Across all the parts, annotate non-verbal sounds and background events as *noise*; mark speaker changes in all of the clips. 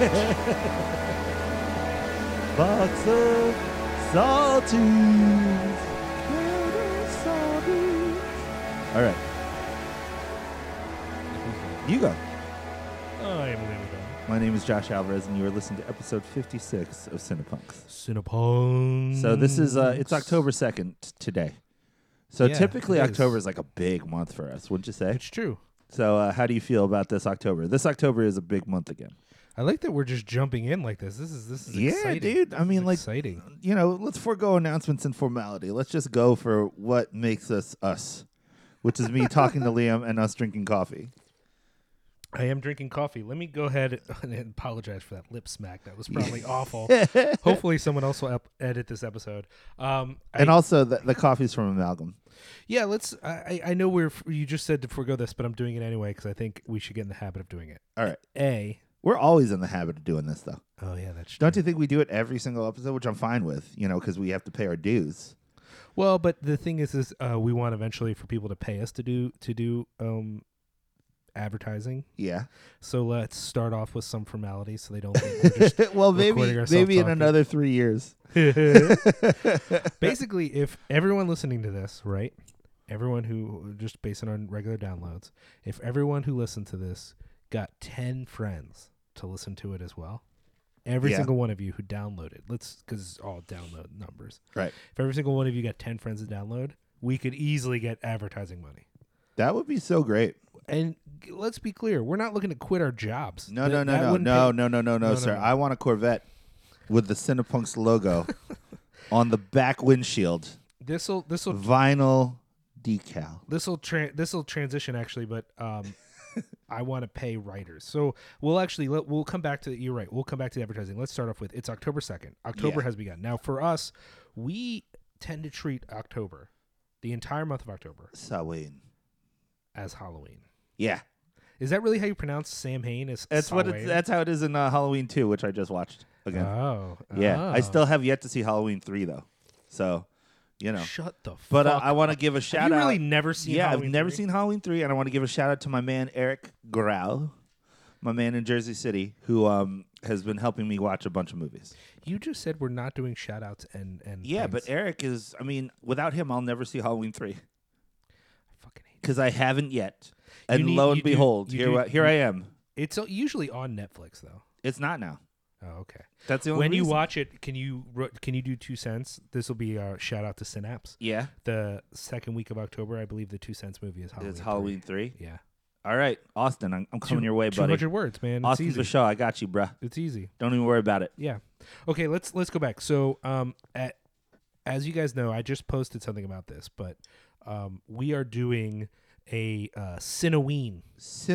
Speaker 1: *laughs* Box of salties. Little salties. All right. You go.
Speaker 2: I believe it.
Speaker 1: My name is Josh Alvarez, and you are listening to episode 56 of Cinepunks.
Speaker 2: Cinepunk.
Speaker 1: So this is uh, it's October 2nd t- today. So
Speaker 2: Yeah,
Speaker 1: typically
Speaker 2: it is.
Speaker 1: October is like a big month for us, wouldn't you say?
Speaker 2: It's true.
Speaker 1: So uh, how do you feel about this October? This October is a big month again.
Speaker 2: I like that we're just jumping in like this. This is this is
Speaker 1: Yeah,
Speaker 2: exciting.
Speaker 1: dude. I
Speaker 2: This
Speaker 1: mean,
Speaker 2: is
Speaker 1: like-
Speaker 2: exciting.
Speaker 1: You know, let's forego announcements and formality. Let's just go for what makes us us, which is
Speaker 2: *laughs*
Speaker 1: me talking to Liam and us drinking coffee.
Speaker 2: I am drinking coffee. Let me go ahead *laughs* and apologize for that lip smack. That
Speaker 1: *laughs*
Speaker 2: was probably awful. Hopefully, someone else will ep- edit this episode. Um, I-
Speaker 1: And also, the, the coffee's from Amalgam.
Speaker 2: yeah, let's. I, I- I know we're. f- You just said to forego this, but I'm doing it anyway because I think we should get in the habit of doing it.
Speaker 1: All right.
Speaker 2: A.
Speaker 1: We're always in the habit of doing this, though.
Speaker 2: Oh yeah, that's true.
Speaker 1: Don't you think we do it every single episode, which I'm fine with, you know, because we have to pay our dues.
Speaker 2: Well, but the thing is, is uh, we want eventually for people to pay us to do to do um, advertising. *laughs*
Speaker 1: Yeah.
Speaker 2: So let's start off with some formality so they don't. think we're
Speaker 1: *laughs*
Speaker 2: just-
Speaker 1: well,
Speaker 2: recording
Speaker 1: maybe
Speaker 2: ourselves
Speaker 1: maybe in
Speaker 2: talking.
Speaker 1: another three years. *laughs*
Speaker 2: Basically, if everyone listening to this, right? Everyone who just based it on regular downloads, if everyone who listened to this got ten friends to listen to it as well, every
Speaker 1: Yeah.
Speaker 2: single one of you who downloaded, let's because it's all download numbers.
Speaker 1: Right.
Speaker 2: If every single one of you got ten friends to download, we could easily get advertising money.
Speaker 1: That would be so great.
Speaker 2: And g- let's be clear, we're not looking to quit our jobs.
Speaker 1: No,
Speaker 2: Th-
Speaker 1: no,
Speaker 2: that
Speaker 1: no, no,
Speaker 2: wouldn't
Speaker 1: no,
Speaker 2: pay-
Speaker 1: no, no, no,
Speaker 2: No,
Speaker 1: no,
Speaker 2: no,
Speaker 1: sir.
Speaker 2: no.
Speaker 1: I want a Corvette with the Cinepunks
Speaker 2: *laughs*
Speaker 1: logo on the back windshield,
Speaker 2: This'll this'll
Speaker 1: vinyl decal.
Speaker 2: this'll tra- this'll transition actually, but
Speaker 1: *laughs*
Speaker 2: um, I want to pay writers. So we'll actually let, we'll come back to you're right. We'll come back to the advertising. Let's start off with it's October second. October
Speaker 1: Yeah.
Speaker 2: has begun. Now for us, we tend to treat October, the entire month of October,
Speaker 1: Samhain.
Speaker 2: as Halloween.
Speaker 1: Yeah,
Speaker 2: Is that really how you pronounce Sam Hain? Is
Speaker 1: that's what. It's,
Speaker 2: Samhain?
Speaker 1: that's how it is in uh, Halloween two, which I just watched again.
Speaker 2: Oh,
Speaker 1: yeah, I
Speaker 2: oh.
Speaker 1: still have yet to see Halloween three though, so you know.
Speaker 2: shut the.
Speaker 1: But uh,
Speaker 2: fuck
Speaker 1: I want to give a shout
Speaker 2: Have you
Speaker 1: out.
Speaker 2: really never seen?
Speaker 1: yeah,
Speaker 2: Halloween
Speaker 1: I've never
Speaker 2: three?
Speaker 1: seen Halloween three, and I want to give a shout out to my man Eric Grau, my man in Jersey City, who um has been helping me watch a bunch of movies.
Speaker 2: You just said we're not doing shout outs and and
Speaker 1: Yeah, but
Speaker 2: things.
Speaker 1: Eric is. I mean, without him, I'll never see Halloween three
Speaker 2: I fucking hate
Speaker 1: because I haven't yet.
Speaker 2: You
Speaker 1: And
Speaker 2: need-
Speaker 1: lo and
Speaker 2: you do-
Speaker 1: behold,
Speaker 2: you
Speaker 1: here
Speaker 2: do-
Speaker 1: I- here I am.
Speaker 2: it. It's uh, usually on Netflix though.
Speaker 1: It's not now.
Speaker 2: Oh, okay.
Speaker 1: That's the only
Speaker 2: When you
Speaker 1: reason.
Speaker 2: watch it, can you ro- can you do two cents? This will be our shout out to Synapse.
Speaker 1: yeah,
Speaker 2: The second week of October, I believe the two cents movie is Halloween.
Speaker 1: it's
Speaker 2: three.
Speaker 1: Halloween three.
Speaker 2: Yeah,
Speaker 1: All right, Austin, I'm, I'm coming
Speaker 2: Two-
Speaker 1: your way,
Speaker 2: Two
Speaker 1: buddy.
Speaker 2: hundred words, man. It's
Speaker 1: Austin
Speaker 2: easy.
Speaker 1: Bashaw, I got you, bruh.
Speaker 2: it's easy.
Speaker 1: Don't even worry about it.
Speaker 2: Yeah. Okay, let's let's go back. So, um, at, as you guys know, I just posted something about this, but um, we are doing a uh, Cineween.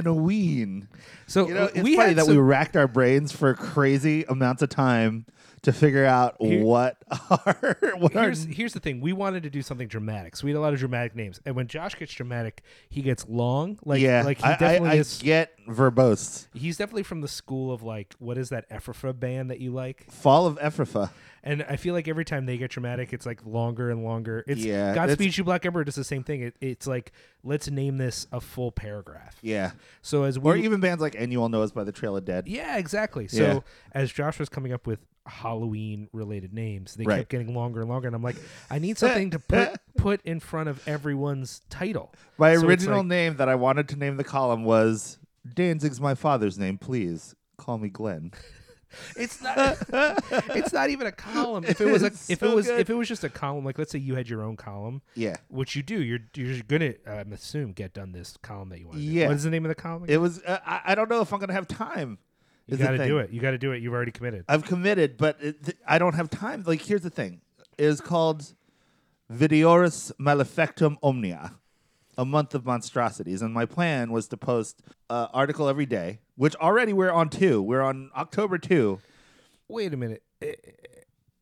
Speaker 1: Cineween.
Speaker 2: So
Speaker 1: You know,
Speaker 2: uh,
Speaker 1: it's
Speaker 2: we
Speaker 1: funny
Speaker 2: had
Speaker 1: that
Speaker 2: some-
Speaker 1: we racked our brains for crazy amounts of time to figure out
Speaker 2: Here-
Speaker 1: what *laughs* our what our
Speaker 2: here's here's the thing. We wanted to do something dramatic, so we had a lot of dramatic names. And when Josh gets dramatic, he gets long. Like
Speaker 1: yeah.
Speaker 2: like he
Speaker 1: I, I-
Speaker 2: definitely
Speaker 1: I
Speaker 2: is.
Speaker 1: get verbose.
Speaker 2: He's definitely from the school of like what is that Ephrafa band that you like?
Speaker 1: Fall of Ephrafa.
Speaker 2: And I feel like every time they get dramatic, it's like longer and longer. It's
Speaker 1: Yeah, it's-
Speaker 2: Godspeed You Black Emperor does the same thing. It, it's like let's name this a full paragraph.
Speaker 1: Yeah,
Speaker 2: So as we
Speaker 1: or even bands like "And You All Know Us" by the Trail of Dead.
Speaker 2: Yeah, exactly. So
Speaker 1: Yeah.
Speaker 2: as Josh was coming up with Halloween related names, they
Speaker 1: Right.
Speaker 2: kept getting longer and longer, and I'm
Speaker 1: *laughs*
Speaker 2: like, I need something to put put in front of everyone's title.
Speaker 1: My
Speaker 2: So it's
Speaker 1: original
Speaker 2: like-
Speaker 1: name that I wanted to name the column was Danzig's my father's name. Please call me Glenn.
Speaker 2: it's not *laughs* it's not even a column. If it
Speaker 1: *laughs*
Speaker 2: was a,
Speaker 1: It's
Speaker 2: if
Speaker 1: so
Speaker 2: it was
Speaker 1: good.
Speaker 2: if it was just a column, like let's say you had your own column,
Speaker 1: Yeah,
Speaker 2: which you do, you're you're gonna I'm assume get done this column that you want. to
Speaker 1: Yeah.
Speaker 2: do. What is the name of the column?
Speaker 1: it was. Uh, I, I don't know if I'm gonna have time.
Speaker 2: you
Speaker 1: is the
Speaker 2: got to do
Speaker 1: thing. Uh,
Speaker 2: it. You got to do it. You've already committed.
Speaker 1: I've committed, but it, th- I don't have time. Like, here's the thing: it is called Videoris Malefectum Omnia, a month of monstrosities, and my plan was to post an article every day, which already we're on two. We're on October two.
Speaker 2: Wait a minute. Eh, eh, eh,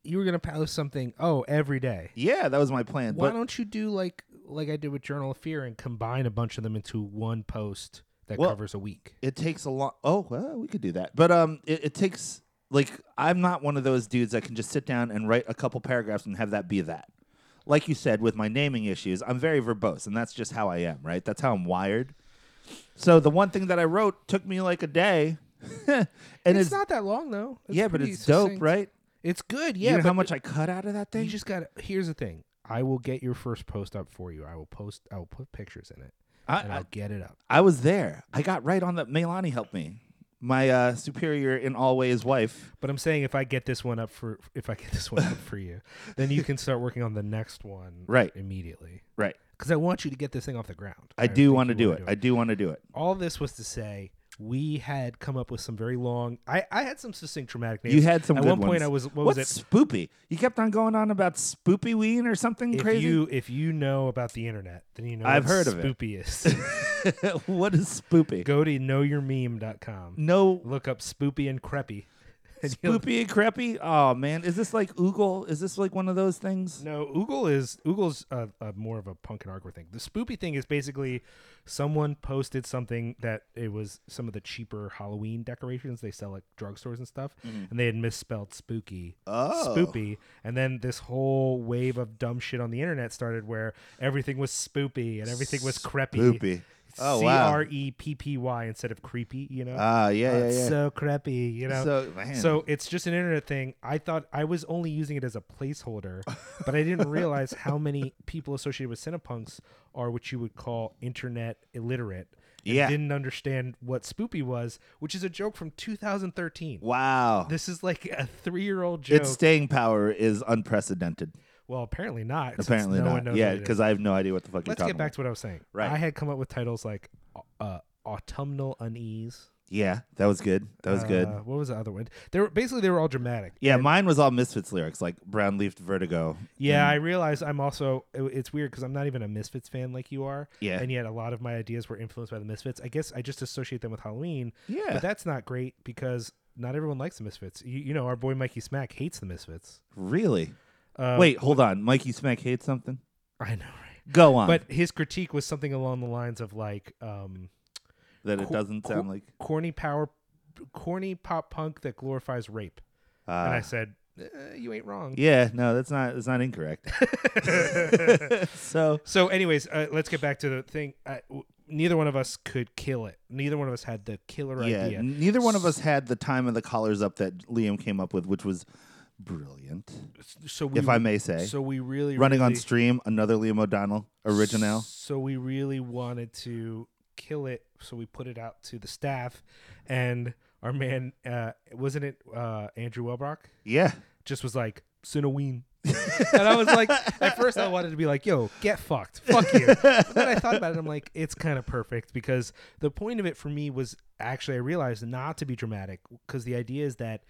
Speaker 2: You were gonna post something. Oh, every day.
Speaker 1: Yeah, that was my plan.
Speaker 2: Why
Speaker 1: but
Speaker 2: don't you do like like I did with Journal of Fear and combine a bunch of them into one post that
Speaker 1: Well-
Speaker 2: covers a week?
Speaker 1: it takes a lot. Oh, well, we could do that, but um, it, it takes like I'm not one of those dudes that can just sit down and write a couple paragraphs and have that be that. Like you said, with my naming issues, I'm very verbose, and that's just how I am. Right? That's how I'm wired. So the one thing that I wrote took me like a day, *laughs* and
Speaker 2: And
Speaker 1: it's,
Speaker 2: it's, not that long though.
Speaker 1: yeah, but
Speaker 2: pretty
Speaker 1: it's dope,
Speaker 2: succinct.
Speaker 1: right?
Speaker 2: It's good.
Speaker 1: Yeah,
Speaker 2: Yeah,
Speaker 1: you know how
Speaker 2: but
Speaker 1: much I cut out of that thing?
Speaker 2: You just got. to Here's the thing. I will get your first post up for you. I will post. I will put pictures in it,
Speaker 1: I,
Speaker 2: and
Speaker 1: I,
Speaker 2: I'll get it up.
Speaker 1: I was there. I got right on the. Melani helped me. My uh, superior in all ways wife.
Speaker 2: But I'm saying if I get this one up for if I get this one up
Speaker 1: *laughs*
Speaker 2: for you, then you can start working on the next one
Speaker 1: Right.
Speaker 2: immediately.
Speaker 1: Right.
Speaker 2: Because I want you to get this thing off the ground.
Speaker 1: I do
Speaker 2: think
Speaker 1: want to
Speaker 2: you
Speaker 1: do
Speaker 2: wanna
Speaker 1: it. I do want to do it.
Speaker 2: All this was to say we had come up with some very long. I I had some succinct traumatic names.
Speaker 1: You had some
Speaker 2: At
Speaker 1: good
Speaker 2: one point,
Speaker 1: ones.
Speaker 2: I was what was
Speaker 1: What's
Speaker 2: it?
Speaker 1: spoopy? You kept on going on about spoopy ween or something
Speaker 2: If
Speaker 1: crazy.
Speaker 2: you if you know about the internet, then you know
Speaker 1: I've
Speaker 2: what
Speaker 1: heard of it.
Speaker 2: spoopy is.
Speaker 1: *laughs* what is spoopy?
Speaker 2: *laughs* Go to knowyourmeme.com.
Speaker 1: No
Speaker 2: Look up spoopy and creppy. *laughs* and you'll-
Speaker 1: spoopy and creppy. Oh man, is this like oogle? Is this like one of those things?
Speaker 2: No, Oogle is Oogle's a, a more of a punk and hardcore thing. The spoopy thing is basically someone posted something that it was some of the cheaper Halloween decorations they sell at drugstores and stuff,
Speaker 1: Mm-hmm.
Speaker 2: and they had misspelled spooky,
Speaker 1: Oh.
Speaker 2: spoopy, and then this whole wave of dumb shit on the internet started where everything was spoopy and everything was creppy.
Speaker 1: Spoopy. Oh
Speaker 2: C
Speaker 1: wow.
Speaker 2: R E P P Y instead of creepy, you know.
Speaker 1: Ah yeah
Speaker 2: Uh,
Speaker 1: yeah
Speaker 2: it's
Speaker 1: yeah.
Speaker 2: So creppy, you know.
Speaker 1: So, man.
Speaker 2: So it's just an internet thing. I thought I was only using it as a placeholder,
Speaker 1: *laughs*
Speaker 2: but I didn't realize how many people associated with Cinepunks are what you would call internet illiterate. and
Speaker 1: Yeah.
Speaker 2: Didn't understand what spoopy was, which is a joke from 2013.
Speaker 1: wow.
Speaker 2: This is like a three-year-old joke.
Speaker 1: Its staying power is unprecedented.
Speaker 2: well, apparently not. since
Speaker 1: Apparently
Speaker 2: no One
Speaker 1: not.
Speaker 2: knows
Speaker 1: Yeah,
Speaker 2: what it is.
Speaker 1: because I have no idea what the fuck
Speaker 2: let's
Speaker 1: you're
Speaker 2: get
Speaker 1: talking
Speaker 2: back to what I was saying.
Speaker 1: Right.
Speaker 2: I had come up with titles like uh, autumnal unease.
Speaker 1: about. Yeah, that was good. That was good. E-,
Speaker 2: Uh, What was the other one? They were basically they were all dramatic.
Speaker 1: Yeah, mine was all Misfits lyrics, like Brown Leafed Vertigo.
Speaker 2: Yeah, I realize I'm also it- it's weird because I'm not even a Misfits fan like you are.
Speaker 1: Yeah.
Speaker 2: and yet a lot of my ideas were influenced by the Misfits. I guess I just associate them with Halloween.
Speaker 1: Yeah.
Speaker 2: but that's not great because not everyone likes the Misfits. You, you know, our boy Mikey Smack hates the Misfits.
Speaker 1: Really?
Speaker 2: Uh,
Speaker 1: Wait, hold on. Mikey Smack hates something?
Speaker 2: I know, right?
Speaker 1: Go on.
Speaker 2: But his critique was something along the lines of like, um,
Speaker 1: that it
Speaker 2: co-
Speaker 1: doesn't sound
Speaker 2: co-
Speaker 1: like.
Speaker 2: corny power, corny pop punk that glorifies rape. and
Speaker 1: Uh,
Speaker 2: I said, eh, you ain't wrong.
Speaker 1: yeah, no, that's not. That's not
Speaker 2: *laughs*
Speaker 1: incorrect. *laughs* so
Speaker 2: So, anyways, uh, let's get back to the thing. Uh, w- neither one of us could kill it. Neither one of us had the killer
Speaker 1: yeah,
Speaker 2: idea.
Speaker 1: neither one of us had the time of the collars up that Liam came up with, which was brilliant,
Speaker 2: So we,
Speaker 1: if I may say.
Speaker 2: so we really
Speaker 1: Running on
Speaker 2: really-
Speaker 1: stream, another Liam O'Donnell original.
Speaker 2: So we really wanted to kill it. So we put it out to the staff, and our man, uh, wasn't it uh, Andrew Welbrock?
Speaker 1: Yeah, *laughs*
Speaker 2: Just was like Cineween. *laughs* and I was like, at first I wanted to be like, "Yo, get fucked, fuck you." But then I thought about it. I'm like, it's kind of perfect because the point of it for me was actually I realized not to be dramatic because the idea is that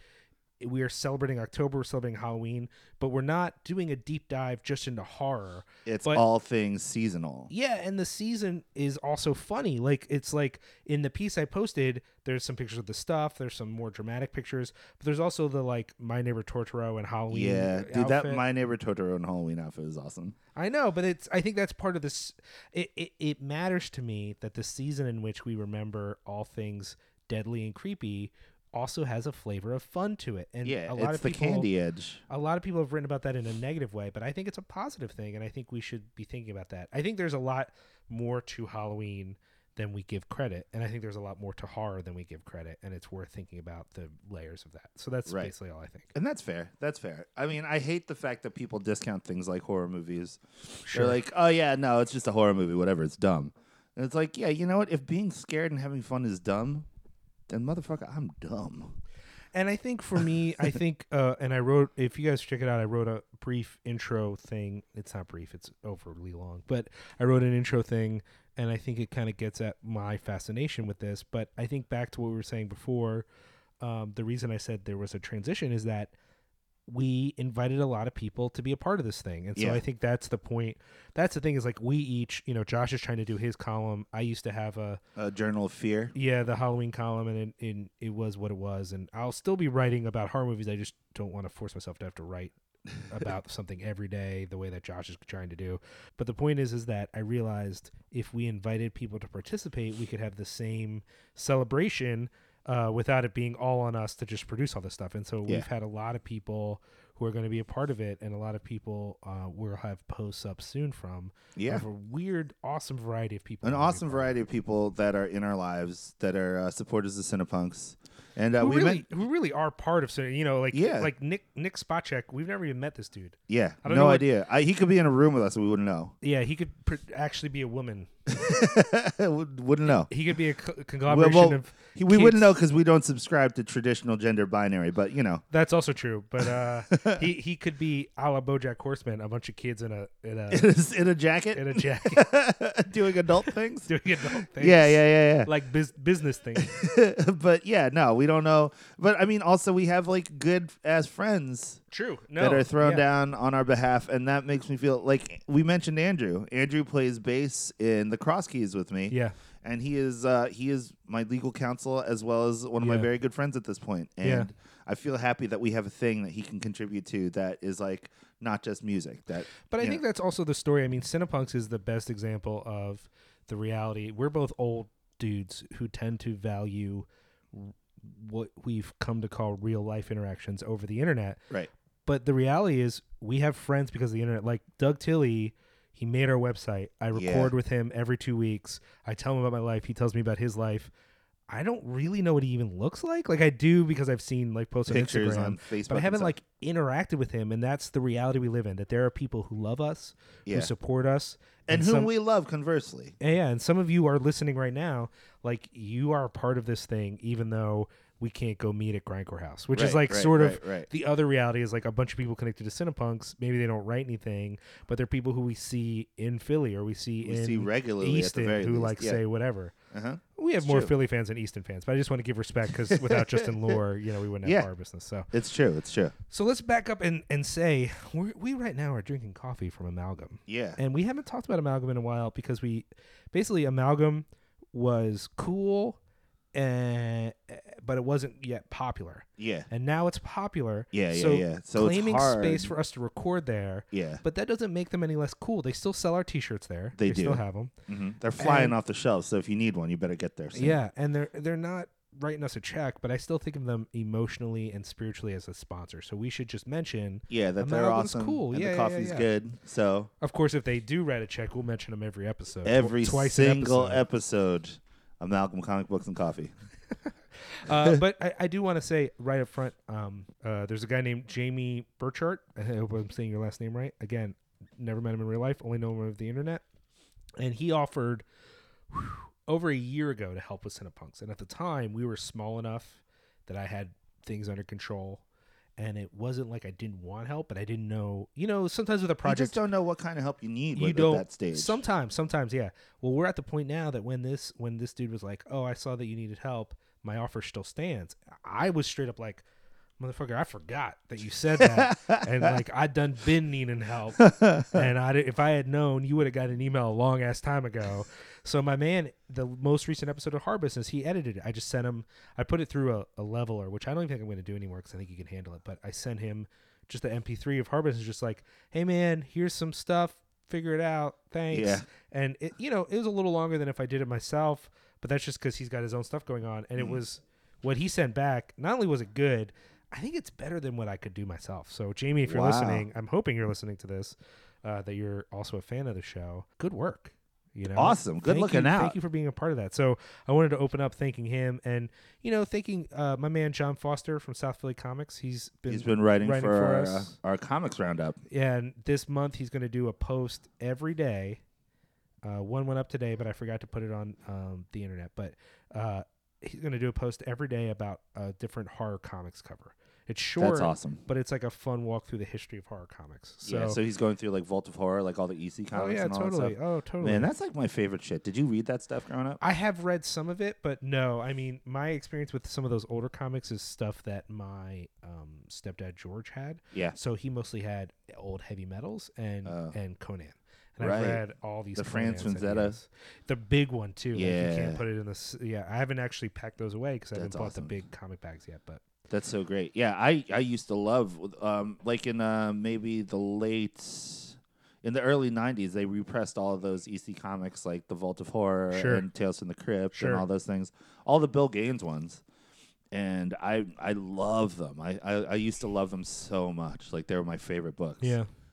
Speaker 2: we are celebrating October, we're celebrating Halloween, but we're not doing a deep dive just into horror.
Speaker 1: it's
Speaker 2: But-
Speaker 1: all things seasonal.
Speaker 2: Yeah, and the season is also funny. Like it's like in the piece I posted, there's some pictures of the stuff, there's some more dramatic pictures, but there's also the like My Neighbor Tortoro and Halloween.
Speaker 1: Yeah, dude, that
Speaker 2: outfit.
Speaker 1: my neighbor Totoro and Halloween outfit is awesome.
Speaker 2: I know, but it's. I think that's part of this. It, it it matters to me that the season in which we remember all things deadly and creepy also has a flavor of fun to it, and
Speaker 1: Yeah,
Speaker 2: a lot
Speaker 1: it's
Speaker 2: of
Speaker 1: the
Speaker 2: people,
Speaker 1: candy edge.
Speaker 2: A lot of people have written about that in a negative way, but I think it's a positive thing, and I think we should be thinking about that. I think there's a lot more to Halloween than we give credit, and I think there's a lot more to horror than we give credit, and it's worth thinking about the layers of that. So that's
Speaker 1: Right.
Speaker 2: basically all
Speaker 1: *laughs*
Speaker 2: I think.
Speaker 1: And that's fair. That's fair. I mean, I hate the fact that people discount things like horror movies.
Speaker 2: Sure.
Speaker 1: They're like, oh, yeah, no, it's just a horror movie, whatever, it's dumb. And it's like, yeah, you know what? If being scared and having fun is dumb, then motherfucker, I'm dumb.
Speaker 2: And I think for me, I think, uh, and I wrote, if you guys check it out, I wrote a brief intro thing. It's not brief, it's overly long, but I wrote an intro thing, and I think it kind of gets at my fascination with this. But I think back to what we were saying before, um, the reason I said there was a transition is that we invited a lot of people to be a part of this thing. And so
Speaker 1: Yeah.
Speaker 2: I think that's the point. That's the thing is like we each, you know, Josh is trying to do his column. I used to have a,
Speaker 1: A journal of fear.
Speaker 2: yeah, the Halloween column, and it, and it was what it was. And I'll still be writing about horror movies. I just don't want to force myself to have
Speaker 1: *laughs*
Speaker 2: to write about something every day the way that Josh is trying to do. But the point is, is that I realized if we invited people to participate, we could have the same celebration uh, without it being all on us to just produce all this stuff. And so
Speaker 1: Yeah.
Speaker 2: we've had a lot of people who are going to be a part of it, and a lot of people uh, we'll have posts up soon from.
Speaker 1: Yeah.
Speaker 2: of a weird, awesome variety of people.
Speaker 1: An
Speaker 2: who are gonna be
Speaker 1: awesome
Speaker 2: part of it.
Speaker 1: variety of people that are in our lives, that are uh, supporters of Cinepunks, And uh,
Speaker 2: who
Speaker 1: we
Speaker 2: really,
Speaker 1: met.
Speaker 2: who really are part of, so you know, like
Speaker 1: Yeah.
Speaker 2: like Nick Nick Spacek. We've never even met this dude.
Speaker 1: Yeah,
Speaker 2: I don't know
Speaker 1: no
Speaker 2: what-
Speaker 1: idea. I, he could be in a room with us and we wouldn't know. *laughs*
Speaker 2: Yeah, he could pr- actually be a woman.
Speaker 1: Would- wouldn't know.
Speaker 2: He could be a co-
Speaker 1: Well,
Speaker 2: conglomeration
Speaker 1: well,
Speaker 2: of.
Speaker 1: he- we wouldn't
Speaker 2: kids.
Speaker 1: know because we don't subscribe to traditional gender binary. But you know, *laughs*
Speaker 2: That's also true, but *laughs* uh, he he could be a la BoJack Horseman, a bunch of kids in a in *laughs* a
Speaker 1: in a jacket,
Speaker 2: in a jacket
Speaker 1: *laughs* doing
Speaker 2: *laughs*
Speaker 1: adult things.
Speaker 2: doing adult things.
Speaker 1: Yeah, yeah, yeah, yeah.
Speaker 2: like bus business *laughs* things.
Speaker 1: *laughs* but yeah, no, we don't know. But I mean, also we have like good as friends
Speaker 2: True. No.
Speaker 1: that are thrown
Speaker 2: yeah.
Speaker 1: down on our behalf, and that makes me feel like we mentioned Andrew. Andrew plays bass in the Cross Keys with me.
Speaker 2: Yeah.
Speaker 1: and he is uh, he is my legal counsel as well as one of my
Speaker 2: Yeah.
Speaker 1: very good friends at this point. And
Speaker 2: Yeah.
Speaker 1: I feel happy that we have a thing that he can contribute to that is like not just music. That
Speaker 2: But I
Speaker 1: you
Speaker 2: think
Speaker 1: know,
Speaker 2: that's also the story. I mean, Cinepunks is the best example of the reality. We're both old dudes who tend to value w- what we've come to call real life interactions over the internet.
Speaker 1: right.
Speaker 2: But the reality is, we have friends because of the internet. Like Doug Tilley, he made our website. I
Speaker 1: Yeah.
Speaker 2: record with him every two weeks. I tell him about my life. He tells me about his life. I don't really know what he even looks like. Like I do because I've seen like posts
Speaker 1: Pictures
Speaker 2: on Instagram
Speaker 1: on Facebook,
Speaker 2: but I
Speaker 1: and
Speaker 2: haven't
Speaker 1: stuff.
Speaker 2: like interacted with him, and that's the reality we live in. That there are people who love us,
Speaker 1: Yeah.
Speaker 2: who support us,
Speaker 1: and whom
Speaker 2: some,
Speaker 1: we love. Conversely,
Speaker 2: yeah, yeah, and some of you are listening right now. Like you are a part of this thing, even though we can't go meet at Grindcore House, which is
Speaker 1: Right,
Speaker 2: like
Speaker 1: right,
Speaker 2: sort
Speaker 1: right,
Speaker 2: of
Speaker 1: right.
Speaker 2: the other reality is like a bunch of people connected to Cinepunks. Maybe they don't write anything, but they're people who we see in Philly or we see
Speaker 1: We
Speaker 2: in
Speaker 1: see regularly at the
Speaker 2: Easton
Speaker 1: very
Speaker 2: who
Speaker 1: least,
Speaker 2: like
Speaker 1: yeah.
Speaker 2: say whatever.
Speaker 1: uh-huh.
Speaker 2: We have
Speaker 1: It's
Speaker 2: more
Speaker 1: true.
Speaker 2: Philly fans than Easton fans, but I just want to give respect because without
Speaker 1: *laughs*
Speaker 2: Justin Lore, you know, we wouldn't have
Speaker 1: Yeah.
Speaker 2: our business. So
Speaker 1: it's true. It's true.
Speaker 2: so let's back up and, and say we're, we right now are drinking coffee from Amalgam.
Speaker 1: Yeah,
Speaker 2: And we haven't talked about Amalgam in a while because we basically Amalgam was cool, uh, but it wasn't yet popular.
Speaker 1: yeah,
Speaker 2: And now it's popular.
Speaker 1: Yeah, yeah,
Speaker 2: so
Speaker 1: yeah. So it's
Speaker 2: claiming space
Speaker 1: hard.
Speaker 2: for us to record there.
Speaker 1: yeah.
Speaker 2: But that doesn't make them any less cool. They still sell our T-shirts there.
Speaker 1: They do.
Speaker 2: still have them.
Speaker 1: hmm They're flying
Speaker 2: and-
Speaker 1: off the shelves, so if you need one, you better get there. Soon.
Speaker 2: Yeah, and they're they're not writing us a check, but I still think of them emotionally and spiritually as a sponsor. So we should just mention
Speaker 1: yeah, that they're
Speaker 2: Amalgam's
Speaker 1: awesome.
Speaker 2: cool.
Speaker 1: and
Speaker 2: Yeah, yeah,
Speaker 1: the
Speaker 2: yeah,
Speaker 1: coffee's
Speaker 2: yeah.
Speaker 1: good. So
Speaker 2: Of course, if they do write a check, we'll mention them every episode. tw-
Speaker 1: every
Speaker 2: twice an
Speaker 1: single
Speaker 2: episode.
Speaker 1: episode. of Malcolm comic books and coffee. *laughs*
Speaker 2: uh, but I, I do want to say right up front, um, uh, there's a guy named Jamie Burchart. I hope I'm saying your last name right. Again, never met him in real life, only know him over the internet. And he offered whew, over a year ago to help with Cinepunks. And at the time, we were small enough that I had things under control. And it wasn't like I didn't want help, but I didn't know. You know, sometimes with a
Speaker 1: I just
Speaker 2: project,
Speaker 1: don't know what kind of help you need with,
Speaker 2: you
Speaker 1: at
Speaker 2: don't
Speaker 1: that stage.
Speaker 2: sometimes sometimes yeah well we're at the point now that when this when this dude was like oh i saw that you needed help my offer still stands i was straight up like motherfucker i forgot that you said
Speaker 1: *laughs*
Speaker 2: that and like i done been needing help and i di- if i had known you would have got an email a long ass time ago so my man the most recent episode of hard business he edited it i just sent him i put it through a, a leveler which i don't even think i'm going to do anymore because i think he can handle it but i sent him just the mp3 of hard business just like hey man here's some stuff figure it out thanks
Speaker 1: Yeah.
Speaker 2: and it you know it was a little longer than if i did it myself but that's just because he's got his own stuff going on and it was what he sent back not only was it good i think it's better than what i could do myself so jamie if you're
Speaker 1: Wow.
Speaker 2: listening i'm hoping you're listening to this uh, that you're also a fan of the show good work you know
Speaker 1: Awesome. Good
Speaker 2: Thank
Speaker 1: looking
Speaker 2: you,
Speaker 1: out.
Speaker 2: thank you for being a part of that so i wanted to open up thanking him and you know thanking uh, my man john foster from south philly comics he's been
Speaker 1: He's been writing,
Speaker 2: writing
Speaker 1: for,
Speaker 2: for
Speaker 1: our, uh,
Speaker 2: us.
Speaker 1: our comics roundup.
Speaker 2: and this month he's going to do a post every day. Uh, one went up today, but I forgot to put it on um, the internet. But uh, he's going to do a post every day about a different horror comics cover. It's short,
Speaker 1: That's awesome.
Speaker 2: but it's like a fun walk through the history of horror comics. So,
Speaker 1: yeah, so he's going through like Vault of Horror, like all the EC comics
Speaker 2: oh yeah,
Speaker 1: and all that
Speaker 2: totally.
Speaker 1: stuff.
Speaker 2: Oh totally.
Speaker 1: Man, that's like my favorite shit. Did you read that stuff growing up?
Speaker 2: I have read some of it, but no. I mean, my experience with some of those older comics is stuff that my um, stepdad George had.
Speaker 1: Yeah.
Speaker 2: So he mostly had old heavy metals and
Speaker 1: Oh.
Speaker 2: and Conan. And
Speaker 1: Right.
Speaker 2: I've read all these.
Speaker 1: The Franz
Speaker 2: Conans that
Speaker 1: Vanzetta.
Speaker 2: he has. the big one too. like, you
Speaker 1: Yeah.
Speaker 2: can't put it in this. Yeah, I haven't actually packed those away because I haven't
Speaker 1: That's
Speaker 2: bought
Speaker 1: awesome.
Speaker 2: the big comic bags yet. But
Speaker 1: That's so great. Yeah, I I used to love um like in uh maybe the late in the early 90s they repressed all of those EC comics like the Vault of Horror
Speaker 2: Sure.
Speaker 1: and Tales from the Crypt
Speaker 2: Sure.
Speaker 1: and all those things. All the Bill Gaines ones. And I I love them. I, I I used to love them so much. Like they were my favorite books.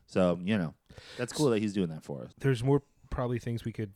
Speaker 1: So, you know, that's cool that he's doing that for us.
Speaker 2: there's more probably things we could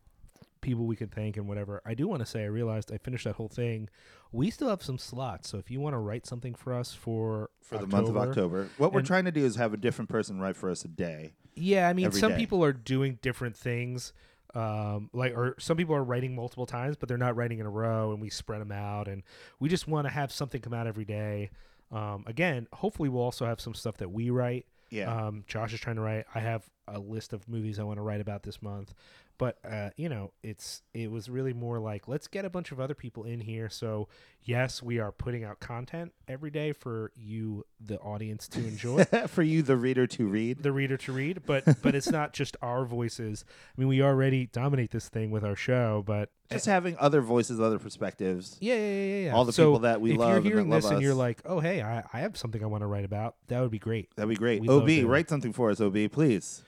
Speaker 2: people we could thank and whatever. I do want to say I realized I finished that whole thing. We still have some slots, so if you want to write something for us for
Speaker 1: for the month of October. What we're trying to do is have a different person write for us a day.
Speaker 2: yeah, I mean,
Speaker 1: every
Speaker 2: some
Speaker 1: day.
Speaker 2: people are doing different things. Um, like, or some people are writing multiple times, but they're not writing in a row, and we spread them out, and we just want to have something come out every day. Um, again, hopefully, we'll also have some stuff that we write.
Speaker 1: Yeah.
Speaker 2: Um, Josh is trying to write. I have a list of movies I want to write about this month, but uh, you know, it's it was really more like let's get a bunch of other people in here. So yes, we are putting out content every day for you, the audience, to
Speaker 1: *laughs*
Speaker 2: enjoy.
Speaker 1: for you, the reader, to read.
Speaker 2: the reader to read, but but it's not just our voices. I mean, we already dominate this thing with our show, but
Speaker 1: Just having other voices, other perspectives.
Speaker 2: yeah, yeah, yeah, yeah. yeah.
Speaker 1: All the
Speaker 2: So
Speaker 1: people that we
Speaker 2: if
Speaker 1: love
Speaker 2: you're
Speaker 1: and that
Speaker 2: hearing
Speaker 1: love
Speaker 2: this and you're
Speaker 1: us.
Speaker 2: like, oh hey, I, I have something I want to write about. That would be great.
Speaker 1: That'd be great.
Speaker 2: We love
Speaker 1: OB,
Speaker 2: doing
Speaker 1: write something for us, OB, please.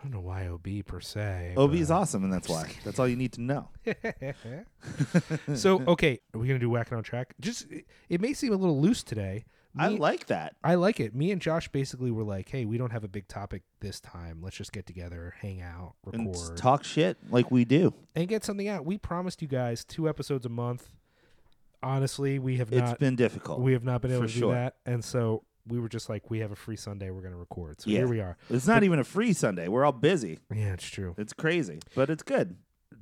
Speaker 2: I don't know why OB per se.
Speaker 1: OB is
Speaker 2: but-
Speaker 1: awesome, and that's
Speaker 2: *laughs*
Speaker 1: why. That's all you need to know.
Speaker 2: so okay, are we gonna do whacking on track? Just it, it may seem a little loose today. Me,
Speaker 1: I like that.
Speaker 2: I like it. Me and Josh basically were like, "Hey, we don't have a big topic this time. Let's just get together, hang out,
Speaker 1: And just
Speaker 2: record,
Speaker 1: talk shit like we do.
Speaker 2: and get something out." We promised you guys two episodes a month. Honestly, we have
Speaker 1: It's
Speaker 2: not
Speaker 1: been difficult.
Speaker 2: *laughs* we have not been able
Speaker 1: for
Speaker 2: to
Speaker 1: sure.
Speaker 2: do that, and so we were just like, "We have a free Sunday. We're gonna record." So
Speaker 1: Yeah.
Speaker 2: here we are.
Speaker 1: it's not even a free Sunday. We're all busy.
Speaker 2: Yeah, it's true.
Speaker 1: It's crazy, but it's good.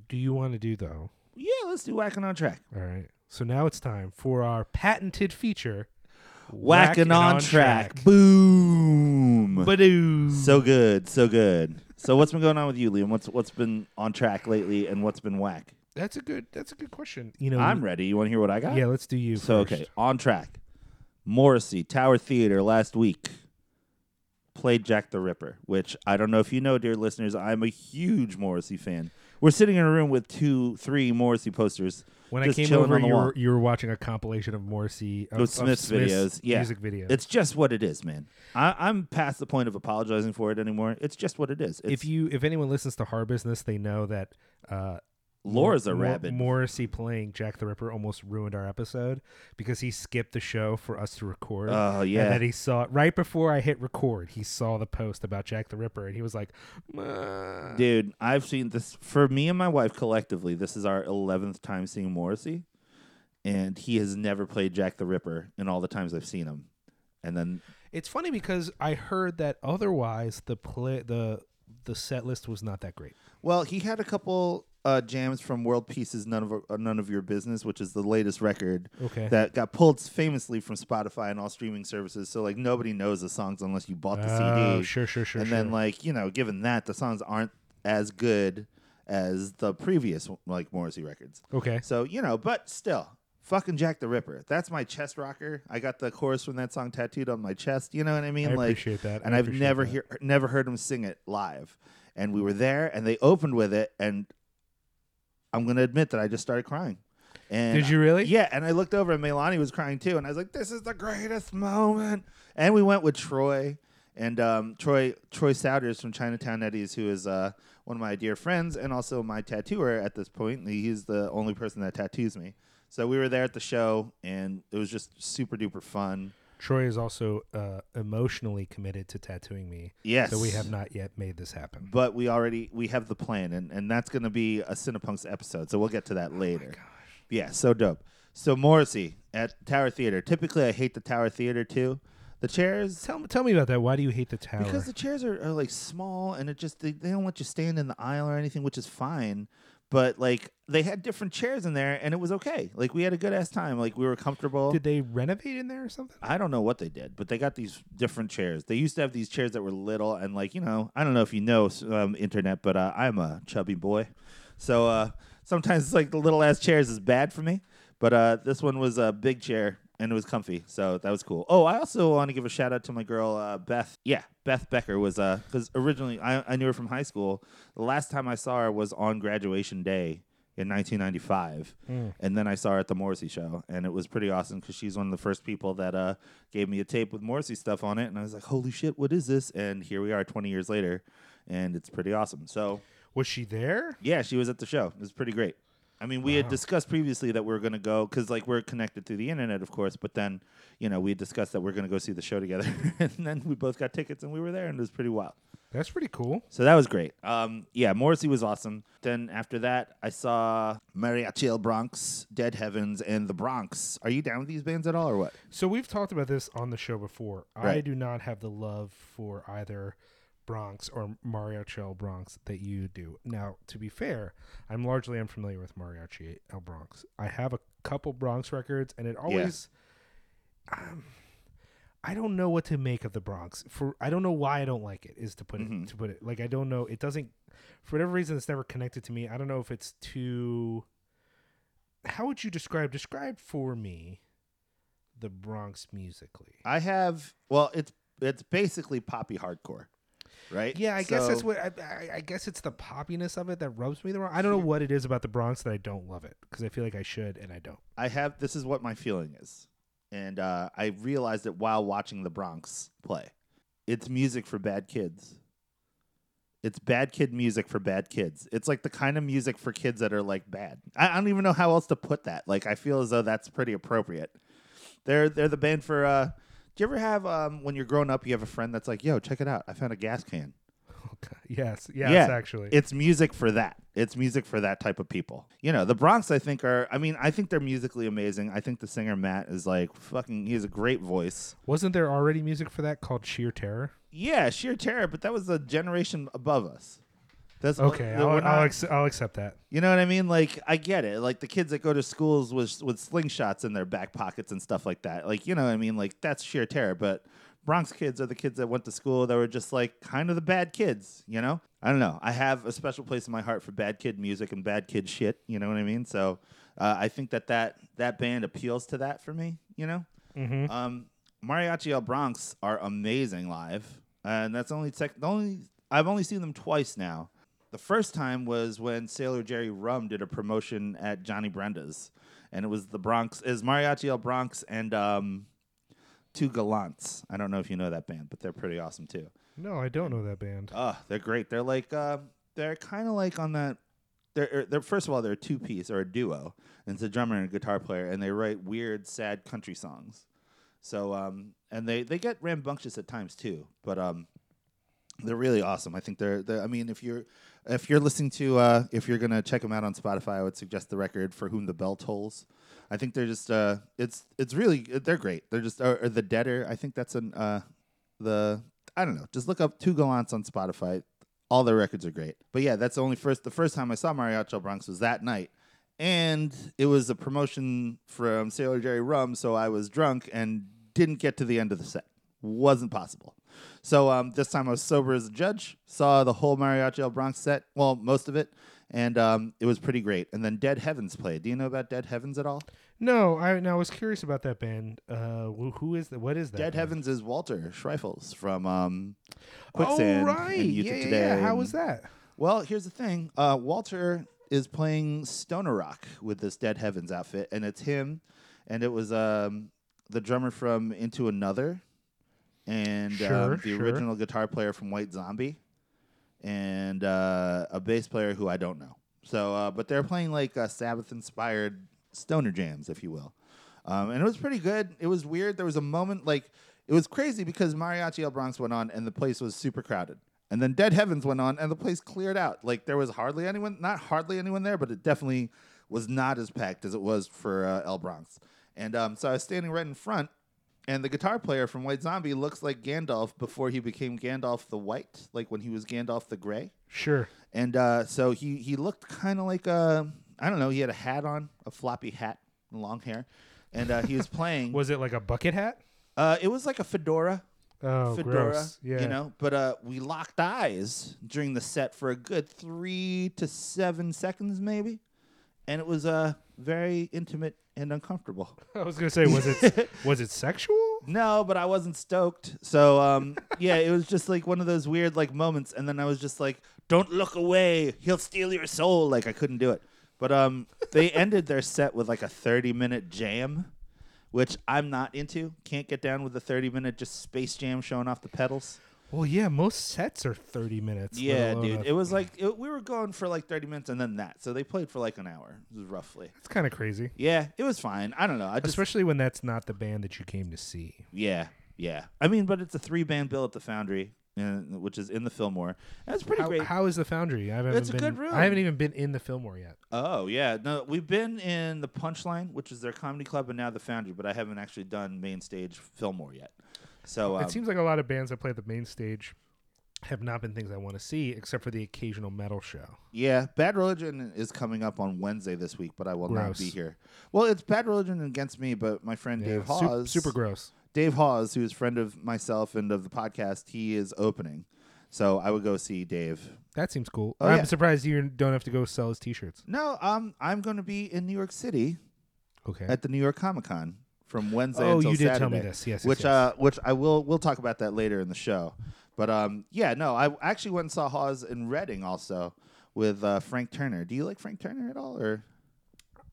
Speaker 2: Do you want to do though?
Speaker 1: Yeah, let's do whacking on track.
Speaker 2: All right. So now it's time for our patented feature,
Speaker 1: Whacking on, track. Boom.
Speaker 2: Badoo.
Speaker 1: so good, so good. So what's been going on with you, Liam? What's what's been on track lately, and what's been whack?
Speaker 2: that's a good. That's a good question. You know,
Speaker 1: I'm
Speaker 2: you-
Speaker 1: ready. You want to hear what I got?
Speaker 2: yeah. Let's do you.
Speaker 1: So
Speaker 2: first.
Speaker 1: okay, on track. Morrissey Tower Theater last week played Jack the Ripper, which I don't know if you know, dear listeners. I'm a huge Morrissey fan. We're sitting in a room with two, three Morrissey posters.
Speaker 2: When I
Speaker 1: just
Speaker 2: came
Speaker 1: chilling
Speaker 2: over,
Speaker 1: on the
Speaker 2: you
Speaker 1: wall.
Speaker 2: were, you were watching a compilation of Morrissey of,
Speaker 1: With
Speaker 2: of
Speaker 1: Smith's videos, yeah.
Speaker 2: music videos.
Speaker 1: It's just what it is, man. I, I'm past the point of apologizing for it anymore. It's just what it is. It's,
Speaker 2: if you if anyone listens to Hard Business, they know that uh,
Speaker 1: Laura's a
Speaker 2: Mor-
Speaker 1: rabid.
Speaker 2: Morrissey playing Jack the Ripper almost ruined our episode because he skipped the show for us to record.
Speaker 1: Oh yeah,
Speaker 2: And then he saw it right before I hit record. He saw the post about Jack the Ripper, and he was like, "Uh,
Speaker 1: Dude, I've seen this for me and my wife collectively. This is our 11th time seeing Morrissey, and he has never played Jack the Ripper in all the times I've seen him. And then
Speaker 2: It's funny because I heard that otherwise the play the the set list was not that great.
Speaker 1: well, he had a couple uh, jams from World Pieces None of uh, None of Your Business, which is the latest record
Speaker 2: Okay.
Speaker 1: that got pulled famously from Spotify and all streaming services. So like nobody knows the songs unless you bought the
Speaker 2: Oh,
Speaker 1: CD.
Speaker 2: sure, sure, sure.
Speaker 1: and
Speaker 2: sure.
Speaker 1: then like you know, given that the songs aren't as good as the previous like Morrissey records.
Speaker 2: okay,
Speaker 1: So, you know, but still, fucking Jack the Ripper. That's my chest rocker. I got the chorus from that song tattooed on my chest. You know what I mean?
Speaker 2: I
Speaker 1: like,
Speaker 2: appreciate that.
Speaker 1: And
Speaker 2: I
Speaker 1: I've
Speaker 2: appreciate
Speaker 1: never
Speaker 2: that.
Speaker 1: hear, never heard him sing it live. And we were there, and they opened with it, and I'm gonna admit that I just started crying. And
Speaker 2: Did you really?
Speaker 1: Yeah. And I looked over, and Melani was crying too, and I was like, "This is the greatest moment." And we went with Troy. And um, Troy Troy Souders from Chinatown Eddies, who is uh, one of my dear friends and also my tattooer at this point. He's the only person that tattoos me. So we were there at the show, and it was just super duper fun.
Speaker 2: Troy is also uh, emotionally committed to tattooing me.
Speaker 1: Yes,
Speaker 2: So we have not yet made this happen.
Speaker 1: but we already we have the plan, and and that's going to be a Cinepunks episode. So we'll get to that later. Yeah, so dope. So Morrissey at Tower Theater. Typically, I hate the Tower Theater too. The chairs
Speaker 2: Tell me, tell me about that. Why do you hate the tower?
Speaker 1: Because the chairs are, are like small and it just they, they don't let you stand in the aisle or anything, which is fine. But like they had different chairs in there and it was okay. Like we had a good ass time. Like we were comfortable.
Speaker 2: Did they renovate in there or something?
Speaker 1: I don't know what they did, but they got these different chairs. They used to have these chairs that were little and like you know I don't know if you know um, internet, but uh, I'm a chubby boy, so uh, sometimes like the little ass chairs is bad for me. But uh, this one was a big chair and it was comfy, so that was cool. Oh, I also want to give a shout out to my girl uh, Beth. Yeah, Beth Becker was because originally I, I knew her from high school. The last time I saw her was on graduation day in 1995 and then i saw her at the morrissey show and it was pretty awesome because she's one of the first people that uh, gave me a tape with morrissey stuff on it and i was like holy shit what is this and here we are 20 years later and it's pretty awesome so
Speaker 2: Was she there?
Speaker 1: yeah she was at the show it was pretty great i mean we had discussed previously that we were going to go because like we're connected through the internet of course but then *laughs* you know we had discussed that we are going to go see the show together and then we both got tickets and we were there and it was pretty wild
Speaker 2: That's pretty cool.
Speaker 1: So that was great. Um, yeah, Morrissey was awesome. Then after that, I saw Mariachi El Bronx, Dead Heavens, and The Bronx. Are you down with these bands at all, or what?
Speaker 2: So we've talked about this on the show before. I
Speaker 1: Right.
Speaker 2: do not have the love for either Bronx or Mariachi El Bronx that you do. Now, to be fair, I'm largely unfamiliar with Mariachi El Bronx. I have a couple Bronx records, and it always. Um, I don't know what to make of the Bronx. For I don't know why I don't like it. Is to put it to put it like I don't know. It doesn't for whatever reason it's never connected to me. I don't know if it's too. How would you describe describe for me the Bronx musically?
Speaker 1: I have. Well, it's it's basically poppy hardcore, right?
Speaker 2: Yeah, I guess that's
Speaker 1: So-
Speaker 2: what I, I, I guess it's the poppiness of it that rubs me the wrong. I don't know what it is about the Bronx that I don't love it because I feel like I should and I don't. *laughs*
Speaker 1: I have this is what my feeling is. And uh, I realized it while watching the Bronx play. It's music for bad kids. It's bad kid music for bad kids. It's like the kind of music for kids that are like bad. I, I don't even know how else to put that. Like I feel as though that's pretty appropriate. They're they're the band for uh do you ever have um when you're growing up you have a friend that's like, yo, check it out. I found a gas can.
Speaker 2: Okay. Oh, Yes, yes, actually.
Speaker 1: It's music for that. It's music for that type of people. You know, the Bronx, I think, are, I mean, I think they're musically amazing. I think the singer Matt is like fucking, he has a great voice.
Speaker 2: Wasn't there already music for that called Sheer Terror?
Speaker 1: Yeah, sheer terror, but that was a generation above us. That's
Speaker 2: Okay,
Speaker 1: that
Speaker 2: I'll,
Speaker 1: we're
Speaker 2: I'll,
Speaker 1: not-
Speaker 2: ac- I'll accept that.
Speaker 1: you know what I mean? Like, I get it. Like the kids that go to schools with with slingshots in their back pockets and stuff like that. Like, you know what I mean? Like that's sheer terror. But Bronx kids are the kids that went to school that were just like kind of the bad kids. You know? I don't know. I have a special place in my heart for bad kid music and bad kid shit. You know what I mean? So uh, I think that, that that band appeals to that for me. You know?
Speaker 2: Mm-hmm.
Speaker 1: Um, Mariachi El Bronx are amazing live, and that's only tech. The only I've only seen them twice now. The first time was when Sailor Jerry Rum did a promotion at Johnny Brenda's, and it was the Bronx is Mariachi El Bronx and um, Two Gallants. I don't know if you know that band, but they're pretty awesome too.
Speaker 2: No, I don't know that band.
Speaker 1: Oh, they're great. They're like uh, they're kind of like on that. They're, they're first of all they're a two piece or a duo, and it's a drummer and a guitar player, and they write weird, sad country songs. So um, and they they get rambunctious at times too, but um, they're really awesome. I think they're, they're I mean, if you're if you're listening to uh, if you're gonna check them out on Spotify, I would suggest the record "For Whom the Bell Tolls." I think they're just uh, it's it's really they're great. They're just uh, or, or the Deader. I think that's an uh, the I don't know. Just look up Two Gallants on Spotify. All their records are great. But yeah, that's the only first the first time I saw Mariachi El Bronx was that night. And it was a promotion from Sailor Jerry Rum, so I was drunk and didn't get to the end of the set. Wasn't possible. So um, this time I was sober as a judge, saw the whole Mariachi El Bronx set, well, most of it, and um, it was pretty great. And then Dead Heavens played. Do you know about Dead Heavens at all?
Speaker 2: No, I, now I was curious about that band. Uh, who, who is that? What is that?
Speaker 1: Dead
Speaker 2: band?
Speaker 1: Heavens is Walter Schreifels from um, Quicksand
Speaker 2: Oh, right.
Speaker 1: and Youth
Speaker 2: yeah,
Speaker 1: of
Speaker 2: yeah,
Speaker 1: Today.
Speaker 2: yeah. How
Speaker 1: and-
Speaker 2: was that?
Speaker 1: Well, here's the thing. Uh, Walter is playing Stoner Rock with this Dead Heavens outfit, and it's him, and it was um, the drummer from Into Another, and
Speaker 2: Sure,
Speaker 1: um, the
Speaker 2: sure.
Speaker 1: original guitar player from White Zombie, and uh, a bass player who I don't know. So, uh, but they're playing like uh, Sabbath-inspired stoner jams, if you will, um, and it was pretty good. It was weird. There was a moment like it was crazy because Mariachi El Bronx went on, and the place was super crowded. And then Dead Heavens went on, and the place cleared out. Like there was hardly anyone, not hardly anyone there, but it definitely was not as packed as it was for uh, El Bronx. And um, so I was standing right in front, and the guitar player from White Zombie looks like Gandalf before he became Gandalf the White, like when he was Gandalf the Gray.
Speaker 2: Sure.
Speaker 1: And uh, so he he looked kind of like a I don't know. He had a hat on, a floppy hat, long hair, and uh, he
Speaker 2: *laughs*
Speaker 1: was playing.
Speaker 2: Was it like a bucket hat?
Speaker 1: uh, it was like a fedora,
Speaker 2: Oh,
Speaker 1: fedora,
Speaker 2: gross. Yeah.
Speaker 1: you know. But uh, we locked eyes during the set for a good three to seven seconds, maybe, and it was uh, very intimate and uncomfortable.
Speaker 2: *laughs* I was gonna say, was
Speaker 1: *laughs*
Speaker 2: it was it sexual?
Speaker 1: No, but I wasn't stoked. So um, yeah, it was just like one of those weird like moments, and then I was just like, "Don't look away, he'll steal your soul." Like I couldn't do it. But um, they ended their set with like a thirty-minute jam, which I'm not into. Can't get down with the thirty-minute just space jam showing off the pedals.
Speaker 2: Well, yeah, most sets are thirty minutes. let
Speaker 1: Yeah,
Speaker 2: alone
Speaker 1: dude,
Speaker 2: a-
Speaker 1: it was like it, we were going for like thirty minutes and then that. So they played for like an hour, roughly.
Speaker 2: it's kind of crazy,
Speaker 1: Yeah, it was fine. I don't know. I just
Speaker 2: especially when that's not the band that you came to see.
Speaker 1: Yeah, yeah. I mean, but it's a three band bill at the Foundry. and, which is in the Fillmore. That's pretty
Speaker 2: How,
Speaker 1: great.
Speaker 2: how is the Foundry? I haven't
Speaker 1: It's a
Speaker 2: been,
Speaker 1: good room.
Speaker 2: I haven't even been in the Fillmore yet.
Speaker 1: Oh yeah, no, we've been in the Punchline, which is their comedy club, and now the Foundry, but I haven't actually done main stage Fillmore yet. So um,
Speaker 2: it seems like a lot of bands that play the main stage have not been things I want to see, except for the occasional metal show.
Speaker 1: yeah, Bad Religion is coming up on Wednesday this week, but I will not
Speaker 2: Gross.
Speaker 1: be here. Well, it's Bad Religion against me, but my friend Dave
Speaker 2: Yeah, su-
Speaker 1: Hawes,
Speaker 2: super gross.
Speaker 1: Dave Hawes, who's a friend of myself and of the podcast, he is opening. So I would go see Dave.
Speaker 2: That seems cool.
Speaker 1: Oh,
Speaker 2: I'm
Speaker 1: yeah.
Speaker 2: surprised you don't have to go sell his T-shirts.
Speaker 1: No, um, I'm going to be in New York City
Speaker 2: Okay.
Speaker 1: at the New York Comic Con from Wednesday
Speaker 2: Oh,
Speaker 1: until
Speaker 2: you did
Speaker 1: Saturday.
Speaker 2: tell me this. Yes, yes,
Speaker 1: which
Speaker 2: yes.
Speaker 1: uh, which I will we'll talk about that later in the show. But um, yeah, no, I actually went and saw Hawes in Reading also with uh, Frank Turner. Do you like Frank Turner at all? Or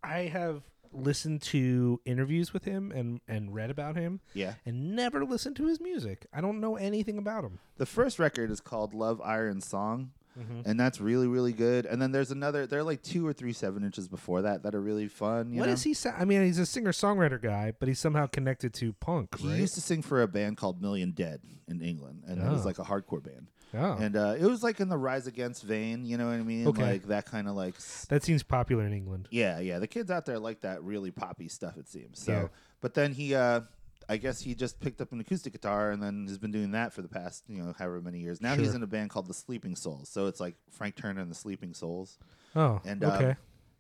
Speaker 2: I have listened to interviews with him and and read about him.
Speaker 1: Yeah.
Speaker 2: And never listened to his music. I don't know anything about him.
Speaker 1: the first record is called Love Iron Song.
Speaker 2: Mm-hmm.
Speaker 1: And that's really, really good. And then there's another. There are like two or three seven inches before that that are really fun. You
Speaker 2: What
Speaker 1: know?
Speaker 2: is he? Sa- I mean, he's a singer songwriter guy, but he's somehow connected to punk,
Speaker 1: He
Speaker 2: right?
Speaker 1: used to sing for a band called Million Dead in England, and it was
Speaker 2: Oh.
Speaker 1: like a hardcore band.
Speaker 2: Oh.
Speaker 1: And uh, it was like in the Rise Against vein, you know what I mean?
Speaker 2: Okay.
Speaker 1: Like that kind of like s-
Speaker 2: that seems popular in England.
Speaker 1: Yeah, yeah. The kids out there like that really poppy stuff, it seems. So,
Speaker 2: Yeah.
Speaker 1: but then he, uh, I guess he just picked up an acoustic guitar and then has been doing that for the past, you know, however many years. Now he's
Speaker 2: Sure.
Speaker 1: in a band called the Sleeping Souls. So it's like Frank Turner and the Sleeping Souls.
Speaker 2: Oh,
Speaker 1: And, uh,
Speaker 2: okay,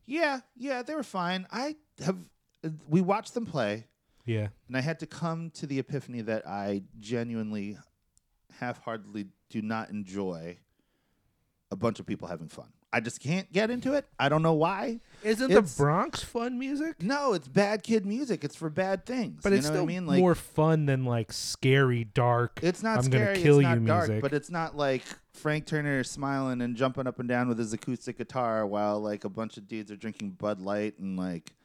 Speaker 1: Yeah, yeah, they were fine. I have, uh, we watched them play
Speaker 2: yeah.
Speaker 1: and I had to come to the epiphany that I genuinely, half heartedly do not enjoy a bunch of people having fun. I just can't get into it. I don't know why.
Speaker 2: Isn't
Speaker 1: the It's-
Speaker 2: the Bronx fun music?
Speaker 1: No, it's bad kid music. It's for bad things.
Speaker 2: But
Speaker 1: you
Speaker 2: it's
Speaker 1: know
Speaker 2: still
Speaker 1: what I mean? Like,
Speaker 2: more fun than like scary, dark.
Speaker 1: it's not
Speaker 2: I'm
Speaker 1: scary.
Speaker 2: gonna kill
Speaker 1: it's not
Speaker 2: you
Speaker 1: dark,
Speaker 2: music.
Speaker 1: but it's not like Frank Turner smiling and jumping up and down with his acoustic guitar while like a bunch of dudes are drinking Bud Light and like,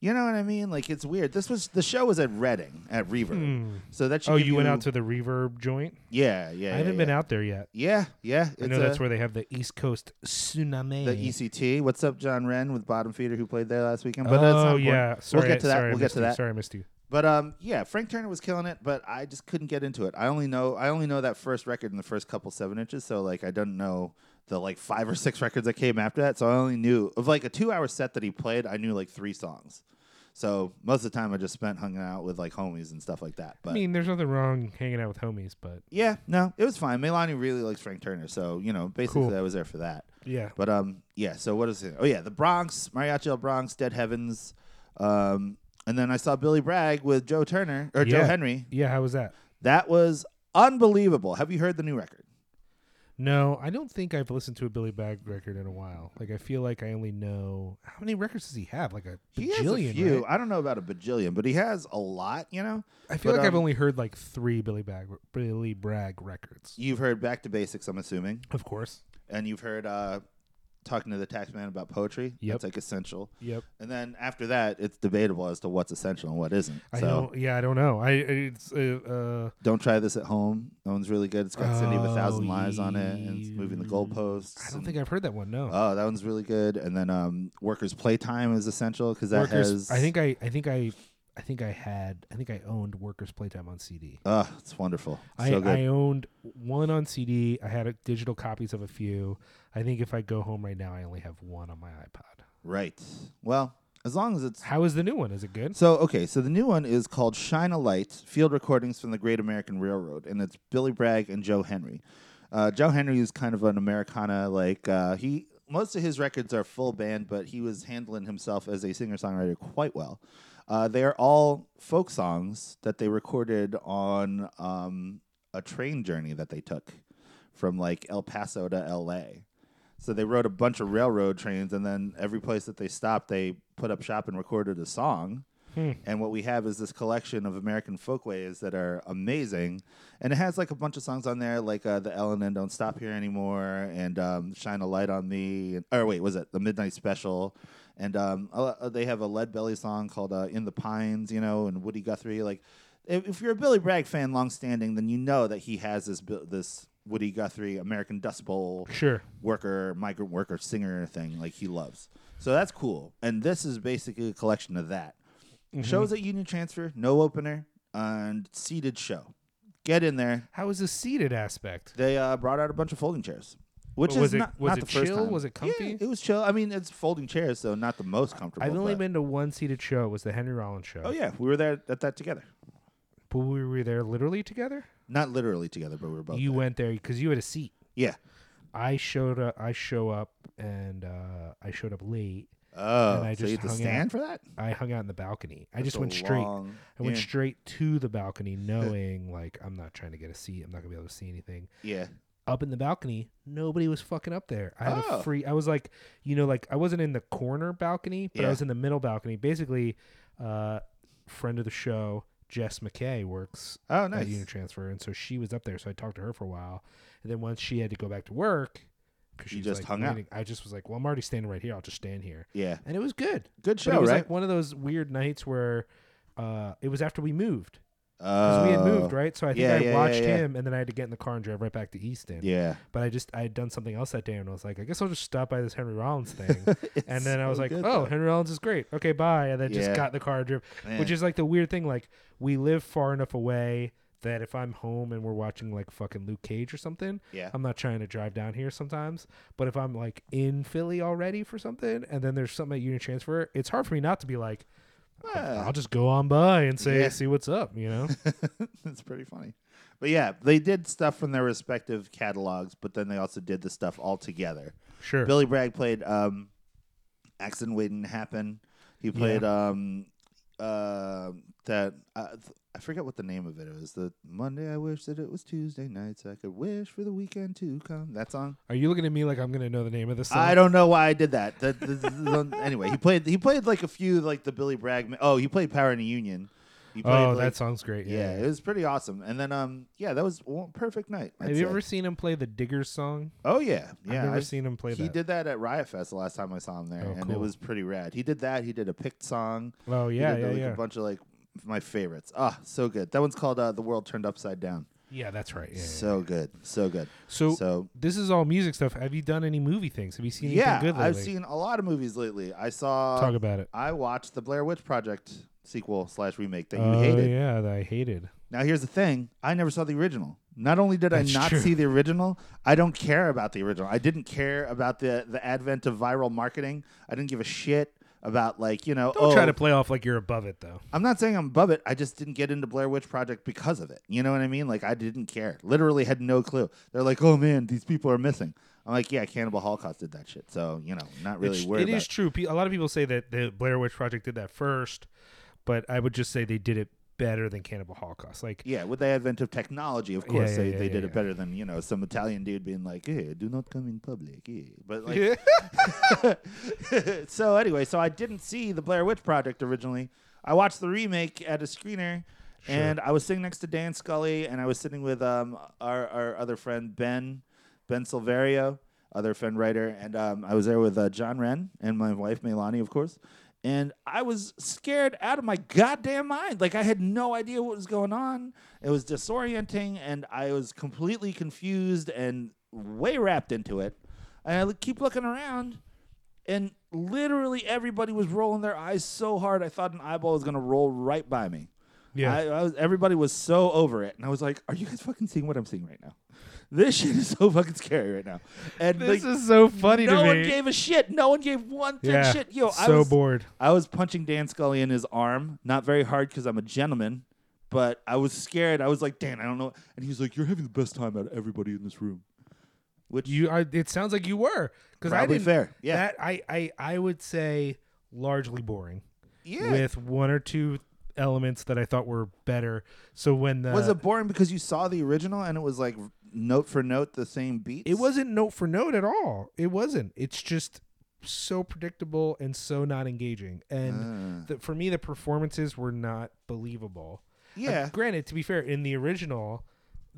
Speaker 1: you know what I mean? Like, it's weird. This was the show was at Reading at Reverb, so that should
Speaker 2: oh,
Speaker 1: give
Speaker 2: you went out to the Reverb joint.
Speaker 1: yeah, yeah.
Speaker 2: I haven't
Speaker 1: yeah,
Speaker 2: been
Speaker 1: yeah.
Speaker 2: out there yet.
Speaker 1: Yeah, yeah.
Speaker 2: I
Speaker 1: it's
Speaker 2: know
Speaker 1: a-
Speaker 2: that's where they have the East Coast tsunami.
Speaker 1: the ECT. What's up, John Wren with Bottom Feeder, who played there last weekend? But that's not
Speaker 2: oh
Speaker 1: important.
Speaker 2: yeah, sorry.
Speaker 1: we'll get to that.
Speaker 2: sorry, I
Speaker 1: we'll get
Speaker 2: missed
Speaker 1: to
Speaker 2: you.
Speaker 1: that.
Speaker 2: Sorry, I missed you.
Speaker 1: But um, yeah, Frank Turner was killing it, but I just couldn't get into it. I only know I only know that first record and the first couple seven inches, so like I don't know the like five or six *laughs* records that came after that. So I only knew of like a two hour set that he played, I knew like three songs. So most of the time I just spent hanging out with like homies and stuff like that. But
Speaker 2: I mean, there's nothing wrong hanging out with homies, but
Speaker 1: yeah, no, it was fine. Melani really likes Frank Turner, so you know, basically
Speaker 2: Cool.
Speaker 1: I was there for that.
Speaker 2: yeah,
Speaker 1: But um, yeah. So what is it? Oh yeah, the Bronx, Mariachi El Bronx, Dead Heavens, um, and then I saw Billy Bragg with Joe Turner or Joe
Speaker 2: Yeah.
Speaker 1: Henry.
Speaker 2: yeah. How was that?
Speaker 1: That was unbelievable. Have you heard the new record?
Speaker 2: No, I don't think I've listened to a Billy Bragg record in a while. Like I feel like I only know how many records does he have? Like a
Speaker 1: He has
Speaker 2: bajillion.
Speaker 1: a few.
Speaker 2: right?
Speaker 1: I don't know about a bajillion, but he has a lot. You know,
Speaker 2: I feel
Speaker 1: But,
Speaker 2: like I've
Speaker 1: um,
Speaker 2: only heard like three Billy Bragg Billy Bragg records.
Speaker 1: you've heard Back to Basics, I'm assuming,
Speaker 2: Of course.
Speaker 1: and you've heard uh, Talking to the Tax Man about poetry.
Speaker 2: Yep.
Speaker 1: That's like essential.
Speaker 2: Yep.
Speaker 1: And then after that, it's debatable as to what's essential and what isn't.
Speaker 2: I
Speaker 1: so
Speaker 2: don't. Yeah, I don't know. I it's uh,
Speaker 1: Don't try this at home. That one's really good. It's got Cindy with a thousand
Speaker 2: Oh,
Speaker 1: lives on it, and it's moving the
Speaker 2: you-
Speaker 1: goalposts.
Speaker 2: I don't
Speaker 1: and-
Speaker 2: think I've heard that one. No.
Speaker 1: Oh, that one's really good. And then um, workers' playtime is essential because that
Speaker 2: Workers.
Speaker 1: has.
Speaker 2: I think I. I think I. I think I had. I think I owned Workers Playtime on CD.
Speaker 1: Oh, it's wonderful.
Speaker 2: I,
Speaker 1: so good.
Speaker 2: I owned one on CD. I had a, digital copies of a few. I think if I go home right now, I only have one on my iPod.
Speaker 1: Right. Well, as long as it's
Speaker 2: How is the new one? Is it good?
Speaker 1: so okay. So the new one is called "Shine a Light: Field Recordings from the Great American Railroad," and it's Billy Bragg and Joe Henry. Uh, Joe Henry is kind of an Americana. Like uh, he, most of his records are full band, but he was handling himself as a singer songwriter quite well. Uh, they are all folk songs that they recorded on um, a train journey that they took from like El Paso to L.A. So they rode a bunch of railroad trains, and then every place that they stopped, they put up shop and recorded a song. And what we have is this collection of American folkways that are amazing, and it has like a bunch of songs on there, like uh, the Ellen and "Don't Stop Here Anymore" and um, "Shine a Light on Me." And, or wait, was it the Midnight Special? And um, a lo- they have a Lead Belly song called uh, "In the Pines," you know, and Woody Guthrie. Like, if, if you're a Billy Bragg fan, long-standing, then you know that he has this Bi- this Woody Guthrie American Dust Bowl
Speaker 2: Sure.
Speaker 1: worker, migrant worker, singer thing like he loves. So that's cool. And this is basically a collection
Speaker 2: Mm-hmm.
Speaker 1: of that. Shows at Union Transfer, no opener, and seated show. Get in there.
Speaker 2: How is the seated aspect?
Speaker 1: They uh, brought out a bunch of folding chairs, which
Speaker 2: But
Speaker 1: is
Speaker 2: was it-
Speaker 1: not,
Speaker 2: was
Speaker 1: not
Speaker 2: it
Speaker 1: the first
Speaker 2: chill?
Speaker 1: time.
Speaker 2: Was it
Speaker 1: Yeah,
Speaker 2: comfy?
Speaker 1: it was chill. I mean, it's folding chairs, so not the most comfortable.
Speaker 2: I've only
Speaker 1: but-
Speaker 2: been to one seated show. It was the Henry Rollins show.
Speaker 1: Oh yeah, we were there at that together.
Speaker 2: But we were there literally together.
Speaker 1: Not literally together, but we were both.
Speaker 2: you
Speaker 1: there.
Speaker 2: went there because you had a seat.
Speaker 1: yeah.
Speaker 2: I showed up. I show up and uh, I showed up late.
Speaker 1: Oh,
Speaker 2: And I
Speaker 1: so you had
Speaker 2: just
Speaker 1: to
Speaker 2: hung out.
Speaker 1: stand for that?
Speaker 2: I hung out in the balcony. I just
Speaker 1: a
Speaker 2: went straight.
Speaker 1: long-
Speaker 2: I went
Speaker 1: yeah.
Speaker 2: straight to
Speaker 1: *laughs*
Speaker 2: the balcony, knowing like I'm not trying to get a seat. I'm not gonna be able to see anything.
Speaker 1: Yeah.
Speaker 2: Up in the balcony, nobody was fucking up there. I had
Speaker 1: Oh.
Speaker 2: a free. I was like, you know, like I wasn't in the corner balcony, but
Speaker 1: Yeah.
Speaker 2: I was in the middle balcony. Basically, uh, friend of the show. Jess McKay works
Speaker 1: Oh,
Speaker 2: at
Speaker 1: nice.
Speaker 2: Unit Transfer, and so she was up there. So I talked to her for a while, and then once she had to go back to work, because
Speaker 1: You
Speaker 2: she
Speaker 1: just hung out.
Speaker 2: I just was like, "Well, I'm already standing right here. I'll just stand here,"
Speaker 1: Yeah.
Speaker 2: and it was good.
Speaker 1: Good
Speaker 2: But
Speaker 1: show,
Speaker 2: it was
Speaker 1: right?
Speaker 2: like one of those weird nights where uh, it was after we moved
Speaker 1: Because
Speaker 2: because we had moved, right? So I think
Speaker 1: Oh. Yeah,
Speaker 2: I
Speaker 1: yeah, yeah,
Speaker 2: watched
Speaker 1: yeah.
Speaker 2: him, and then I had to get in the car and drive right back to Easton.
Speaker 1: *laughs* Yeah.
Speaker 2: But I just I had done something else that day, and I was like, I guess I'll just stop by this Henry Rollins thing.
Speaker 1: *laughs*
Speaker 2: and then I was like, oh, Henry Rollins is great. Okay, bye. And then
Speaker 1: Yeah.
Speaker 2: just got in the car and drove,
Speaker 1: Man.
Speaker 2: *laughs* which is like the weird thing. Like we live far enough away that if I'm home and we're watching like fucking Luke Cage or something,
Speaker 1: Yeah.
Speaker 2: I'm not trying to drive down here sometimes. But if I'm like in Philly already for something, and then there's something at Union Transfer, it's hard for me not to be like,
Speaker 1: Ah.
Speaker 2: I'll just go on by and say,
Speaker 1: Yeah.
Speaker 2: see what's up,
Speaker 1: *laughs*
Speaker 2: you know?
Speaker 1: *laughs* That's pretty funny. But yeah, they did stuff from their respective catalogs, but then they also did the stuff all together.
Speaker 2: sure.
Speaker 1: Billy Bragg played um, Accident Waiting to Happen. He played um, uh, that. Uh, th- I forget what the name of it was. The Monday I wish that it was Tuesday night so I could wish for the weekend to come. That song.
Speaker 2: Are you looking at me like I'm gonna know the name of this? Song?
Speaker 1: I don't know why I did that. That- that- that- anyway, he played. He played like a few like the Billy Bragg. Oh, he played Power in the Union. He played,
Speaker 2: Oh,
Speaker 1: like-
Speaker 2: that song's great.
Speaker 1: Yeah,
Speaker 2: Yeah.
Speaker 1: it was pretty awesome. And then um, yeah, that was one perfect night. I'd
Speaker 2: Have you
Speaker 1: say.
Speaker 2: ever seen him play the Diggers song?
Speaker 1: Oh yeah, yeah.
Speaker 2: I've never
Speaker 1: I've-
Speaker 2: seen him play
Speaker 1: he
Speaker 2: that.
Speaker 1: did that at Riot Fest the last time I saw him there,
Speaker 2: Oh,
Speaker 1: and it
Speaker 2: cool.
Speaker 1: was pretty rad. He did that. He did a picked song.
Speaker 2: Oh
Speaker 1: He
Speaker 2: yeah,
Speaker 1: did,
Speaker 2: yeah,
Speaker 1: like,
Speaker 2: yeah.
Speaker 1: A bunch of like my favorites. Ah, so good. That one's called uh, "The World Turned Upside Down."
Speaker 2: yeah, that's right. Yeah. yeah. So,
Speaker 1: So good, so good. So
Speaker 2: this is all music stuff. Have you done any movie things? Have you seen anything
Speaker 1: yeah,
Speaker 2: good lately?
Speaker 1: I've seen uh, a lot of movies lately. I saw.
Speaker 2: Talk about it.
Speaker 1: I watched the Blair Witch Project sequel slash remake that uh, you
Speaker 2: oh
Speaker 1: hated.
Speaker 2: yeah, that I hated.
Speaker 1: Now here's the thing: I never saw the original. Not only did
Speaker 2: That's
Speaker 1: I not
Speaker 2: true.
Speaker 1: see the original, I don't care about the original. I didn't care about the the advent of viral marketing. I didn't give a shit about like you know.
Speaker 2: Don't
Speaker 1: oh,
Speaker 2: try to play off like you're above it though.
Speaker 1: I'm not saying I'm above it. I just didn't get into Blair Witch Project because of it. You know what I mean? Like I didn't care. Literally had no clue. They're like, oh man, these people are missing. I'm like, yeah, Cannibal Holocaust did that shit. So you know, not really
Speaker 2: It's-
Speaker 1: worried.
Speaker 2: it
Speaker 1: about
Speaker 2: is true. Pe- A lot of people say that the Blair Witch Project did that first, but I would just say they did it better than Cannibal Holocaust. Like
Speaker 1: Yeah, with the advent of technology, of course,
Speaker 2: yeah,
Speaker 1: they,
Speaker 2: yeah,
Speaker 1: they
Speaker 2: yeah,
Speaker 1: did
Speaker 2: yeah.
Speaker 1: it better than you know some Italian dude being like, "Hey, do not come in public." eh." But like, *laughs* so anyway, so I didn't see the Blair Witch Project originally. I watched the remake at a screener, and I was sitting next to Dan Scully, and I was sitting with um our, our other friend Ben Ben Silverio, other friend writer, and um, I was there with uh, John Wren and my wife Melani, of course. And I was scared out of my goddamn mind. Like I had no idea what was going on. It was disorienting, and I was completely confused and way wrapped into it. And I keep looking around, and literally everybody was rolling their eyes so hard I thought an eyeball was gonna roll right by me.
Speaker 2: Yeah.
Speaker 1: I, I was, everybody was so over it, and I was like, "Are you guys fucking seeing what I'm seeing right now? This shit is so fucking scary right now." And
Speaker 2: this
Speaker 1: like,
Speaker 2: is so funny
Speaker 1: no
Speaker 2: to me.
Speaker 1: one gave a shit. No one gave one thing
Speaker 2: yeah,
Speaker 1: shit. Yo, I
Speaker 2: so
Speaker 1: was
Speaker 2: bored.
Speaker 1: I was punching Dan Scully in his arm, not very hard because I'm a gentleman, but I was scared. I was like, Dan, I don't know, and he was like, "You're having the best time out of everybody in this room." Which
Speaker 2: You are. It sounds like you were because I
Speaker 1: Probably
Speaker 2: didn't.
Speaker 1: fair, yeah.
Speaker 2: That I I I would say largely boring.
Speaker 1: yeah,
Speaker 2: With one or two elements that I thought were better. So when the
Speaker 1: was it boring because you saw the original and it was like note for note the same beats?
Speaker 2: it wasn't note for note at all. It wasn't. It's just so predictable and so not engaging.
Speaker 1: Ah.
Speaker 2: And the, for me, the performances were not believable. Uh,
Speaker 1: yeah.
Speaker 2: granted, to be fair, in the original,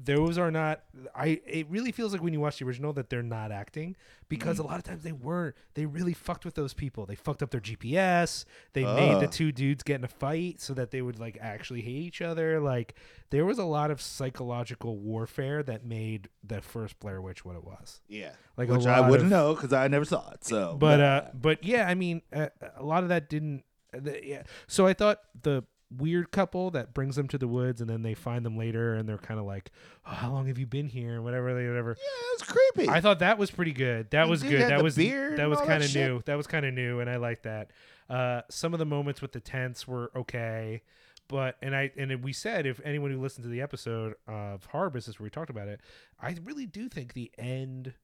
Speaker 2: those are not. I. It really feels like when you watch the original that they're not acting because
Speaker 1: Mm-hmm.
Speaker 2: a lot of times they weren't. They really fucked with those people. They fucked up their GPS. They made the
Speaker 1: Ugh.
Speaker 2: two dudes get in a fight so that they would like actually hate each other. Like there was a lot of psychological warfare that made the first Blair Witch what it was.
Speaker 1: Yeah,
Speaker 2: Like a
Speaker 1: which I
Speaker 2: lot
Speaker 1: wouldn't
Speaker 2: of-
Speaker 1: know because I never saw it. So,
Speaker 2: uh, but uh but yeah i mean uh, a lot of that didn't uh, the, yeah. so i thought the weird couple that brings them to the woods, and then they find them later, and they're kind of like, oh, "How long have you been here?" Whatever, they whatever.
Speaker 1: it's creepy.
Speaker 2: I thought that was pretty good. That
Speaker 1: The
Speaker 2: was
Speaker 1: dude
Speaker 2: good.
Speaker 1: had
Speaker 2: That
Speaker 1: the
Speaker 2: was
Speaker 1: beard
Speaker 2: that
Speaker 1: and
Speaker 2: was
Speaker 1: all that
Speaker 2: kind of
Speaker 1: shit.
Speaker 2: new. That was kind of new, and I like that. Uh, some of the moments with the tents were okay, but and I and we said if anyone who listened to the episode of Harvest is where we talked about it, I really do think the end.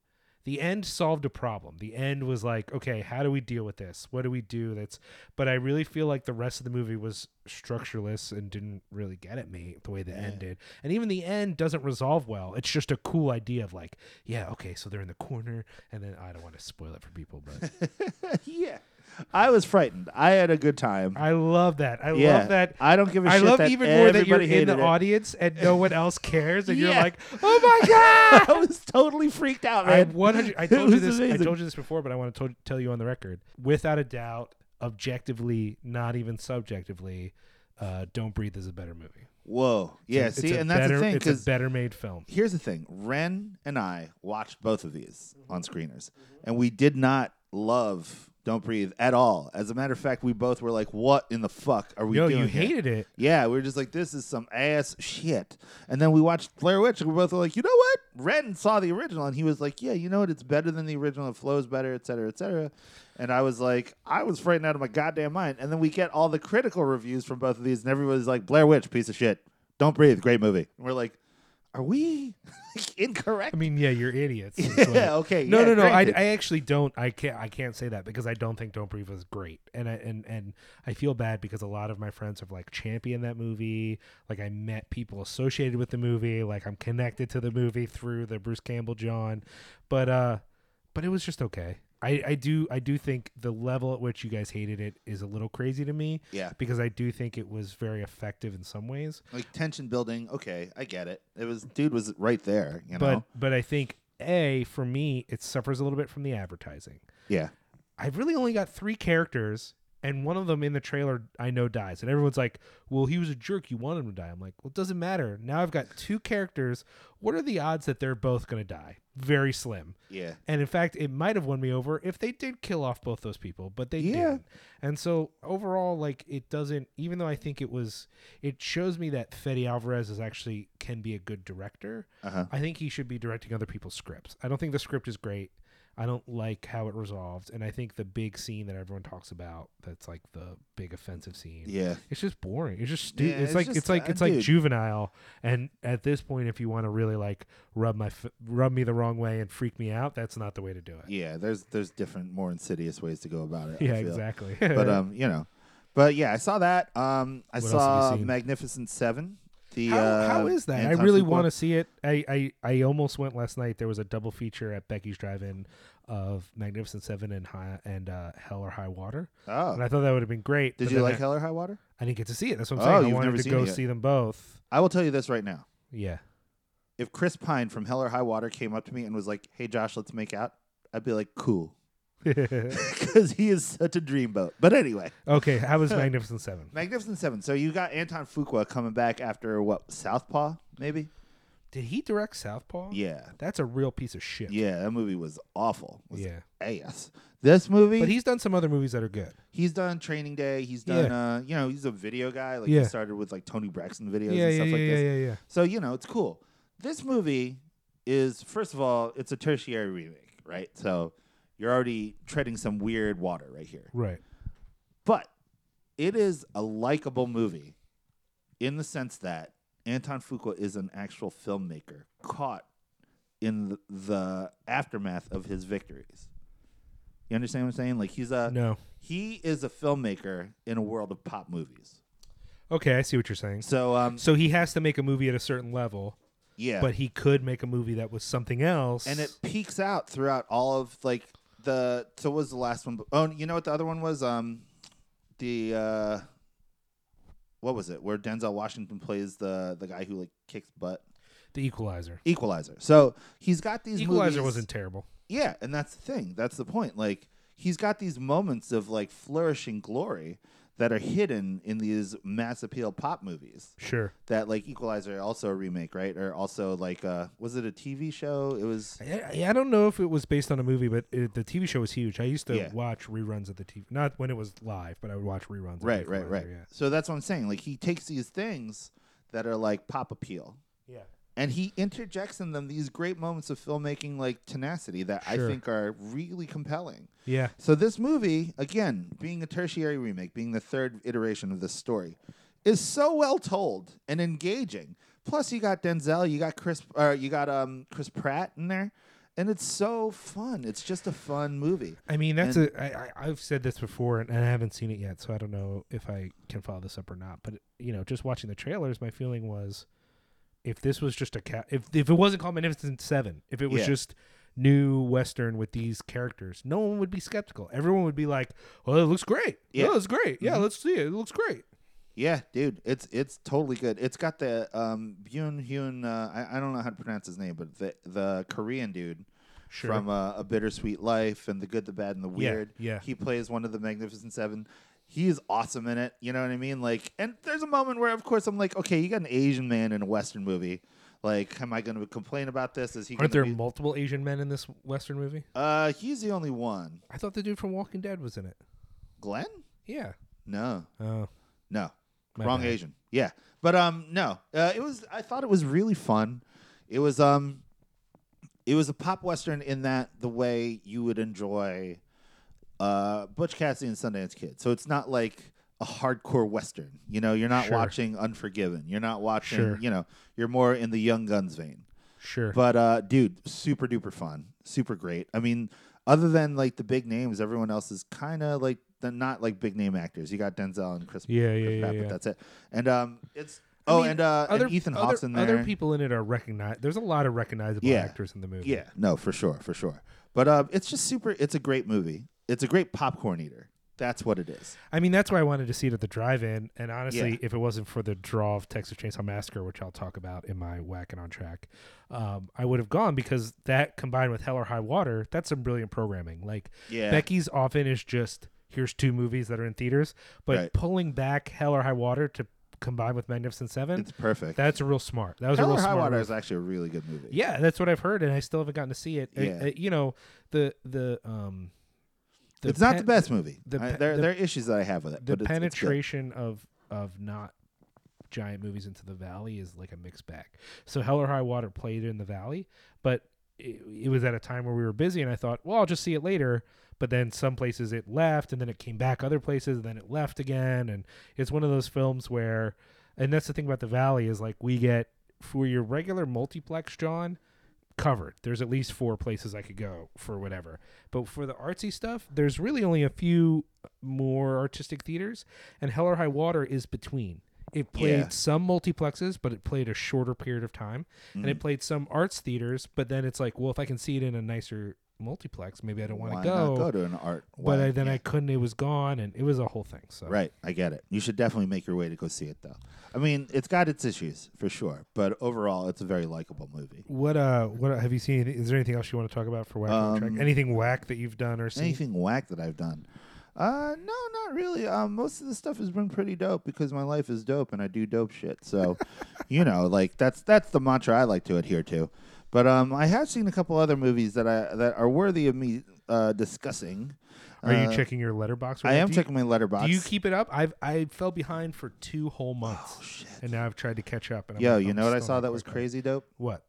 Speaker 2: The end solved a problem. The end was like, okay, how do we deal with this? What do we do? That's, but I really feel like the rest of the movie was structureless and didn't really get at me the way the end did. And even the end doesn't resolve well. It's just a cool idea of like, yeah, okay, so they're in the corner, and then I don't want to spoil it for people,
Speaker 1: *laughs*
Speaker 2: but
Speaker 1: *laughs* yeah, I was frightened. I had a good time.
Speaker 2: I love that. I
Speaker 1: yeah,
Speaker 2: love that.
Speaker 1: I don't give a
Speaker 2: I
Speaker 1: shit.
Speaker 2: love
Speaker 1: that
Speaker 2: even more that you're
Speaker 1: everybody
Speaker 2: in the
Speaker 1: hated it. *laughs*
Speaker 2: audience and no one else cares, and
Speaker 1: Yeah.
Speaker 2: you're like, oh my god.
Speaker 1: I was totally freaked out,
Speaker 2: I
Speaker 1: man.
Speaker 2: 100
Speaker 1: *laughs*
Speaker 2: I
Speaker 1: It
Speaker 2: told you
Speaker 1: was
Speaker 2: this I
Speaker 1: amazing.
Speaker 2: told you this before but I want to tell you on the record without a doubt objectively not even subjectively uh, Don't Breathe is a better movie.
Speaker 1: Whoa. Yeah.
Speaker 2: It's
Speaker 1: see,
Speaker 2: a
Speaker 1: and that's
Speaker 2: better,
Speaker 1: the thing
Speaker 2: it's a
Speaker 1: because
Speaker 2: better made film.
Speaker 1: here's the thing: Ren and I watched both of these on screeners, and we did not love "Don't Breathe" at all. As a matter of fact, we both were like, "What in the fuck are we
Speaker 2: No,
Speaker 1: doing?"
Speaker 2: you
Speaker 1: here?"
Speaker 2: hated it.
Speaker 1: Yeah, we were just like, this is some ass shit. And then we watched Blair Witch, and we both were like, you know what? Ren saw the original, and he was like, yeah, you know what? It's better than the original. It flows better, et cetera, et cetera. And I was like, I was frightened out of my goddamn mind. And then we get all the critical reviews from both of these, and everybody's like, Blair Witch, piece of shit. Don't breathe. Great movie. And we're like, are we *laughs* incorrect?
Speaker 2: I mean, yeah, you're idiots. is what it-
Speaker 1: *laughs* yeah, okay.
Speaker 2: No,
Speaker 1: yeah,
Speaker 2: no, no. I,
Speaker 1: granted.
Speaker 2: I actually don't. I can't. I can't say that because I don't think Don't Breathe was great, and I and and I feel bad because a lot of my friends have like championed that movie. Like I met people associated with the movie. Like I'm connected to the movie through the Bruce Campbell John, but uh, but it was just okay. I, I do I do think the level at which you guys hated it is a little crazy to me
Speaker 1: yeah,
Speaker 2: because I do think it was very effective in some ways.
Speaker 1: like tension building. Okay, I get it. It was, dude was right there, you know?
Speaker 2: But but I think a for me it suffers a little bit from the advertising.
Speaker 1: yeah.
Speaker 2: I really only got three characters, and one of them in the trailer I know dies. And everyone's like, well, he was a jerk. You want him to die. I'm like, well, it doesn't matter. Now I've got two characters. What are the odds that they're both going to die? Very slim.
Speaker 1: Yeah.
Speaker 2: And in fact, it might have won me over if they did kill off both those people, but they
Speaker 1: Yeah.
Speaker 2: didn't. And so overall, like it doesn't. Even though I think it was, it shows me that Fede Alvarez is actually can be a good director.
Speaker 1: Uh-huh.
Speaker 2: I think he should be directing other people's scripts. I don't think the script is great. I don't like how it resolved, and I think the big scene that everyone talks about, that's like the big offensive scene.
Speaker 1: Yeah.
Speaker 2: It's just boring. It's just stupid.
Speaker 1: Yeah,
Speaker 2: it's,
Speaker 1: it's
Speaker 2: like
Speaker 1: just,
Speaker 2: it's like
Speaker 1: uh,
Speaker 2: it's like
Speaker 1: dude.
Speaker 2: juvenile. And at this point, if you want to really like rub my f- rub me the wrong way and freak me out, that's not the way to do it.
Speaker 1: Yeah, there's there's different, more insidious ways to go about it. I
Speaker 2: Yeah,
Speaker 1: feel.
Speaker 2: exactly.
Speaker 1: But
Speaker 2: *laughs*
Speaker 1: um, you know, but yeah, I saw that. Um, I
Speaker 2: What else have you
Speaker 1: saw
Speaker 2: seen?
Speaker 1: Magnificent Seven. The
Speaker 2: how,
Speaker 1: uh,
Speaker 2: how is that? I really want to see it. I, I I almost went last night. There was a double feature at Becky's Drive-In of Magnificent Seven and High and uh, Hell or High Water, and
Speaker 1: Oh,
Speaker 2: I thought that would have been great.
Speaker 1: did
Speaker 2: but
Speaker 1: you
Speaker 2: then
Speaker 1: like
Speaker 2: I,
Speaker 1: Hell or High Water?
Speaker 2: I didn't get to see it. That's what I'm
Speaker 1: Oh,
Speaker 2: saying. I
Speaker 1: you've
Speaker 2: wanted
Speaker 1: never
Speaker 2: to
Speaker 1: seen
Speaker 2: go
Speaker 1: it yet.
Speaker 2: see them both.
Speaker 1: I will tell you this right now. *laughs*
Speaker 2: Yeah.
Speaker 1: If Chris Pine from Hell or High Water came up to me and was like, "Hey, Josh, let's make out," I'd be like, "Cool," *laughs* because he is such a dreamboat. But anyway,
Speaker 2: okay.
Speaker 1: *laughs*
Speaker 2: How was Magnificent Seven?
Speaker 1: Magnificent Seven. So you got Anton Fuqua coming back after what Southpaw, maybe?
Speaker 2: Did he direct Southpaw?
Speaker 1: Yeah,
Speaker 2: That's a real piece of shit.
Speaker 1: yeah. That movie was awful. It was
Speaker 2: Yeah.
Speaker 1: ass. This movie,
Speaker 2: But he's done some other movies that are good.
Speaker 1: he's done Training Day. He's done, uh, you know, he's a video guy. Like
Speaker 2: Yeah.
Speaker 1: he started with like Tony Braxton videos and stuff like this.
Speaker 2: yeah, yeah.
Speaker 1: So you know, it's cool. This movie is first of all, it's a tertiary remake, right? So you're already treading some weird water right here.
Speaker 2: Right.
Speaker 1: But it is a likable movie in the sense that Anton Fuqua is an actual filmmaker caught in the, the aftermath of his victories. You understand what I'm saying? Like he's a
Speaker 2: No.
Speaker 1: he is a filmmaker in a world of pop movies.
Speaker 2: Okay, I see what you're saying.
Speaker 1: So um
Speaker 2: So he has to make a movie at a certain level,
Speaker 1: yeah.
Speaker 2: but he could make a movie that was something else.
Speaker 1: and it peaks out throughout all of like the so what was the last one? Oh, you know what the other one was? Um the uh what was it? Where Denzel Washington plays the the guy who like kicks butt.
Speaker 2: the Equalizer.
Speaker 1: Equalizer. So he's got these
Speaker 2: Equalizer
Speaker 1: movies-
Speaker 2: wasn't terrible.
Speaker 1: Yeah, and that's the thing. That's the point. Like he's got these moments of like flourishing glory that are hidden in these mass appeal pop movies.
Speaker 2: Sure.
Speaker 1: That like Equalizer, also a remake, right? Or also like, uh, was it a TV show? It was.
Speaker 2: I, I don't know if it was based on a movie, but it, the TV show was huge. I used to
Speaker 1: Yeah.
Speaker 2: watch reruns of the TV, not when it was live, but I would watch reruns. of
Speaker 1: Right,
Speaker 2: Equalizer,
Speaker 1: right, right. So that's what I'm saying. Like he takes these things that are like pop appeal,
Speaker 2: Yeah. yeah.
Speaker 1: and he interjects in them these great moments of filmmaking, like tenacity, that I
Speaker 2: Sure.
Speaker 1: think are really compelling.
Speaker 2: Yeah.
Speaker 1: So this movie, again, being a tertiary remake, being the third iteration of this story, is so well told and engaging. Plus, you got Denzel, you got Chris, or you got um Chris Pratt in there, and it's so fun. It's just a fun movie.
Speaker 2: I mean, that's a. I, I, I've said this before, and, and I haven't seen it yet, so I don't know if I can follow this up or not. But you know, just watching the trailers, my feeling was, if this was just a cat, if if it wasn't called Magnificent Seven, if it was
Speaker 1: Yeah.
Speaker 2: just new western with these characters, no one would be skeptical. Everyone would be like, "Well, it looks great.
Speaker 1: Yeah. Mm-hmm.
Speaker 2: Yeah, it's great. Yeah, let's see it. It looks great."
Speaker 1: Yeah, dude, it's it's totally good. It's got the um Byun Hyun. Uh, I I don't know how to pronounce his name, but the the Korean dude.
Speaker 2: Sure.
Speaker 1: From uh, a bittersweet life and the good, the bad, and the
Speaker 2: Yeah,
Speaker 1: weird.
Speaker 2: yeah.
Speaker 1: he plays one of the Magnificent Seven. He is awesome in it. You know what I mean? Like, and there's a moment where, of course, I'm like, okay, you got an Asian man in a Western movie. Like, am I going to complain about this? Is he?
Speaker 2: Aren't there
Speaker 1: gonna be-
Speaker 2: multiple Asian men in this western movie?
Speaker 1: Uh, he's the only one.
Speaker 2: I thought the dude from Walking Dead was in it.
Speaker 1: Glenn?
Speaker 2: Yeah.
Speaker 1: No,
Speaker 2: Oh.
Speaker 1: no.
Speaker 2: My
Speaker 1: Wrong
Speaker 2: bad.
Speaker 1: Asian. Yeah. But um no. Uh, it was I thought it was really fun. It was um it was a pop western in that the way you would enjoy uh Butch Cassidy and Sundance Kid. So it's not like a hardcore western. You know, you're not
Speaker 2: Sure.
Speaker 1: watching Unforgiven. You're not watching,
Speaker 2: Sure.
Speaker 1: you know, you're more in the Young Guns vein.
Speaker 2: Sure.
Speaker 1: But uh, dude, super duper fun, super great. I mean, other than like the big names, everyone else is kind of like the not like big name actors. You got Denzel and Chris,
Speaker 2: Yeah, yeah,
Speaker 1: Chris
Speaker 2: yeah,
Speaker 1: Pratt,
Speaker 2: yeah.
Speaker 1: but that's it. And um, it's
Speaker 2: I
Speaker 1: oh,
Speaker 2: mean,
Speaker 1: and uh, and Ethan
Speaker 2: other,
Speaker 1: Hawke's in there.
Speaker 2: Other people in it are recognized. There's a lot of recognizable
Speaker 1: Yeah.
Speaker 2: actors in the movie.
Speaker 1: yeah, no, for sure, for sure. But uh, it's just super. It's a great movie. It's a great popcorn eater. That's what it is.
Speaker 2: I mean, that's why I wanted to see it at the drive-in. And honestly,
Speaker 1: Yeah.
Speaker 2: if it wasn't for the draw of Texas Chainsaw Massacre, which I'll talk about in my Whacking on Track, um, I would have gone because that combined with Hell or High Water, that's some brilliant programming. Like
Speaker 1: Yeah.
Speaker 2: Becky's often is just here's two movies that are in theaters, but
Speaker 1: Right.
Speaker 2: pulling back Hell or High Water to combine with Magnificent Seven,
Speaker 1: It's perfect.
Speaker 2: that's real smart. That was a
Speaker 1: Hell
Speaker 2: real
Speaker 1: or High
Speaker 2: smart
Speaker 1: Water
Speaker 2: move.
Speaker 1: is actually a really good movie.
Speaker 2: Yeah, that's what I've heard, and I still haven't gotten to see it. I-
Speaker 1: Yeah.
Speaker 2: I- you know the the um, the
Speaker 1: it's not
Speaker 2: pe-
Speaker 1: the best movie.
Speaker 2: the
Speaker 1: I-
Speaker 2: pe-
Speaker 1: there,
Speaker 2: the-
Speaker 1: there are issues that I have with it.
Speaker 2: The
Speaker 1: but it's- it's good.
Speaker 2: penetration of of not giant movies into the valley is like a mixed bag. So Hell or High Water played in the valley, but it, it was at a time where we were busy, and I thought, well, I'll just see it later. But then some places it left, and then it came back other places, and then it left again, and it's one of those films where, and that's the thing about the valley is like we get for your regular multiplex, John covered. There's at least four places I could go for whatever. But for the artsy stuff, there's really only a few more artistic theaters, and Hell or High Water is between. It played
Speaker 1: Yeah.
Speaker 2: some multiplexes, but it played a shorter period of time, and
Speaker 1: Mm-hmm.
Speaker 2: it played some arts theaters. But then it's like, well, if I can see it in a nicer multiplex, maybe I don't want
Speaker 1: Why
Speaker 2: to
Speaker 1: not
Speaker 2: go.
Speaker 1: go to an art?
Speaker 2: but I,
Speaker 1: Why-
Speaker 2: then
Speaker 1: yeah.
Speaker 2: I couldn't. It was gone, and it was a whole thing. So
Speaker 1: Right, I get it. You should definitely make your way to go see it, though. I mean, it's got its issues for sure, but overall, it's a very likable movie.
Speaker 2: what uh, what have you seen? anything- Is there anything else you want to talk about for whack? on track?
Speaker 1: Um,
Speaker 2: Anything whack that you've done or seen?
Speaker 1: Anything whack that I've done? Uh, no, not really. Um, most of the stuff has been pretty dope because my life is dope and I do dope shit. So,
Speaker 2: *laughs*
Speaker 1: you know, like that's that's the mantra I like to adhere to. But um, I have seen a couple other movies that I that are worthy of me uh, discussing.
Speaker 2: Are you
Speaker 1: Uh,
Speaker 2: checking your letterbox? right
Speaker 1: I
Speaker 2: now?
Speaker 1: am
Speaker 2: Do you-
Speaker 1: checking my letterbox.
Speaker 2: Do you keep it up? I've I fell behind for two whole months, and now I've tried to catch up. And I'm
Speaker 1: Yo,
Speaker 2: like,
Speaker 1: you
Speaker 2: I'm
Speaker 1: know what I
Speaker 2: still
Speaker 1: saw
Speaker 2: not
Speaker 1: that was
Speaker 2: quite there.
Speaker 1: crazy dope?
Speaker 2: What?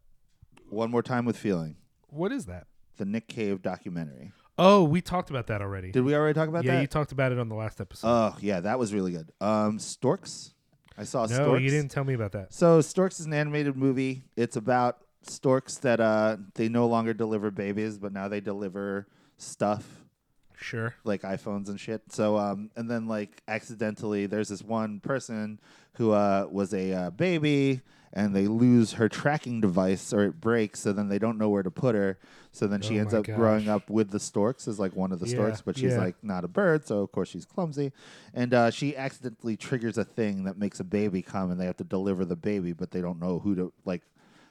Speaker 1: One more time with feeling.
Speaker 2: What is that?
Speaker 1: The Nick Cave documentary.
Speaker 2: Oh, we talked about that already.
Speaker 1: Did we already talk about
Speaker 2: yeah,
Speaker 1: that?
Speaker 2: you talked about it on the last episode.
Speaker 1: Oh yeah, that was really good. Um, Storks, I saw
Speaker 2: no,
Speaker 1: Storks.
Speaker 2: you didn't tell me about that.
Speaker 1: So Storks is an animated movie. It's about storks that uh they no longer deliver babies, but now they deliver stuff
Speaker 2: Sure.
Speaker 1: like iPhones and shit. So um, and then like accidentally, there's this one person who uh was a uh, baby. And they lose her tracking device, or it breaks, so then they don't know where to put her. So then she
Speaker 2: Oh
Speaker 1: ends
Speaker 2: my
Speaker 1: up growing
Speaker 2: gosh.
Speaker 1: up with the storks as like one of the
Speaker 2: Yeah,
Speaker 1: storks, but she's
Speaker 2: yeah.
Speaker 1: like not a bird, so of course she's clumsy. And uh, she accidentally triggers a thing that makes a baby come, and they have to deliver the baby, but they don't know who to like,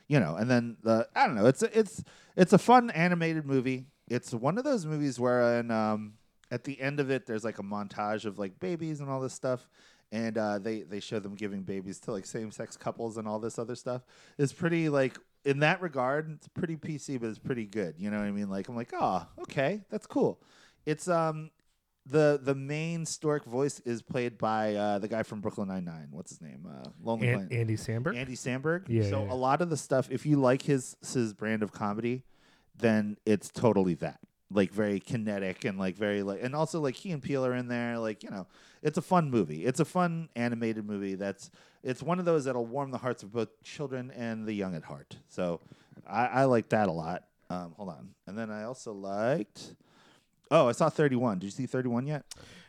Speaker 1: you know. And then the I don't know. It's a, it's it's a fun animated movie. It's one of those movies where um, at the end of it, there's like a montage of like babies and all this stuff, and uh, they they show them giving babies to like same sex couples and all this other stuff. It's pretty like in that regard, it's pretty PC, but it's pretty good. You know what I mean? Like I'm like, oh, okay, that's cool. It's um the the main stork voice is played by uh, the guy from Brooklyn Nine Nine. What's his name? Uh, Lonely
Speaker 2: An-
Speaker 1: Planet.
Speaker 2: Andy Samberg.
Speaker 1: Andy Samberg.
Speaker 2: Yeah,
Speaker 1: So
Speaker 2: yeah, yeah.
Speaker 1: a lot of the stuff, if you like his his brand of comedy, then it's totally that. Like very kinetic and like very like, and also like he and Peele are in there. Like you know, it's a fun movie. It's a fun animated movie. That's it's one of those that'll warm the hearts of both children and the young at heart. So I, I like that a lot. Um, hold on, and then I also liked. Oh, I saw Thirty One. Did you see Thirty One yet?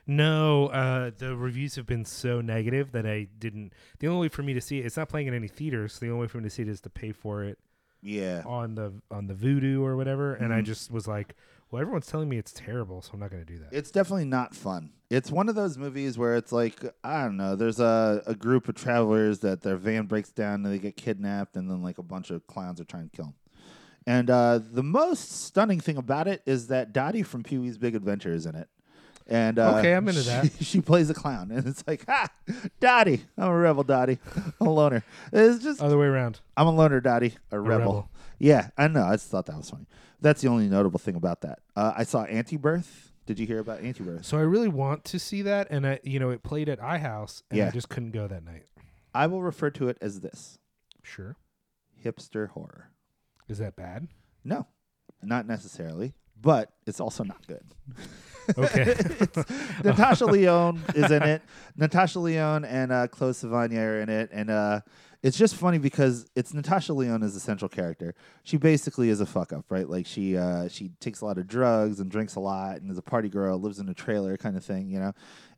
Speaker 2: No, uh, the reviews have been so negative that I didn't. The only way for me to see it, it's not playing in any theaters. So the only way for me to see it is to pay for it
Speaker 1: Yeah.
Speaker 2: on the on the Voodoo or whatever. And I just was like, well, everyone's telling me it's terrible, so I'm not going to do that.
Speaker 1: It's definitely not fun. It's one of those movies where it's like I don't know. There's a, a group of travelers that their van breaks down and they get kidnapped, and then like a bunch of clowns are trying to kill them. And uh, the most stunning thing about it is that Dottie from Pee Wee's Big Adventure is in it. And uh,
Speaker 2: Okay, I'm into
Speaker 1: she-
Speaker 2: that.
Speaker 1: *laughs* She plays a clown, and it's like, ha, Dottie. I'm a rebel, Dottie. I'm a loner. It's just
Speaker 2: Other way around.
Speaker 1: I'm a loner, Dottie. A rebel.
Speaker 2: rebel.
Speaker 1: Yeah, I know. I just thought that was funny. That's the only notable thing about that. Uh, I saw Anti-Birth. Did you hear about Anti-Birth?
Speaker 2: So I really want to see that, and I, you know, it played at iHouse, and I
Speaker 1: Yeah.
Speaker 2: just couldn't go that night.
Speaker 1: I will refer to it as this.
Speaker 2: Sure,
Speaker 1: Hipster horror.
Speaker 2: is that bad?
Speaker 1: No, not necessarily, but it's also not good.
Speaker 2: *laughs* *laughs* Okay,
Speaker 1: It's- *laughs* Natasha Leone is in it. Natasha Leone and uh, Chloe Sevigny are in it, and uh, it's just funny because it's Natasha Leone is the central character. She basically is a fuck up, right? Like she uh, she takes a lot of drugs and drinks a lot, and is a party girl, lives in a trailer, kind of thing, you know.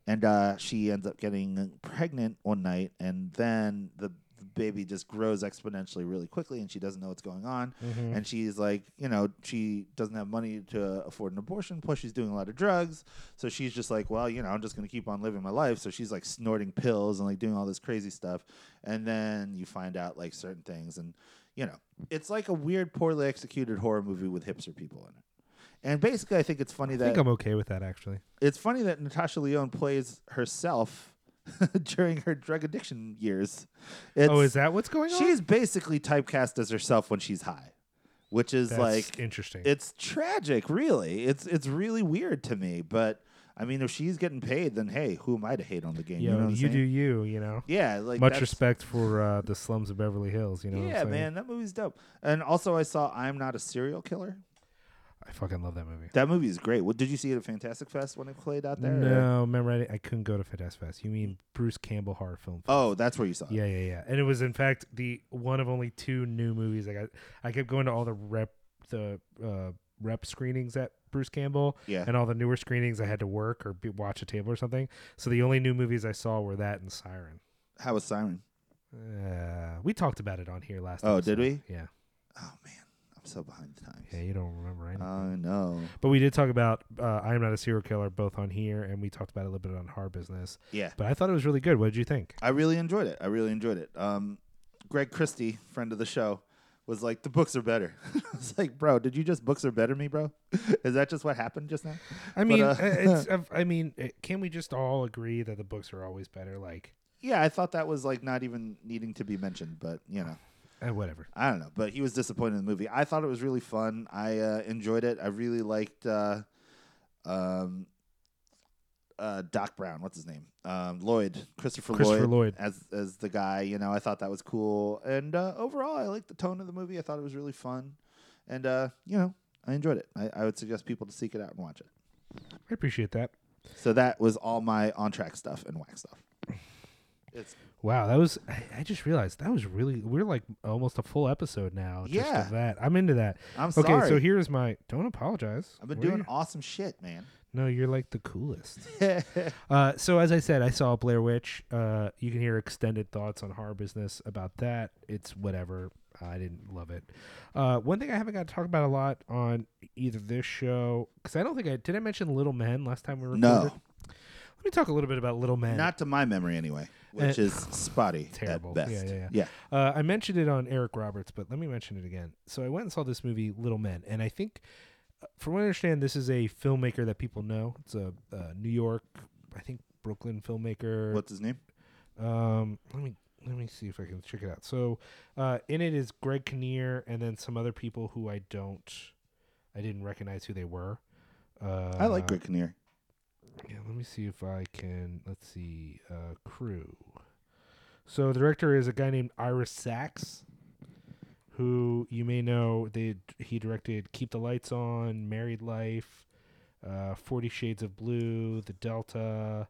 Speaker 1: And uh, she ends up getting pregnant one night, and then the the baby just grows exponentially really quickly and she doesn't know what's going on
Speaker 2: Mm-hmm.
Speaker 1: and she's like you know she doesn't have money to afford an abortion plus she's doing a lot of drugs so she's just like well you know i'm just going to keep on living my life so she's like snorting pills and like doing all this crazy stuff and then you find out like certain things and you know it's like a weird poorly executed horror movie with hipster people in it and basically i think it's funny
Speaker 2: I
Speaker 1: that
Speaker 2: think I'm okay with that actually.
Speaker 1: it's funny that Natasha Leone plays herself *laughs* during her drug addiction years. It's,
Speaker 2: oh, is that what's going on?
Speaker 1: She's basically typecast as herself when she's high, which is
Speaker 2: That's
Speaker 1: like
Speaker 2: interesting.
Speaker 1: it's tragic. Really, it's it's really weird to me. But I mean, if she's getting paid, then hey, who am I to hate on the game?
Speaker 2: you
Speaker 1: you know what I'm
Speaker 2: you do
Speaker 1: saying?
Speaker 2: you, you know.
Speaker 1: Yeah, like
Speaker 2: Much
Speaker 1: that's-
Speaker 2: respect for uh, the slums of Beverly Hills, you know. what I'm
Speaker 1: Yeah,
Speaker 2: saying?
Speaker 1: man, that movie's dope. And also, I saw I'm Not a Serial Killer.
Speaker 2: I fucking love that movie.
Speaker 1: That movie is great. What did you see it at Fantastic Fest when it played out there?
Speaker 2: No, remember I, I couldn't go to Fidesz Fest. You mean Bruce Campbell horror film? Fest.
Speaker 1: Oh, that's where you saw it.
Speaker 2: yeah, yeah, yeah. And it was in fact the one of only two new movies I got. I kept going to all the rep the uh, rep screenings at Bruce Campbell,
Speaker 1: Yeah.
Speaker 2: and all the newer screenings I had to work or be, watch a table or something. So the only new movies I saw were that and Siren.
Speaker 1: How was Siren?
Speaker 2: Uh, we talked about it on here last.
Speaker 1: Oh, did
Speaker 2: episode. Yeah,
Speaker 1: Oh man, I'm so behind the times.
Speaker 2: yeah. You don't remember anything.
Speaker 1: I know.
Speaker 2: But we did talk about uh, I Am Not a Serial Killer both on here, and we talked about it a little bit on Hard Business.
Speaker 1: Yeah,
Speaker 2: But I thought it was really good. What did you think?
Speaker 1: I really enjoyed it. I really enjoyed it. Um, Greg Christie, friend of the show, was like, "The books are better." *laughs* I was like, "Bro, did you just books are better me, bro? *laughs* Is that just what happened just now?"
Speaker 2: I mean,
Speaker 1: uh,
Speaker 2: uh, it's, I've- I mean, uh, can we just all agree that the books are always better? Like,
Speaker 1: Yeah, I thought that was like not even needing to be mentioned, but you know.
Speaker 2: eh, whatever.
Speaker 1: I don't know, but he was disappointed in the movie. I thought it was really fun. I uh, enjoyed it. I really liked uh, um, uh, Doc Brown. What's his name? Um, Lloyd Christopher,
Speaker 2: Christopher
Speaker 1: Lloyd,
Speaker 2: Lloyd.
Speaker 1: as as the guy. You know, I thought that was cool. And uh, overall, I liked the tone of the movie. I thought it was really fun, and uh, you know, I enjoyed it. I, I would suggest people to seek it out and watch it.
Speaker 2: I appreciate that.
Speaker 1: So that was all my on track stuff and whack stuff. It's
Speaker 2: Wow, that was. I, I just realized that was really. We're like almost a full episode now. Just
Speaker 1: Yeah.
Speaker 2: of that. I'm into that.
Speaker 1: I'm
Speaker 2: okay,
Speaker 1: sorry.
Speaker 2: so here's my. Don't apologize.
Speaker 1: I've been
Speaker 2: We're-
Speaker 1: doing awesome shit, man.
Speaker 2: No, you're like
Speaker 1: *laughs*
Speaker 2: the coolest. uh, so as I said, I saw Blair Witch. Uh, you can hear extended thoughts on horror business about that. It's whatever. I didn't love it. Uh, one thing I haven't got to talk about a lot on either this show because I don't think I did. I mention Little Men last time we recorded.
Speaker 1: No.
Speaker 2: Let me talk a little bit about Little Men.
Speaker 1: Not to my memory, anyway, which
Speaker 2: Uh,
Speaker 1: is spotty
Speaker 2: terrible.
Speaker 1: at best.
Speaker 2: Yeah, yeah, yeah.
Speaker 1: yeah.
Speaker 2: Uh, I mentioned it on Eric Roberts, but let me mention it again. So I went and saw this movie, Little Men, and I think uh, from what I understand, this is a filmmaker that people know. It's a uh, New York, I think Brooklyn filmmaker.
Speaker 1: What's his name?
Speaker 2: Um, let me let me see if I can check it out. So, uh, in it is Greg Kinnear and then some other people who I don't, I didn't recognize who they were. Uh,
Speaker 1: I like Greg Kinnear.
Speaker 2: Yeah, let me see if I can. Let's see, uh, crew. So the director is a guy named Iris Sachs, who you may know. They he directed Keep the Lights On, Married Life, uh, Forty Shades of Blue, The Delta.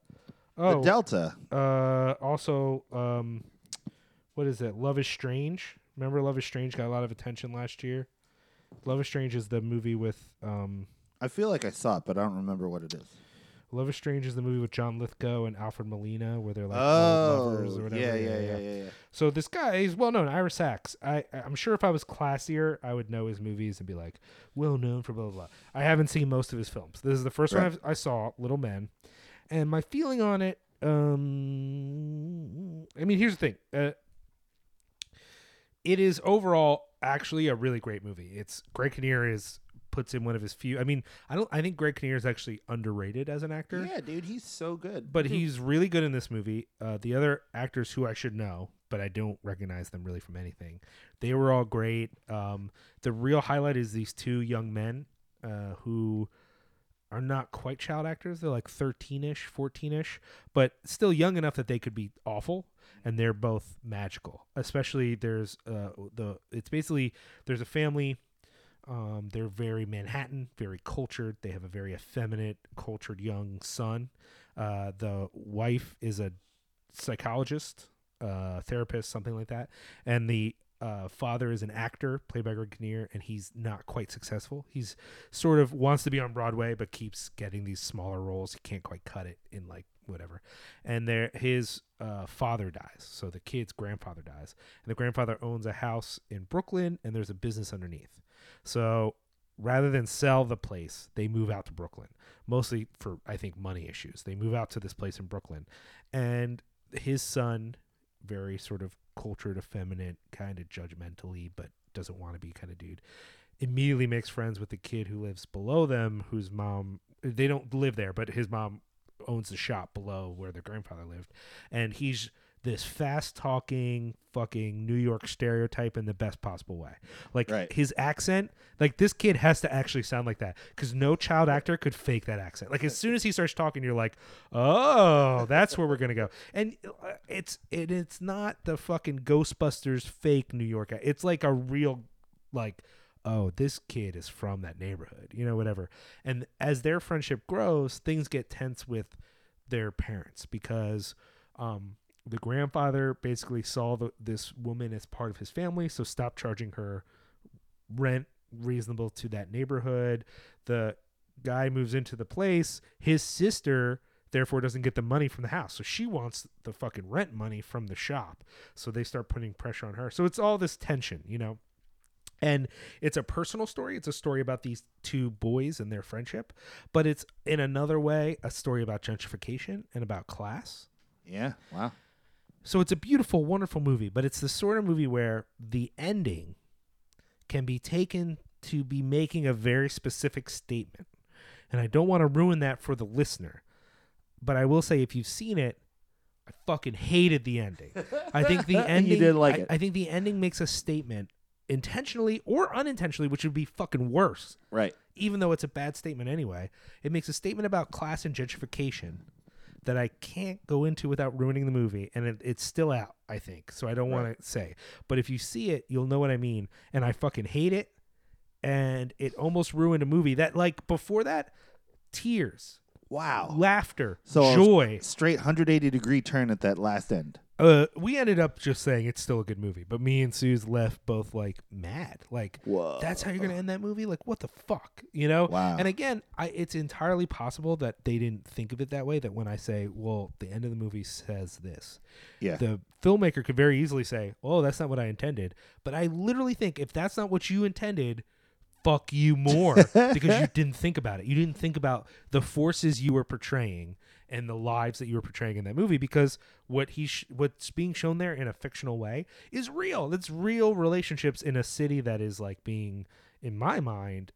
Speaker 1: The
Speaker 2: Oh,
Speaker 1: Delta.
Speaker 2: uh, also, um, what is that? Love is Strange. Remember, Love is Strange got a lot of attention last year. Love is Strange is the movie with. Um,
Speaker 1: I feel like I saw it, but I don't remember what it is.
Speaker 2: Love is Strange is the movie with John Lithgow and Alfred Molina, where they're like old
Speaker 1: oh,
Speaker 2: lovers or whatever.
Speaker 1: yeah, yeah, yeah, yeah, yeah.
Speaker 2: So this guy is well known, Ira Sachs. I I'm sure if I was classier, I would know his movies and be like, well known for blah blah. blah. I haven't seen most of his films. This is the first one
Speaker 1: Right.
Speaker 2: I've, I saw, Little Men, and my feeling on it. Um, I mean, here's the thing. Uh, it is overall actually a really great movie. It's Greg Kinnear is puts in one of his few. I mean, I don't. I think Greg Kinnear is actually underrated as an actor
Speaker 1: Yeah, dude, he's so good.
Speaker 2: but he's really good in this movie. Uh, the other actors who I should know, but I don't recognize them really from anything. They were all great. Um, the real highlight is these two young men uh, who are not quite child actors. They're like 13 ish, 14 ish, but still young enough that they could be awful. And they're both magical. Especially there's uh, the, it's basically, there's a family. Um, they're very Manhattan, very cultured. They have a very effeminate, cultured young son. Uh, the wife is a psychologist, uh, therapist, something like that. And the uh, father is an actor, played by Greg Kinnear, and he's not quite successful. He's sort of wants to be on Broadway, but keeps getting these smaller roles. He can't quite cut it in like whatever. And there, his uh, father dies, so the kid's grandfather dies, and the grandfather owns a house in Brooklyn, and there's a business underneath. So rather than sell the place, they move out to Brooklyn, mostly for I think money issues. They move out to this place in Brooklyn, and his son, very sort of cultured, effeminate, kind of judgmentally, but doesn't want to be kind of dude, immediately makes friends with the kid who lives below them, whose mom they don't live there, but his mom owns the shop below where their grandfather lived, and he's this fast talking fucking New York stereotype in the best possible way. Like
Speaker 1: Right.
Speaker 2: his accent, like this kid has to actually sound like that because no child actor could fake that accent. Like as soon as he starts talking, you're like, oh, that's where we're gonna go. And uh, it's it, it's not the fucking Ghostbusters fake New York. ac- It's like a real like. Oh, this kid is from that neighborhood, you know, whatever. And as their friendship grows, things get tense with their parents because um, the grandfather basically saw the, this woman as part of his family, so stopped charging her rent reasonable to that neighborhood. The guy moves into the place. His sister therefore doesn't get the money from the house. So she wants the fucking rent money from the shop. So they start putting pressure on her. So it's all this tension, you know. And it's a personal story. It's a story about these two boys and their friendship, but it's in another way a story about gentrification and about class.
Speaker 1: Yeah, wow.
Speaker 2: So it's a beautiful, wonderful movie, but it's the sort of movie where the ending can be taken to be making a very specific statement. And I don't want to ruin that for the listener. But I will say if you've seen it, I fucking hated the ending. I think
Speaker 1: *laughs*
Speaker 2: the
Speaker 1: You
Speaker 2: ending
Speaker 1: did like
Speaker 2: I,
Speaker 1: it.
Speaker 2: I think the ending makes a statement intentionally or unintentionally, which would be fucking worse
Speaker 1: Right.
Speaker 2: even though it's a bad statement anyway, it makes a statement about class and gentrification that I can't go into without ruining the movie, and it, it's still out, I think. So I don't want to say, but if you see it, you'll know what I mean. And I fucking hate it, and it almost ruined a movie that, like, before that, tears,
Speaker 1: Wow.
Speaker 2: laughter,
Speaker 1: Oh. So a
Speaker 2: joy.
Speaker 1: Straight 180 degree turn at that last end.
Speaker 2: Uh, we ended up just saying it's still a good movie, but me and Suze left both like mad, like
Speaker 1: Whoa.
Speaker 2: that's how you're gonna end that movie? Like, what the fuck? You know?
Speaker 1: Wow.
Speaker 2: And again, I, it's entirely possible that they didn't think of it that way. That when I say, "Well, the end of the movie says this,"
Speaker 1: Yeah.
Speaker 2: the filmmaker could very easily say, "Oh, that's not what I intended." But I literally think if that's not what you intended, fuck you more because you didn't think about it. You didn't think about the forces you were portraying and the lives that you were portraying in that movie because what he sh- what's being shown there in a fictional way is real. It's real relationships in a city that is like being in my mind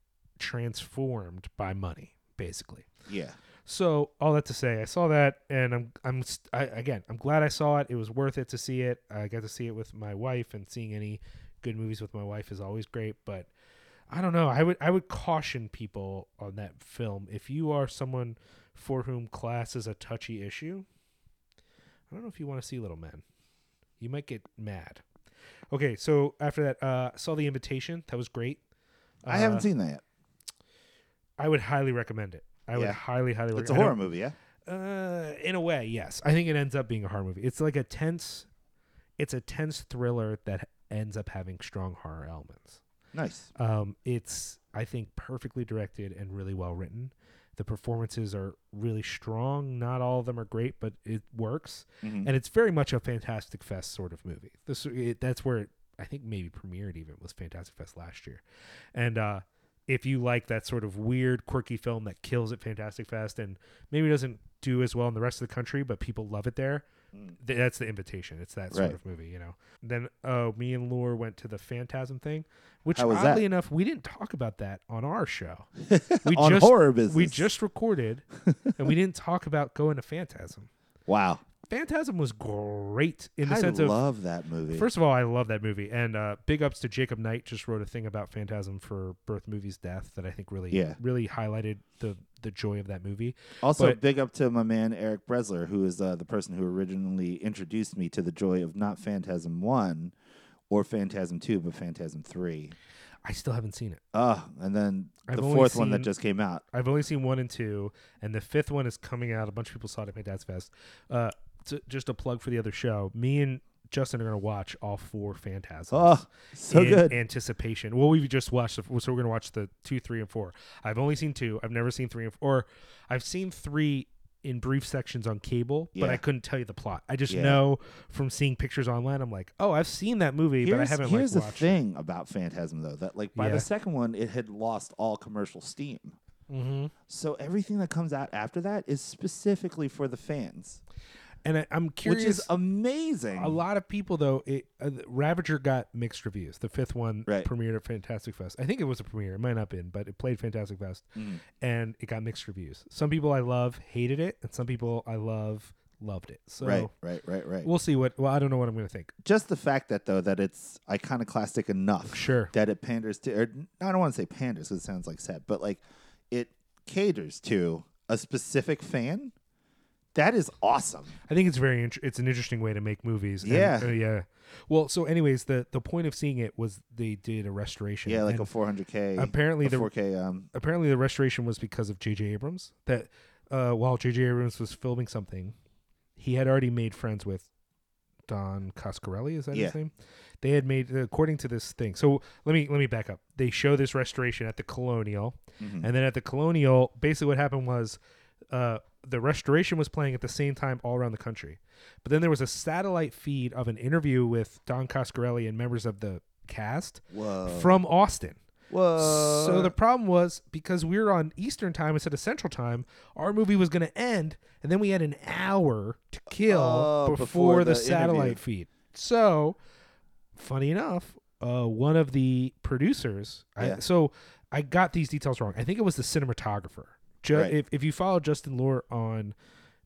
Speaker 2: transformed by money, basically.
Speaker 1: Yeah.
Speaker 2: So all that to say, I saw that, and I'm I'm st- I, again I'm glad I saw it. It was worth it to see it. I got to see it with my wife, and seeing any good movies with my wife is always great. But I don't know. I would I would caution people on that film. If you are someone for whom class is a touchy issue, I don't know if you want to see Little Men. You might get mad. Okay, so after that, uh, saw the invitation. That was great.
Speaker 1: I
Speaker 2: Uh,
Speaker 1: haven't seen that yet.
Speaker 2: I would highly recommend it. I would
Speaker 1: Yeah.
Speaker 2: highly, highly. recommend
Speaker 1: It's a horror movie, yeah?
Speaker 2: uh, in a way, yes. I think it ends up being a horror movie. It's like a tense, it's a tense thriller that ends up having strong horror elements.
Speaker 1: Nice.
Speaker 2: Um, it's I think perfectly directed and really well written. The performances are really strong. Not all of them are great, but it works,
Speaker 1: Mhm.
Speaker 2: and it's very much a Fantastic Fest sort of movie. This it, that's where it, I think maybe premiered even was Fantastic Fest last year, and uh, if you like that sort of weird, quirky film that kills at Fantastic Fest and maybe doesn't do as well in the rest of the country, but people love it there,
Speaker 1: Mm.
Speaker 2: th- that's the invitation. It's that sort
Speaker 1: Right.
Speaker 2: of movie, you know. Then uh, me and Lure went to the Phantasm thing, which
Speaker 1: How was
Speaker 2: oddly
Speaker 1: that?
Speaker 2: enough, we didn't talk about that on
Speaker 1: *laughs*
Speaker 2: our show. We
Speaker 1: On
Speaker 2: just
Speaker 1: horror business.
Speaker 2: we just recorded, and we didn't talk about going to Phantasm.
Speaker 1: Wow.
Speaker 2: Phantasm was great in the
Speaker 1: I
Speaker 2: sense of
Speaker 1: love that movie.
Speaker 2: First of all, I love that movie, and uh, big ups to Jacob Knight. Just wrote a thing about Phantasm for Birth Movies Death that I think really,
Speaker 1: Yeah.
Speaker 2: really highlighted the the joy of that movie.
Speaker 1: also,
Speaker 2: but-
Speaker 1: big up to my man Eric Bresler, who is uh, the person who originally introduced me to the joy of not Phantasm 1 or Phantasm 2, but Phantasm 3.
Speaker 2: I still haven't seen it.
Speaker 1: Oh, and then
Speaker 2: I've
Speaker 1: the
Speaker 2: only
Speaker 1: fourth one that
Speaker 2: seen-
Speaker 1: just came out.
Speaker 2: I've only seen one and two, and the fifth one is coming out. A bunch of people saw it at my dad's fest. Uh, t- just a plug for the other show. Me and Justin are gonna watch all four Phantasms.
Speaker 1: Oh, so
Speaker 2: in
Speaker 1: good.
Speaker 2: anticipation. Well, we've just watched, the, so we're gonna watch the two, three, and four. I've only seen two. I've never seen three and four. Or I've seen three in brief sections on cable, but
Speaker 1: Yeah.
Speaker 2: I couldn't tell you the plot. I just
Speaker 1: Yeah.
Speaker 2: know from seeing pictures online. I'm like, oh, I've seen that movie, but I
Speaker 1: Here's,
Speaker 2: haven't
Speaker 1: here's
Speaker 2: like
Speaker 1: the
Speaker 2: watched.
Speaker 1: thing about Phantasm though that like by
Speaker 2: Yeah.
Speaker 1: the second one it had lost all commercial steam.
Speaker 2: Mm-hmm.
Speaker 1: So everything that comes out after that is specifically for the fans,
Speaker 2: And I, I'm curious.
Speaker 1: which is amazing.
Speaker 2: A lot of people though, it, uh, Ravager got mixed reviews. The fifth one
Speaker 1: Right.
Speaker 2: premiered at Fantastic Fest. I think it was a premiere. It might not have been, but it played Fantastic Fest,
Speaker 1: Mm.
Speaker 2: and it got mixed reviews. Some people I love hated it, and some people I love loved it. So
Speaker 1: right, right, right, right.
Speaker 2: we'll see what. Well, I don't know what I'm going to think.
Speaker 1: Just the fact that though that it's iconoclastic enough
Speaker 2: Sure.
Speaker 1: that it panders to, or I don't want to say panders because it sounds like sad, but like it caters to a specific fan. That is awesome.
Speaker 2: I think it's very int- it's an interesting way to make movies. and-
Speaker 1: Yeah.
Speaker 2: uh, yeah. Well, so anyways, the the point of seeing it was they did a restoration.
Speaker 1: Yeah, like
Speaker 2: and
Speaker 1: a 400k.
Speaker 2: apparently
Speaker 1: a
Speaker 2: the
Speaker 1: 4k. Um,
Speaker 2: apparently the restoration was because of J.J. Abrams. That uh, while J.J. Abrams was filming something, he had already made friends with Don Coscarelli. Is that
Speaker 1: Yeah.
Speaker 2: his name? They had made according to this thing. So let me let me back up. They show this restoration at the Colonial,
Speaker 1: mhm.
Speaker 2: and then at the Colonial, basically what happened was. Uh, the restoration was playing at the same time all around the country, but then there was a satellite feed of an interview with Don Coscarelli and members of the cast
Speaker 1: Whoa.
Speaker 2: from Austin.
Speaker 1: Whoa.
Speaker 2: So the problem was because we were on Eastern time instead of Central time, our movie was going to end, and then we had an hour to kill
Speaker 1: Oh,
Speaker 2: before,
Speaker 1: before
Speaker 2: the,
Speaker 1: the
Speaker 2: satellite
Speaker 1: interview.
Speaker 2: feed. So, funny enough, uh, one of the producers.
Speaker 1: Yeah.
Speaker 2: I, so I got these details wrong. I think it was the cinematographer. Ju-
Speaker 1: Right.
Speaker 2: if, if you follow Justin Lore on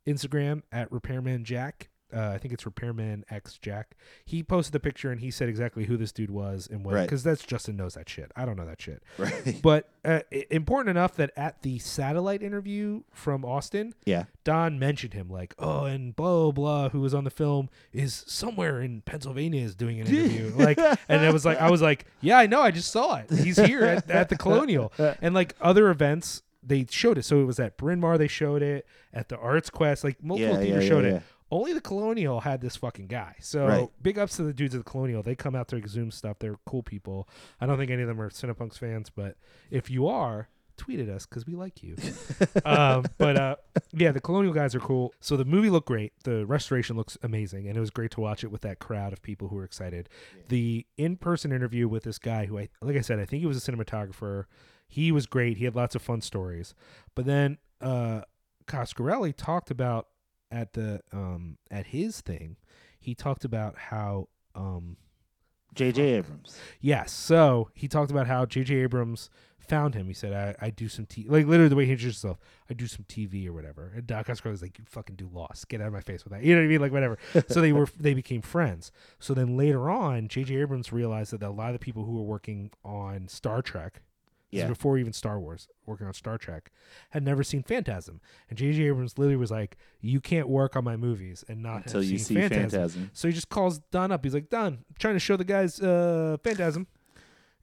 Speaker 2: Instagram at Repairman Jack. Uh, I think it's Repairman X Jack. He posted the picture and he said exactly who this dude was and what.
Speaker 1: Right.
Speaker 2: Because that's Justin knows that shit. I don't know that shit.
Speaker 1: *laughs* Right.
Speaker 2: But uh, i- important enough that at the satellite interview from Austin,
Speaker 1: Yeah.
Speaker 2: Don mentioned him like, oh, and blah blah, who was on the film, is somewhere in Pennsylvania is doing
Speaker 1: *laughs*
Speaker 2: an interview. like, and it was like, I was like, yeah, I know, I just saw it. He's here at, at the Colonial, and like other events, they showed it. So it was at Bryn Mawr, they showed it at the Arts Quest, like multiple
Speaker 1: Yeah,
Speaker 2: theaters
Speaker 1: yeah,
Speaker 2: showed
Speaker 1: yeah,
Speaker 2: it.
Speaker 1: yeah.
Speaker 2: Only the Colonial had this fucking guy. So
Speaker 1: Right.
Speaker 2: big ups to the dudes at the Colonial. They come out to Exhume stuff. They're cool people. I don't think any of them are Cinepunks fans, but if you are, tweet at us because we
Speaker 1: *laughs*
Speaker 2: like you. um, but uh, yeah, the Colonial guys are cool. So the movie looked great. The restoration looks amazing, and it was great to watch it with that crowd of people who were excited. The in-person interview with this guy, who I like I said, I think he was a cinematographer. He was great. He had lots of fun stories. But then uh, Coscarelli talked about at the um, at his thing. He talked about how um,
Speaker 1: J.J. Abrams.
Speaker 2: Yes. So he talked about how J.J. Abrams found him. He said, I, I do some TV. Like, literally, the way he introduced himself, I do some TV or whatever. And Doc Ock was like, You fucking do Lost. Get out of my face with that. You know what I mean? Like, whatever. so they were, they became friends. So then later on, J.J. Abrams realized that a lot of the people who were working on Star Trek, this is
Speaker 1: Yeah.
Speaker 2: before even Star Wars, working on Star Trek, had never seen Phantasm. And J.J. Abrams literally was like, You can't work on my movies and not
Speaker 1: Until
Speaker 2: have
Speaker 1: you
Speaker 2: seen
Speaker 1: see
Speaker 2: Phantasm.
Speaker 1: Phantasm.
Speaker 2: So he just calls Don up. He's like, Don, I'm trying to show the guys uh, Phantasm,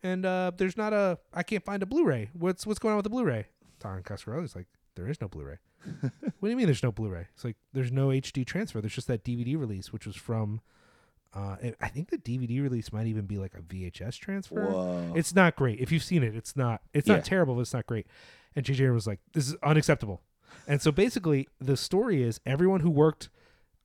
Speaker 2: and uh, there's not a. I can't find a Blu-ray. What's what's going on with the Blu-ray? Don Coscarelli's like, there is no
Speaker 1: *laughs*
Speaker 2: Blu-ray. what do you mean there's no Blu-ray? It's like there's no HD transfer. There's just that DVD release, which was from. Uh, and I think the DVD release might even be like a VHS transfer.
Speaker 1: Whoa.
Speaker 2: It's not great. If you've seen it, it's not. It's
Speaker 1: Uh-huh. Yeah.
Speaker 2: not terrible, but it's not great. And JJ was like, "This is unacceptable." And so basically, the story is everyone who worked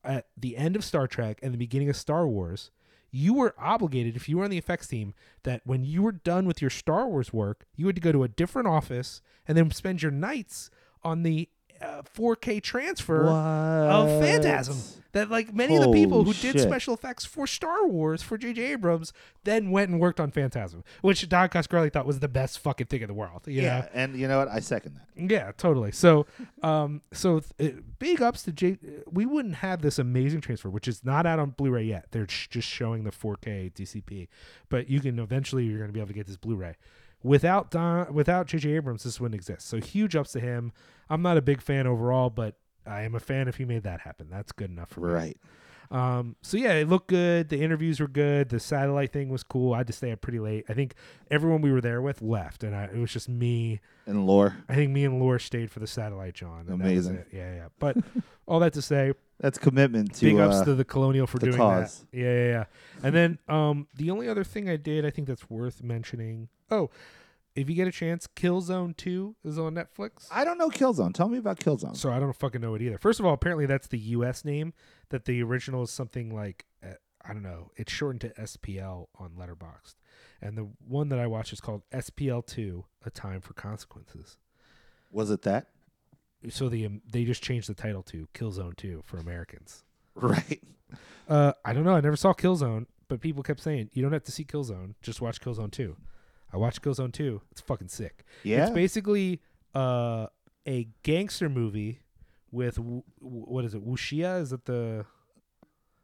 Speaker 2: at the end of Star Trek and the beginning of Star Wars, you were obligated if you were on the effects team that when you were done with your Star Wars work, you had to go to a different office and then spend your nights on the uh, 4K transfer of Phantasm. That like many of the people who
Speaker 1: Holy
Speaker 2: did
Speaker 1: shit.
Speaker 2: special effects for Star Wars for J.J. Abrams then went and worked on Phantasm, which Don Coscarelli thought was the best fucking thing in the world. You
Speaker 1: Yeah, and you know what? I second that.
Speaker 2: know? yeah, totally. So, um, so th- uh, big ups to J. We wouldn't have this amazing transfer, which is not out on Blu-ray yet. They're sh- just showing the 4K DCP, but you can eventually you're going to be able to get this Blu-ray. Without Don, without J.J. Abrams, this wouldn't exist. So huge ups to him. I'm not a big fan overall, but I am a fan if he made that happen. That's good enough for me.
Speaker 1: Right.
Speaker 2: Um, so yeah, it looked good. The interviews were good. The satellite thing was cool. I had to stay up pretty late. I think everyone we were there with left, and I, it was just me.
Speaker 1: And lore.
Speaker 2: I think me and Laura stayed for the satellite, John. and that was
Speaker 1: Amazing.
Speaker 2: it. Yeah, yeah. But all that to say,
Speaker 1: That's commitment *laughs* to
Speaker 2: big ups
Speaker 1: uh,
Speaker 2: to the Colonial for
Speaker 1: the
Speaker 2: doing
Speaker 1: cause.
Speaker 2: that. Yeah, yeah, yeah. And then um, the only other thing I did, I think that's worth mentioning. Oh, if you get a chance, Killzone Two is on Netflix.
Speaker 1: I don't know Killzone. Tell me about Killzone.
Speaker 2: So I don't fucking know it either. First of all, apparently that's the U.S. name. That the original is something like uh, I don't know. It's shortened to SPL on Letterboxd, and the one that I watched is called SPL Two: A Time for Consequences.
Speaker 1: Was it
Speaker 2: *laughs*
Speaker 1: that?
Speaker 2: So the um, they just changed the title to Killzone Two for Americans.
Speaker 1: Right.
Speaker 2: Uh, I don't know. I never saw Killzone, but people kept saying you don't have to see Killzone. Just watch Killzone Two. I watched Killzone Two. It's fucking sick.
Speaker 1: Yeah.
Speaker 2: It's basically uh, a gangster movie with w- w- what is it? Wuxia? Is it the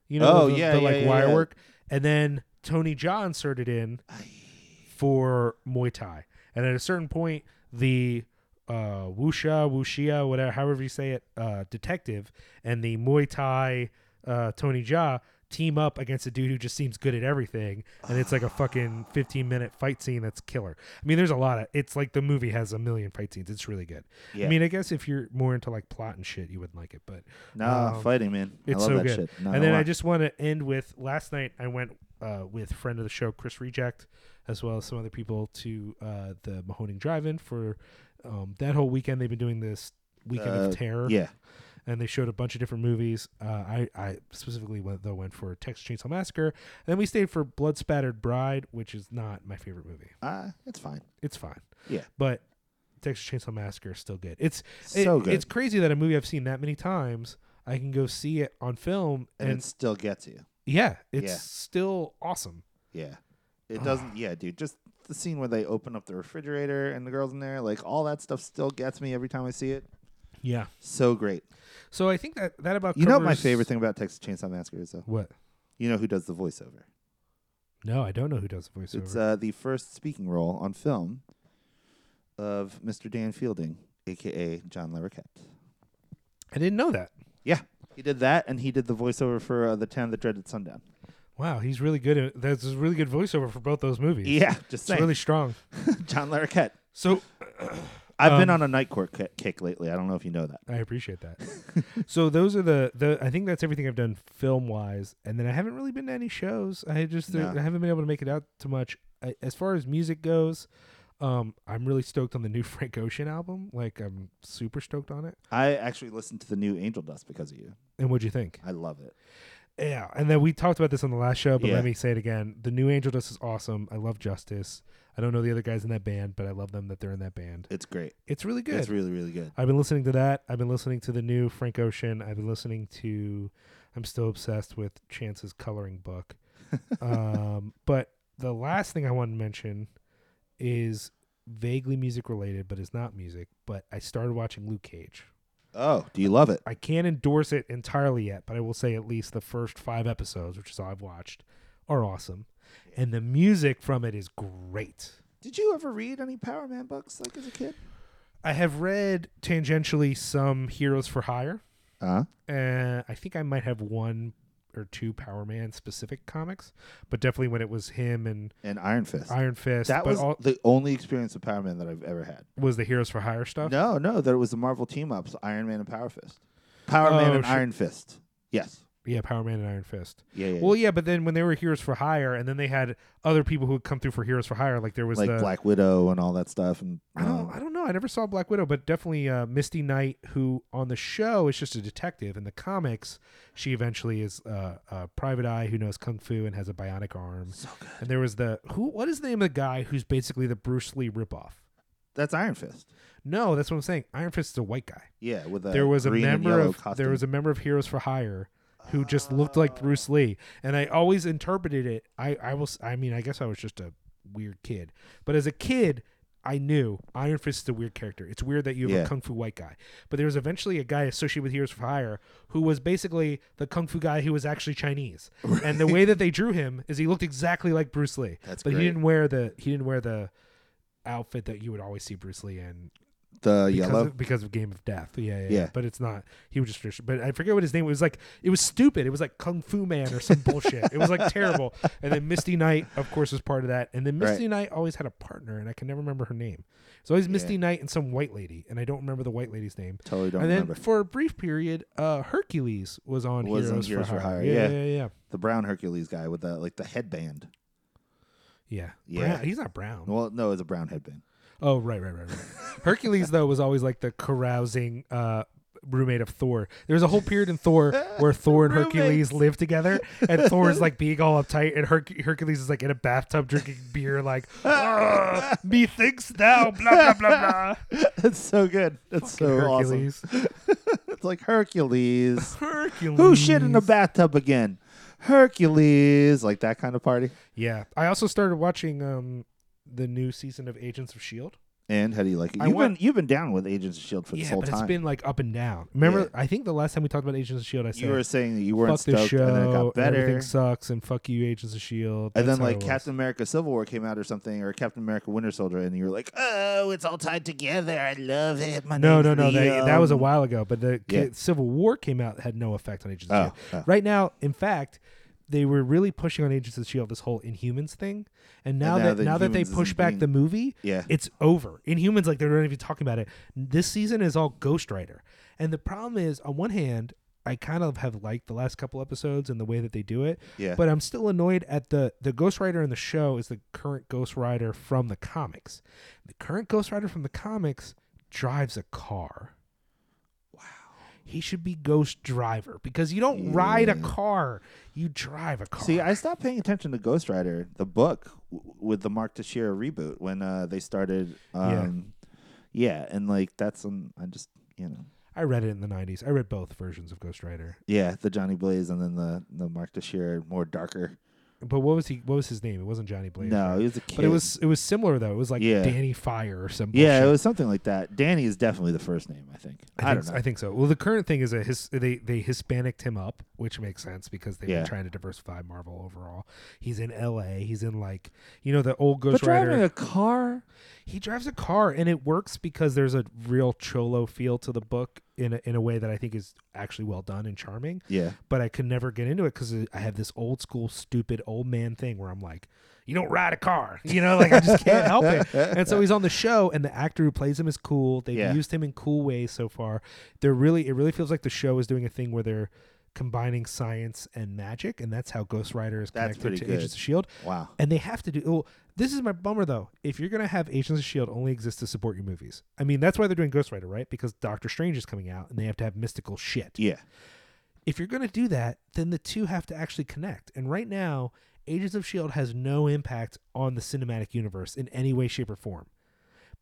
Speaker 2: you know
Speaker 1: Oh,
Speaker 2: the,
Speaker 1: yeah,
Speaker 2: the,
Speaker 1: yeah,
Speaker 2: like
Speaker 1: yeah,
Speaker 2: wire
Speaker 1: yeah.
Speaker 2: work? And then Tony Jaa inserted in for Muay Thai. And at a certain point, the uh, Wuxia, Wuxia, whatever, however you say it, uh, detective and the Muay Thai uh, Tony Jaa team up against a dude who just seems good at everything, and it's like a fucking fifteen minute fight scene that's killer. I mean, there's a lot of. It's like the movie has a million fight scenes. It's really good.
Speaker 1: Yeah.
Speaker 2: I mean, I guess if you're more into like plot and shit, you wouldn't like it, but
Speaker 1: nah,
Speaker 2: um,
Speaker 1: fighting man.
Speaker 2: it's
Speaker 1: I love
Speaker 2: so
Speaker 1: that
Speaker 2: good.
Speaker 1: shit. Not
Speaker 2: and then
Speaker 1: a
Speaker 2: I
Speaker 1: lot.
Speaker 2: just want to end with last night I went uh, with friend of the show Chris Reject, as well as some other people to uh, the Mahoning Drive-In for um, that whole weekend. They've been doing this weekend
Speaker 1: Uh,
Speaker 2: of terror,
Speaker 1: yeah.
Speaker 2: and they showed a bunch of different movies. Uh, I I specifically went though went for Texas Chainsaw Massacre, and then we stayed for Blood Spattered Bride, which is not my favorite movie.
Speaker 1: Uh, it's fine.
Speaker 2: It's fine,
Speaker 1: Yeah.
Speaker 2: but Texas Chainsaw Massacre is still good. It's it-
Speaker 1: So good.
Speaker 2: It's crazy that a movie I've seen that many times. I can go see it on film
Speaker 1: and, it still gets you.
Speaker 2: yeah, it's
Speaker 1: Yeah.
Speaker 2: still awesome.
Speaker 1: Yeah. It doesn't. Yeah, dude. Just the scene where they open up the refrigerator and the girls in there, like all that stuff, still gets me every time I see it.
Speaker 2: Yeah.
Speaker 1: So great.
Speaker 2: So I think that that about
Speaker 1: You know what my
Speaker 2: covers-
Speaker 1: favorite thing about Texas Chainsaw Massacre is though.
Speaker 2: What?
Speaker 1: You know who does the voiceover?
Speaker 2: No, I don't know who does the voiceover.
Speaker 1: It's uh, the first speaking role on film of Mr. Dan Fielding, aka John Larroquette.
Speaker 2: I didn't know that.
Speaker 1: Yeah, he did that, and he did the voiceover for uh, the town that dreaded sundown.
Speaker 2: Wow, he's really good. At, that's a really good voiceover for both those movies.
Speaker 1: Yeah, just
Speaker 2: it's
Speaker 1: saying.
Speaker 2: really strong.
Speaker 1: John Larroquette.
Speaker 2: So
Speaker 1: I've been
Speaker 2: Um,
Speaker 1: on a night court ki- kick lately. I don't know if you know that.
Speaker 2: *laughs* I appreciate
Speaker 1: *laughs*
Speaker 2: that. so those are the the. I think that's everything I've done film wise, and then I haven't really been to any shows. I just
Speaker 1: No.
Speaker 2: I haven't been able to make it out too much. I, as far as music goes, um, I'm really stoked on the new *laughs* Frank Ocean album. Like I'm super stoked on it.
Speaker 1: I actually listened to the new Angel Dust because of you.
Speaker 2: And what'd you think?
Speaker 1: I love it.
Speaker 2: Yeah, and then we talked about this on the last show, but
Speaker 1: Yeah.
Speaker 2: let me say it again. The new Angel Dust is awesome. I love Justice. I don't know the other guys in that band, but I love them that they're in that band.
Speaker 1: It's great.
Speaker 2: It's really good.
Speaker 1: It's really, really good.
Speaker 2: I've been listening to that. I've been listening to the
Speaker 1: *laughs*
Speaker 2: new Frank Ocean. I've been listening to I'm still obsessed with Chance's coloring book. um, but the last thing I want to mention is vaguely music related, but it's not music. But I started watching Luke Cage.
Speaker 1: Oh, do you love it?
Speaker 2: I can't endorse it entirely yet, but I will say at least the first five episodes, which is all I've watched, are awesome. And the music from it is great.
Speaker 1: Did you ever read any Power Man books like as a kid?
Speaker 2: I have read tangentially some Heroes for Hire.
Speaker 1: Uh
Speaker 2: Uh, I think I might have one or two Power Man specific comics, but definitely when it was him and
Speaker 1: And Iron Fist.
Speaker 2: Iron Fist.
Speaker 1: that
Speaker 2: but
Speaker 1: was
Speaker 2: all,
Speaker 1: the only experience of Power Man that I've ever had.
Speaker 2: was the Heroes for Hire stuff.
Speaker 1: No, no, there was the Marvel team ups, Iron Man and Power Fist. Power
Speaker 2: Oh,
Speaker 1: Man and
Speaker 2: sure.
Speaker 1: Iron Fist. Yes.
Speaker 2: Yeah, Power Man and Iron Fist.
Speaker 1: Yeah, yeah.
Speaker 2: Well,
Speaker 1: yeah.
Speaker 2: yeah, but then when they were Heroes for Hire, and then they had other people who had come through for Heroes for Hire, like there was
Speaker 1: like
Speaker 2: the
Speaker 1: Black Widow and all that stuff and
Speaker 2: I don't,
Speaker 1: um,
Speaker 2: I don't know. I never saw Black Widow, but definitely uh, Misty Knight, who on the show is just a detective. In the comics, she eventually is uh, a private eye who knows kung fu and has a bionic arm.
Speaker 1: so good.
Speaker 2: And there was the who? What is the name of the guy who's basically the Bruce Lee ripoff?
Speaker 1: That's Iron Fist.
Speaker 2: No, that's what I'm saying. Iron Fist is a white guy.
Speaker 1: Yeah, with a
Speaker 2: there was a
Speaker 1: green and
Speaker 2: member
Speaker 1: yellow
Speaker 2: of
Speaker 1: costume.
Speaker 2: there was a member of Heroes for Hire who just looked like Bruce Lee, and I always interpreted it. I I was I mean I guess I was just a weird kid, but as a kid. I knew Iron Fist is a weird character. It's weird that you have
Speaker 1: Yeah.
Speaker 2: a kung fu white guy, but there was eventually a guy associated with Heroes for Hire who was basically the kung fu guy who was actually Chinese. And the way
Speaker 1: *laughs*
Speaker 2: that they drew him is he looked exactly like Bruce Lee,
Speaker 1: That's
Speaker 2: but
Speaker 1: great.
Speaker 2: he didn't wear the he didn't wear the outfit that you would always see Bruce Lee in
Speaker 1: the
Speaker 2: because
Speaker 1: yellow.
Speaker 2: of, because of Game of Death. Yeah, yeah,
Speaker 1: Yeah.
Speaker 2: But it's not. He was just finished. But I forget what his name was. It was like it was stupid. It was like Kung Fu Man or some bullshit. It
Speaker 1: *laughs*
Speaker 2: was like terrible. And then Misty Knight, of course, was part of that. And then Misty Knight always had a partner, and I can never remember her name. It's always Misty Knight and some white lady, and I don't remember the white lady's name.
Speaker 1: Totally don't
Speaker 2: and then
Speaker 1: remember.
Speaker 2: for a brief period, uh, Hercules was on
Speaker 1: Was on
Speaker 2: Heroes,
Speaker 1: Heroes
Speaker 2: for, Hire.
Speaker 1: yeah.
Speaker 2: yeah, yeah, yeah.
Speaker 1: the brown Hercules guy with the like the headband.
Speaker 2: Yeah.
Speaker 1: Yeah.
Speaker 2: Brown- he's not brown.
Speaker 1: Well, no, it's a brown headband.
Speaker 2: Oh, right, right, *laughs* right, right. Hercules though was always like the carousing uh roommate of Thor. There was a whole period in *laughs* Thor where Thor and Hercules
Speaker 1: Roommates.
Speaker 2: live together *laughs* and Thor is like being all uptight and Herc Hercules is like in a bathtub drinking beer *laughs* like "Ah, methinks thou blah blah *laughs* blah blah.
Speaker 1: That's so good. That's so awesome.
Speaker 2: Hercules.
Speaker 1: It's like
Speaker 2: *laughs*
Speaker 1: Hercules.
Speaker 2: Hercules.
Speaker 1: Who shit in a bathtub again? Hercules, like that kind of party.
Speaker 2: Yeah. I also started watching um the new season of Agents of Shield.
Speaker 1: And how do you like it?
Speaker 2: I
Speaker 1: You've
Speaker 2: want-
Speaker 1: been you've been down with Agents of Shield E for this
Speaker 2: yeah,
Speaker 1: whole
Speaker 2: but
Speaker 1: time.
Speaker 2: it's been like up and down. Remember,
Speaker 1: Yeah.
Speaker 2: I think the last time we talked about Agents of Shield, I said
Speaker 1: you were saying that you
Speaker 2: fuck
Speaker 1: weren't
Speaker 2: this
Speaker 1: stoked,
Speaker 2: show,
Speaker 1: and then it got
Speaker 2: and
Speaker 1: better.
Speaker 2: everything sucks, and fuck you, Agents of Shield.
Speaker 1: And
Speaker 2: E That's
Speaker 1: then
Speaker 2: how
Speaker 1: like
Speaker 2: it was.
Speaker 1: Captain America Civil War came out or something, or Captain America Winter Soldier, and you were like, "Oh, it's all tied together. I love it." My
Speaker 2: No, no,
Speaker 1: name's
Speaker 2: no. That, that was a
Speaker 1: Liam."
Speaker 2: while ago, but the
Speaker 1: um, Yeah.
Speaker 2: Ca- Civil War came out had no effect on Agents of
Speaker 1: Oh,
Speaker 2: Shield.
Speaker 1: oh.
Speaker 2: E Right now, in fact, they were really pushing on Agents of Shield E this whole Inhumans thing, and now,
Speaker 1: now
Speaker 2: that
Speaker 1: the
Speaker 2: now that they
Speaker 1: Inhumans isn't
Speaker 2: push back
Speaker 1: being-
Speaker 2: the movie,
Speaker 1: Yeah.
Speaker 2: it's over. Inhumans, like they're not even talking about it. This season is all Ghost Rider, and the problem is, on one hand. I kind of have liked the last couple episodes and the way that they do it,
Speaker 1: Yeah.
Speaker 2: but I'm still annoyed at the the Ghost Rider in the show is the current Ghost Rider from the comics. The current Ghost Rider from the comics drives a car. Wow. He should be Ghost Driver because you don't ride a car, you drive a car.
Speaker 1: See, I stopped paying attention to Ghost Rider, the book, w- with the Mark Teixeira reboot when uh, they started. Um, yeah. and like that's um, I just you know,
Speaker 2: I read it in the 90s. I read both versions of Ghost Rider.
Speaker 1: yeah, the Johnny Blaze and then the the Mark Teixeira more darker.
Speaker 2: But what was he what was his name? It wasn't Johnny Blaze.
Speaker 1: No,
Speaker 2: right?
Speaker 1: he was a kid.
Speaker 2: But it was it was similar though. It was like
Speaker 1: Yeah.
Speaker 2: Danny Fire or some
Speaker 1: yeah,
Speaker 2: bullshit.
Speaker 1: it was something like that. Danny is definitely the first name, I think. I,
Speaker 2: I, think
Speaker 1: don't
Speaker 2: so-
Speaker 1: know.
Speaker 2: I think so. Well, the current thing is a his, they they Hispanicked him up, which makes sense because they've
Speaker 1: Yeah.
Speaker 2: been trying to diversify Marvel overall. He's in L.A. He's in like you know the old
Speaker 1: but
Speaker 2: Ghost
Speaker 1: driving
Speaker 2: Rider.
Speaker 1: a car,
Speaker 2: he drives a car, and it works because there's a real cholo feel to the book in a, in a way that I think is actually well done and charming.
Speaker 1: yeah,
Speaker 2: But I could never get into it because I have this old school, stupid old man thing where I'm like, you don't ride a car, *laughs* you know, like I just can't help it. And so he's on the show, and the actor who plays him is cool. They've
Speaker 1: Yeah.
Speaker 2: used him in cool ways so far. They're really, it really feels like the show is doing a thing where they're combining science and magic, and that's how Ghost Rider is
Speaker 1: That's
Speaker 2: connected
Speaker 1: pretty
Speaker 2: to
Speaker 1: good.
Speaker 2: Agents of Shield.
Speaker 1: wow,
Speaker 2: E And they have to do. Well, this is my bummer though. If you're gonna have Agents of Shield E only exist to support your movies, I mean that's why they're doing Ghost Rider, right? Because Doctor Strange is coming out, and they have to have mystical shit.
Speaker 1: yeah,
Speaker 2: If you're gonna do that, then the two have to actually connect. And right now, E Agents of Shield has no impact on the cinematic universe in any way, shape, or form.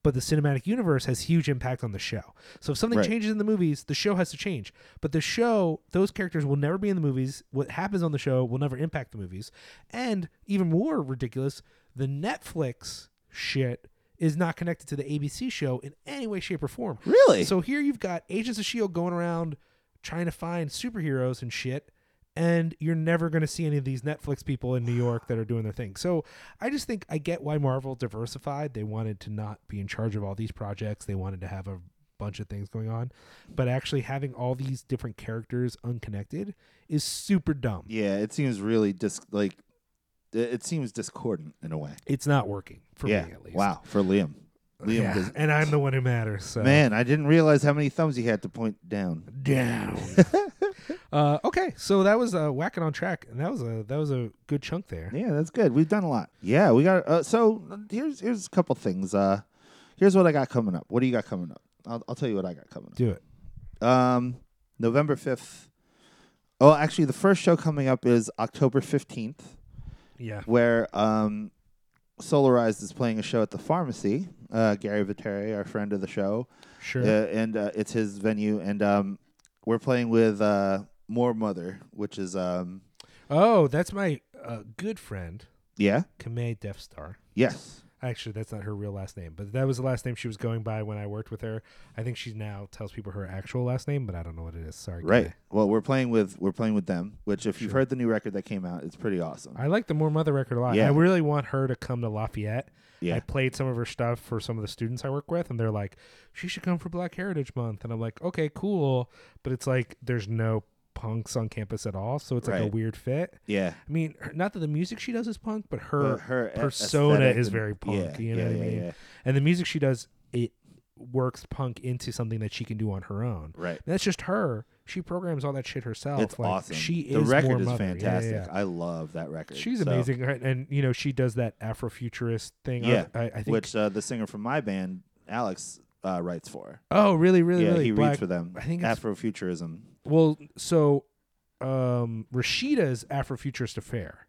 Speaker 2: but the cinematic universe has huge impact on the show. So if something
Speaker 1: Right.
Speaker 2: changes in the movies, the show has to change. But the show, those characters will never be in the movies. What happens on the show will never impact the movies. And even more ridiculous, the Netflix shit is not connected to the ABC show in any way, shape, or form.
Speaker 1: Really?
Speaker 2: So here you've got Agents of Shield E going around trying to find superheroes and shit, and you're never going to see any of these Netflix people in New York that are doing their thing. So I just think I get why Marvel diversified. They wanted to not be in charge of all these projects. They wanted to have a bunch of things going on, but actually having all these different characters unconnected is super dumb.
Speaker 1: yeah, it seems really dis like it- it seems discordant in a way.
Speaker 2: It's not working for
Speaker 1: yeah.
Speaker 2: me at least.
Speaker 1: Wow, for
Speaker 2: *laughs*
Speaker 1: Liam. Liam
Speaker 2: Yeah,
Speaker 1: does-
Speaker 2: and I'm the one who matters. So.
Speaker 1: Man, I didn't realize how many thumbs he had to point down. *laughs*
Speaker 2: down. uh, okay, so that was uh, whacking on track, and that was a that was a good chunk there.
Speaker 1: Yeah, that's good. We've done a lot. Yeah, we got uh, so uh, here's here's a couple things. Uh here's what I got coming up. What do you got coming up? I'll, I'll tell you what I got coming up.
Speaker 2: Do it.
Speaker 1: Um, November 5th. Oh, actually, the first show coming up is October 15th,
Speaker 2: Yeah.
Speaker 1: where um, Solarized is playing a show at the pharmacy. Uh, Gary Viteri, our friend of the show,
Speaker 2: Sure.
Speaker 1: uh, and uh, it's his venue. And um, we're playing with uh, More Mother, which is, um,
Speaker 2: Oh, that's my uh, good friend
Speaker 1: yeah,
Speaker 2: Kamei Death Star.
Speaker 1: yes.
Speaker 2: Actually, that's not her real last name, but that was the last name she was going by when I worked with her. I think she now tells people her actual last name, but I don't know what it is. Sorry.
Speaker 1: Right.
Speaker 2: Kamei.
Speaker 1: Well, we're playing with we're playing with them, which if you've heard the new record that came out, it's pretty awesome.
Speaker 2: I like the More Mother record a lot.
Speaker 1: Yeah.
Speaker 2: I really want her to come to Lafayette.
Speaker 1: Yeah.
Speaker 2: I played some of her stuff for some of the students I work with, and they're like, she should come for Black Heritage Month. And I'm like, okay, cool. But it's like, there's no punks on campus at all. So it's like a
Speaker 1: Right.
Speaker 2: weird fit.
Speaker 1: yeah.
Speaker 2: I mean, her- not that the music she does is punk, but her,
Speaker 1: But her a-
Speaker 2: persona
Speaker 1: aesthetic
Speaker 2: is
Speaker 1: and-
Speaker 2: very punk.
Speaker 1: yeah,
Speaker 2: you know
Speaker 1: yeah,
Speaker 2: what I
Speaker 1: yeah,
Speaker 2: mean?
Speaker 1: yeah.
Speaker 2: And the music she does, it works punk into something that she can do on her own.
Speaker 1: Right.
Speaker 2: And that's just her. She programs all that shit herself.
Speaker 1: It's
Speaker 2: Oh, Like,
Speaker 1: awesome.
Speaker 2: She is
Speaker 1: the record
Speaker 2: More
Speaker 1: is
Speaker 2: Mother. Yeah, yeah,
Speaker 1: fantastic.
Speaker 2: yeah.
Speaker 1: I love that record.
Speaker 2: She's
Speaker 1: So,
Speaker 2: amazing, right? And you know, she does that Afrofuturist thing.
Speaker 1: Yeah,
Speaker 2: I, I think.
Speaker 1: which uh, the singer from my band, Alex, uh, writes for.
Speaker 2: oh, really, really,
Speaker 1: yeah,
Speaker 2: really.
Speaker 1: he
Speaker 2: black.
Speaker 1: reads for them.
Speaker 2: I think it's-
Speaker 1: Afrofuturism.
Speaker 2: Well, so um, Rashida's Afrofuturist affair.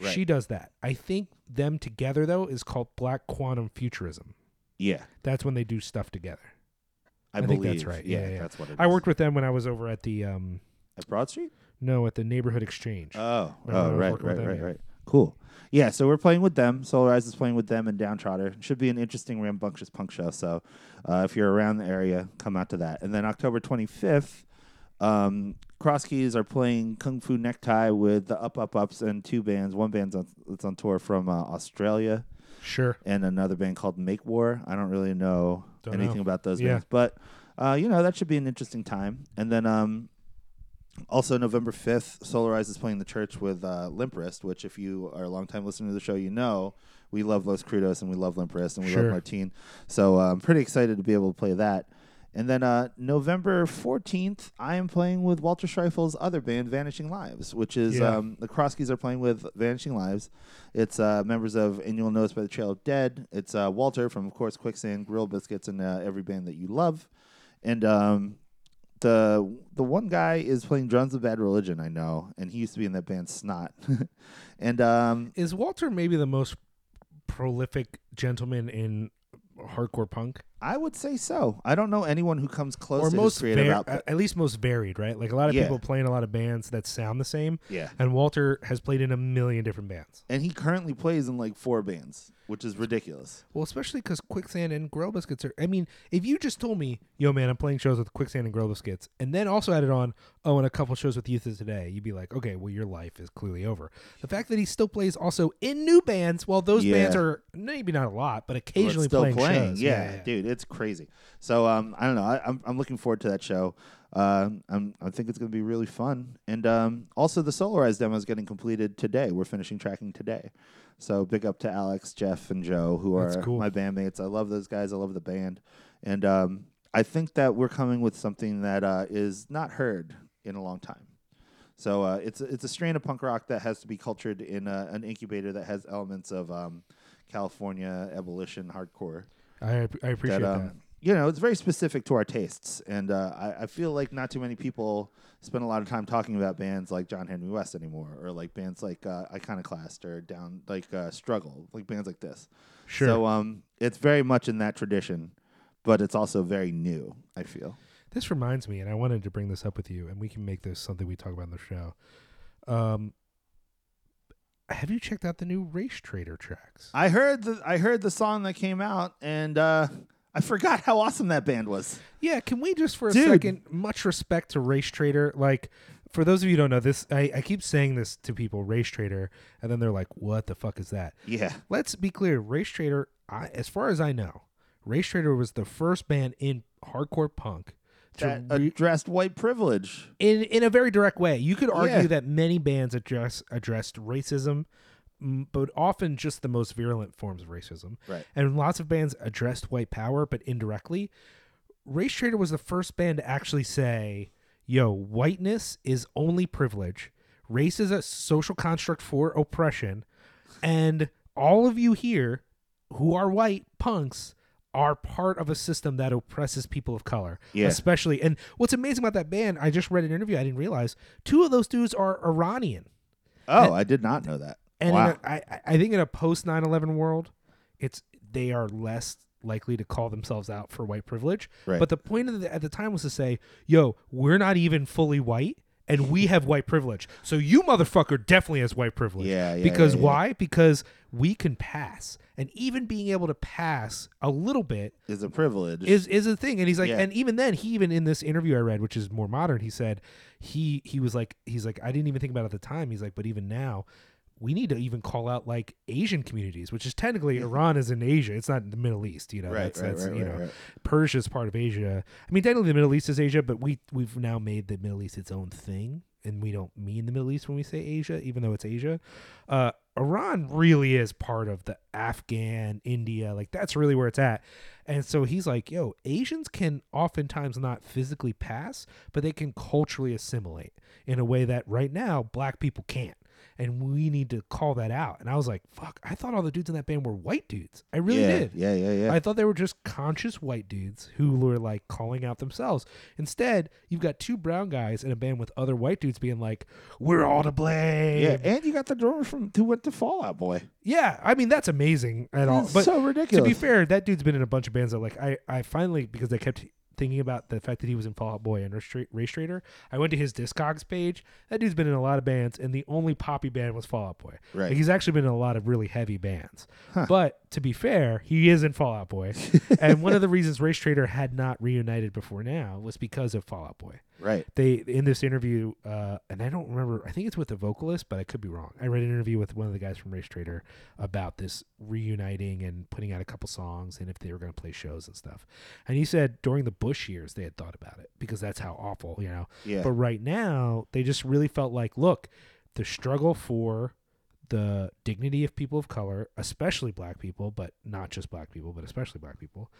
Speaker 1: Right.
Speaker 2: She does that. I think them together though is called Black Quantum Futurism.
Speaker 1: Yeah,
Speaker 2: That's when they do stuff together.
Speaker 1: I,
Speaker 2: I think
Speaker 1: believe.
Speaker 2: that's right. Yeah, yeah.
Speaker 1: that's what it is.
Speaker 2: I worked with them when I was over at the um,
Speaker 1: at Broad Street.
Speaker 2: no at the neighborhood exchange.
Speaker 1: Oh,
Speaker 2: Remember I
Speaker 1: oh,
Speaker 2: was
Speaker 1: right,
Speaker 2: working with
Speaker 1: right,
Speaker 2: them,
Speaker 1: right,
Speaker 2: yeah.
Speaker 1: right. Cool. Yeah, so we're playing with them. Solarize is playing with them and Downtrotter. Should be an interesting, rambunctious punk show. So uh, if you're around the area, come out to that. And then October 25th, um, Cross Keys are playing Kung Fu Necktie with the Up Up Ups and two bands. One band's on, that's on tour from uh, Australia
Speaker 2: sure.
Speaker 1: and another band called Make War. I don't really know
Speaker 2: Don't
Speaker 1: anything
Speaker 2: know.
Speaker 1: about those
Speaker 2: Yeah.
Speaker 1: bands, but uh, you know that should be an interesting time. And then um, also November fifth, Solarize is playing the church with uh, Limp Wrist, which if you are a long time listener to the show, you know we love Los Crudos and we love Limp Wrist and we
Speaker 2: Sure.
Speaker 1: love Martine. So uh, I'm pretty excited to be able to play that. And then uh, November 14th, I am playing with Walter Schreifel's other band, Vanishing Lives, which is
Speaker 2: Yeah.
Speaker 1: um, the Kroskis are playing with Vanishing Lives. It's uh, members of And You'll Notice by the Trail of Dead. It's uh, Walter from, of course, Quicksand, Grill Biscuits, and uh, every band that you love. And um, the the one guy is playing drums of Bad Religion, I know, and he used to be in that band Snot. *laughs* and um,
Speaker 2: Is Walter maybe the most prolific gentleman in hardcore punk?
Speaker 1: I would say so. I don't know anyone who comes close
Speaker 2: or
Speaker 1: to
Speaker 2: most uh,
Speaker 1: his creative
Speaker 2: var-
Speaker 1: output.
Speaker 2: at- at least most varied, right? Like a lot of
Speaker 1: Yeah.
Speaker 2: people play in a lot of bands that sound the same.
Speaker 1: Yeah.
Speaker 2: And Walter has played in a million different bands.
Speaker 1: and he currently plays in like four bands, which is ridiculous.
Speaker 2: Well, especially because Quicksand and Grill Biscuits are. I mean, if you just told me, yo, man, I'm playing shows with Quicksand and Grill Biscuits, and then also added on, oh, and a couple shows with Youth is Today, you'd be like, okay, well, your life is clearly over. The fact that he still plays also in new bands, while those
Speaker 1: Yeah.
Speaker 2: bands are maybe not a lot, but
Speaker 1: But
Speaker 2: occasionally
Speaker 1: still
Speaker 2: playing,
Speaker 1: playing,
Speaker 2: shows.
Speaker 1: Yeah, dude, it's crazy. So um, I don't know. I, I'm I'm looking forward to that show. Um, I'm I think it's gonna be really fun. And um, also the Solarized demo is getting completed today. We're finishing tracking today. So big up to Alex, Jeff, and Joe, who
Speaker 2: That's
Speaker 1: are
Speaker 2: cool.
Speaker 1: my bandmates. I love those guys. I love the band. And um, I think that we're coming with something that uh, is not heard in a long time. So uh, it's it's a strain of punk rock that has to be cultured in uh an incubator that has elements of um, California abolition hardcore.
Speaker 2: I, I
Speaker 1: that,
Speaker 2: appreciate that.
Speaker 1: um, you know, it's very specific to our tastes, and uh, I, I feel like not too many people spend a lot of time talking about bands like John Henry West anymore, or like bands like uh, Iconoclast or Down like uh, Struggle, like bands like this.
Speaker 2: Sure.
Speaker 1: So um, it's very much in that tradition, but it's also very new. I feel.
Speaker 2: This reminds me, and I wanted to bring this up with you, and we can make this something we talk about in the show. Um, have you checked out the new Race Trader tracks?
Speaker 1: I heard the I heard the song that came out, and uh, I forgot how awesome that band was.
Speaker 2: Yeah, can we just for a
Speaker 1: Dude.
Speaker 2: second, much respect to Race Trader. Like, for those of you who don't know this, I, I keep saying this to people, Race Trader, and then they're like, what the fuck is that?
Speaker 1: Yeah,
Speaker 2: Let's be clear, Race Trader, I, as far as I know, Race Trader was the first band in hardcore punk to
Speaker 1: that uh,
Speaker 2: re-
Speaker 1: addressed white privilege.
Speaker 2: in in a very direct way. You could argue
Speaker 1: Yeah.
Speaker 2: that many bands address addressed racism, m- but often just the most virulent forms of racism.
Speaker 1: Right.
Speaker 2: And lots of bands addressed white power, but indirectly. Race Trader was the first band to actually say, "Yo, whiteness is only privilege. Race is a social construct for oppression, and all of you here who are white punks." Are part of a system that oppresses people of color,
Speaker 1: Yeah.
Speaker 2: especially. And what's amazing about that band, I just read an interview. I didn't realize two of those dudes are Iranian.
Speaker 1: Oh, I did not know that.
Speaker 2: And
Speaker 1: wow.
Speaker 2: in a, I, I- I think in a post 9/11 world, it's they are less likely to call themselves out for white privilege.
Speaker 1: Right.
Speaker 2: But the point of the, at the time was to say, "Yo, we're not even fully white." And we have white privilege, so you motherfucker definitely has white privilege.
Speaker 1: Yeah, yeah,
Speaker 2: Because
Speaker 1: yeah, yeah.
Speaker 2: why? Because we can pass, and even being able to pass a little bit
Speaker 1: is a privilege.
Speaker 2: is is a thing and he's like
Speaker 1: Yeah.
Speaker 2: and even then he even in this interview i read which is more modern he said he he was like he's like i didn't even think about it at the time he's like but even now we need to even call out like asian communities which is technically iran is in asia it's not in the middle east you know
Speaker 1: Mm-hmm. Right,
Speaker 2: that's,
Speaker 1: right,
Speaker 2: that's
Speaker 1: right,
Speaker 2: you
Speaker 1: right,
Speaker 2: know
Speaker 1: right.
Speaker 2: persia is part of asia i mean technically the middle east is asia but we we've now made the middle east its own thing and we don't mean the middle east when we say asia even though it's asia uh Iran really is part of the Afghan, India, like that's really where it's at. And so he's like, yo, Asians can oftentimes not physically pass, but they can culturally assimilate in a way that right now black people can't. And we need to call that out. And I was like, fuck, I thought all the dudes in that band were white dudes. I really
Speaker 1: yeah,
Speaker 2: did.
Speaker 1: Yeah, yeah, yeah.
Speaker 2: I thought they were just conscious white dudes who were like calling out themselves. Instead, you've got two brown guys in a band with other white dudes being like, we're all to blame.
Speaker 1: yeah, and you got the drummer from who went to Fallout Boy.
Speaker 2: Yeah, I mean that's amazing at all.
Speaker 1: It's
Speaker 2: But
Speaker 1: so
Speaker 2: to
Speaker 1: ridiculous.
Speaker 2: be fair, that dude's been in a bunch of bands that like I, I finally because I kept thinking about the fact that he was in Fallout Boy and Race Tra- Race Trader. I went to his Discogs page. That dude's been in a lot of bands, and the only poppy band was Fallout Boy.
Speaker 1: Right.
Speaker 2: Like, he's actually been in a lot of really heavy bands. But to be fair, he is in Fallout Boy, and one of the reasons Race Trader had not reunited before now was because of Fallout Boy
Speaker 1: right.
Speaker 2: they in this interview uh, and i don't remember i think it's with the vocalist but i could be wrong i read an interview with one of the guys from race trader about this reuniting and putting out a couple songs and if they were going to play shows and stuff and he said during the bush years they had thought about it because that's how awful you know
Speaker 1: Yeah.
Speaker 2: *laughs* but right now they just really felt like look the struggle for the dignity of people of color especially black people but not just black people but especially black people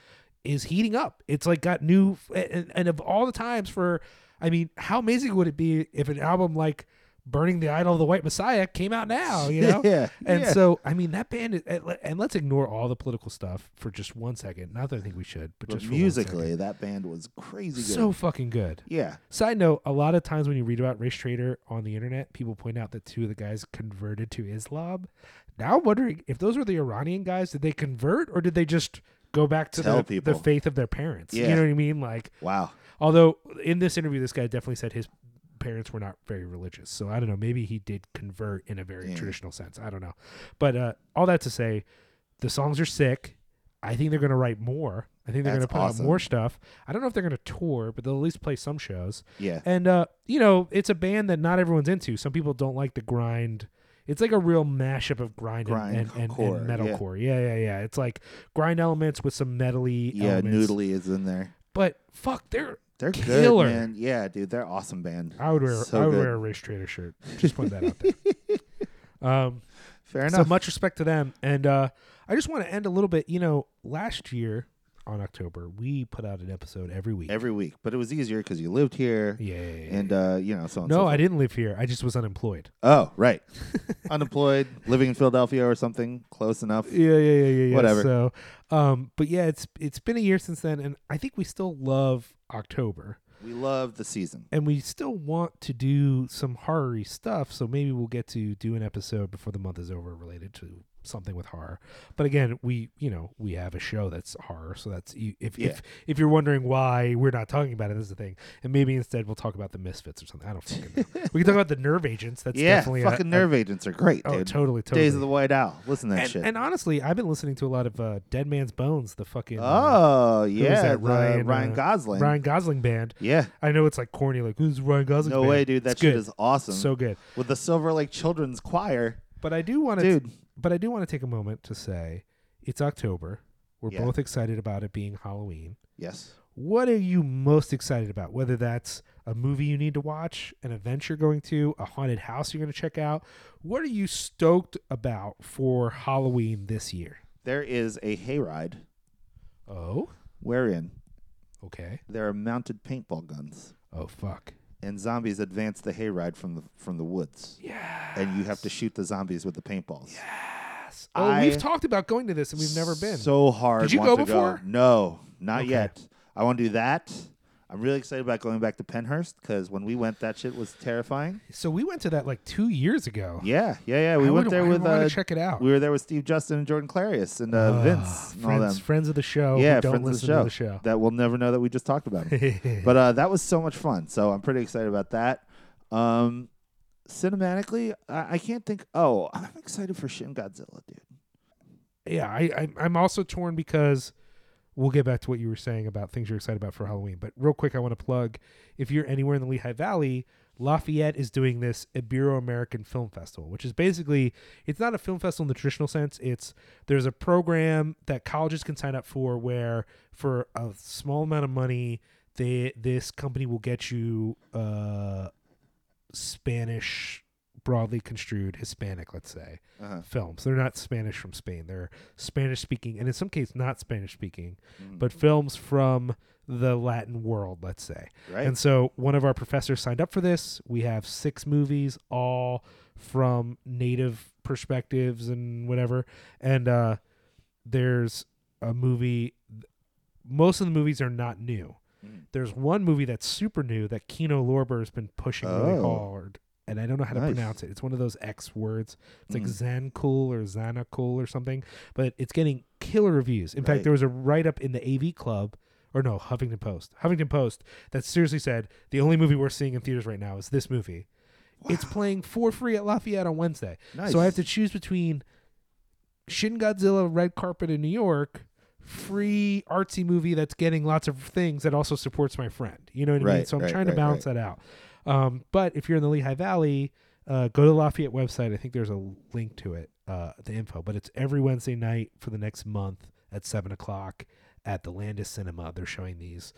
Speaker 2: is heating up it's like got new and, and of all the times for i mean how amazing would it be if an album like burning the idol of the white messiah came out
Speaker 1: *laughs*
Speaker 2: now you know
Speaker 1: yeah.
Speaker 2: and
Speaker 1: yeah.
Speaker 2: so i mean that band is, and le- and let's ignore all the political stuff for just one second not that i think we should but
Speaker 1: But
Speaker 2: just for one second.
Speaker 1: musically, that band was crazy good.
Speaker 2: so fucking good
Speaker 1: yeah,
Speaker 2: Side note: A lot of times when you read about race trader on the internet, people point out that two of the guys converted to Islam. Now I'm wondering if those were the Iranian guys. Did they convert or did they just go back to
Speaker 1: Tell
Speaker 2: the,
Speaker 1: people.
Speaker 2: the faith of their parents? You
Speaker 1: Yeah.
Speaker 2: know what I mean? Like,
Speaker 1: wow.
Speaker 2: although in this interview, this guy definitely said his parents were not very religious. So I don't know. Maybe he did convert in a very
Speaker 1: Yeah.
Speaker 2: traditional sense. I don't know. But uh, all that to say, the songs are sick. I think they're going to write more. I think they're going
Speaker 1: That's
Speaker 2: to put
Speaker 1: awesome.
Speaker 2: out more stuff. I don't know if they're going to tour, but they'll at least play some shows.
Speaker 1: Yeah,
Speaker 2: And uh, you know, it's a band that not everyone's into. Some people don't like the grind. It's like a real mashup of grind, and-
Speaker 1: Grind
Speaker 2: and, and, and,
Speaker 1: core, yeah.
Speaker 2: metalcore. Yeah. yeah, yeah, It's like grind elements with some metally
Speaker 1: yeah.
Speaker 2: elements.
Speaker 1: Noodly is in there.
Speaker 2: But fuck, they're
Speaker 1: They're
Speaker 2: Killer.
Speaker 1: good, man. Yeah, dude, they're awesome band.
Speaker 2: I would wear
Speaker 1: So
Speaker 2: I would
Speaker 1: good.
Speaker 2: wear a race trader shirt. Just put that out there.
Speaker 1: *laughs*
Speaker 2: um,
Speaker 1: Fair
Speaker 2: so
Speaker 1: enough.
Speaker 2: much respect to them. And uh, I just want to end a little bit. You know, last year on October, we put out an episode every week.
Speaker 1: every week, but it was easier because you lived here,
Speaker 2: yeah. yeah, yeah, yeah.
Speaker 1: and uh, you know, so on. and so
Speaker 2: no,
Speaker 1: forth.
Speaker 2: I didn't live here. I just was unemployed.
Speaker 1: Oh,
Speaker 2: *laughs*
Speaker 1: right, unemployed, living in Philadelphia or something close enough.
Speaker 2: Yeah, yeah, yeah, yeah. yeah.
Speaker 1: Whatever.
Speaker 2: So, um, but yeah, it's it's been a year since then, and I think we still love October,
Speaker 1: We love the season.
Speaker 2: and we still want to do some horror stuff. So maybe we'll get to do an episode before the month is over related to something with horror. But again, we you know we have a show that's horror, so that's you- if
Speaker 1: Yeah.
Speaker 2: if if you're wondering why we're not talking about it, this is the thing. And maybe instead we'll talk about the Misfits or something. I don't fucking
Speaker 1: *laughs*
Speaker 2: know. we can talk about the Nerve Agents. That's
Speaker 1: yeah,
Speaker 2: definitely a-
Speaker 1: fucking
Speaker 2: a-
Speaker 1: nerve agents are great,
Speaker 2: Oh,
Speaker 1: dude.
Speaker 2: totally, totally.
Speaker 1: Days of the White Owl. Listen to that
Speaker 2: and,
Speaker 1: shit.
Speaker 2: and honestly, I've been listening to a lot of uh, Dead Man's Bones, the fucking uh,
Speaker 1: oh yeah,
Speaker 2: that?
Speaker 1: the
Speaker 2: Ryan,
Speaker 1: Ryan,
Speaker 2: uh,
Speaker 1: Gosling.
Speaker 2: Ryan Gosling band.
Speaker 1: yeah,
Speaker 2: I know it's like corny, like who's Ryan Gosling?
Speaker 1: no
Speaker 2: band?
Speaker 1: way, dude. That
Speaker 2: It's
Speaker 1: shit
Speaker 2: good.
Speaker 1: is awesome.
Speaker 2: so good.
Speaker 1: with the Silver Lake Children's Choir,
Speaker 2: But I do want to,
Speaker 1: dude.
Speaker 2: but I do want to take a moment to say it's October. We're
Speaker 1: Yeah.
Speaker 2: both excited about it being Halloween.
Speaker 1: Yes.
Speaker 2: What are you most excited about? Whether that's a movie you need to watch, an event you're going to, a haunted house you're going to check out. What are you stoked about for Halloween this year?
Speaker 1: There is a hayride
Speaker 2: Oh,
Speaker 1: wherein
Speaker 2: okay.
Speaker 1: there are mounted paintball guns
Speaker 2: Oh, fuck.
Speaker 1: and zombies advance the hayride from the from the woods.
Speaker 2: Yeah.
Speaker 1: And you have to shoot the zombies with the paintballs. Yeah,
Speaker 2: Yes. Oh, we've
Speaker 1: I-
Speaker 2: talked about going to this and we've never been.
Speaker 1: So hard.
Speaker 2: Did you
Speaker 1: want
Speaker 2: go
Speaker 1: to
Speaker 2: before?
Speaker 1: No, not
Speaker 2: Okay.
Speaker 1: yet. I want to do that. I'm really excited about going back to Penhurst because when we went, that shit was terrifying.
Speaker 2: so we went to that like two years ago.
Speaker 1: Yeah, yeah, yeah. We
Speaker 2: I
Speaker 1: went
Speaker 2: would-
Speaker 1: there
Speaker 2: I
Speaker 1: with
Speaker 2: wanna
Speaker 1: uh,
Speaker 2: check it out.
Speaker 1: we were there with Steve Justin and Jordan Clarius and uh,
Speaker 2: Ah,
Speaker 1: Vince and all
Speaker 2: friends,
Speaker 1: them.
Speaker 2: friends of the show. who
Speaker 1: yeah,
Speaker 2: don't
Speaker 1: friends
Speaker 2: listen
Speaker 1: of
Speaker 2: to
Speaker 1: the
Speaker 2: the
Speaker 1: show.
Speaker 2: show.
Speaker 1: That we'll never know that we just talked about. 'em.
Speaker 2: *laughs*
Speaker 1: but uh, that was so much fun. So I'm pretty excited about that. Um, cinematically, I, I can't think. Oh, I'm excited for Shin Godzilla, dude.
Speaker 2: yeah, I, I I'm also torn because we'll get back to what you were saying about things you're excited about for Halloween. But real quick, I want to plug if you're anywhere in the Lehigh Valley, Lafayette is doing this Ibero American Film Festival, which is basically it's not a film festival in the traditional sense. It's there's a program that colleges can sign up for where for a small amount of money, they this company will get you uh Spanish broadly construed Hispanic, let's say
Speaker 1: Uh-huh.
Speaker 2: films. They're not Spanish from Spain. They're Spanish speaking, and in some cases, not Spanish speaking,
Speaker 1: Mm,
Speaker 2: but films from the Latin world, let's say.
Speaker 1: Right.
Speaker 2: And so one of our professors signed up for this. We have six movies, all from native perspectives and whatever. And uh, there's a movie, most of the movies are not new.
Speaker 1: Mm.
Speaker 2: There's one movie that's super new that Kino Lorber has been pushing really
Speaker 1: Oh.
Speaker 2: hard. And I don't know how to
Speaker 1: Nice.
Speaker 2: pronounce it. It's one of those X words. It's like
Speaker 1: Mm.
Speaker 2: Zancool or Xanacol or something, but it's getting killer reviews. In fact,
Speaker 1: Right.
Speaker 2: there was a write up in the AV Club, or no, Huffington Post, Huffington Post, that seriously said the only movie we're seeing in theaters right now is this movie. It's playing for free at Lafayette on Wednesday.
Speaker 1: Nice.
Speaker 2: So I have to choose between Shin Godzilla Red Carpet in New York, free artsy movie that's getting lots of things that also supports my friend. You know what I mean?
Speaker 1: Right,
Speaker 2: So I'm
Speaker 1: right,
Speaker 2: trying to
Speaker 1: right,
Speaker 2: balance that out. Um, but if you're in the Lehigh Valley, uh, go to the Lafayette website. I think there's a link to it, uh, the info. But it's every Wednesday night for the next month at seven o'clock at the Landis Cinema. They're showing these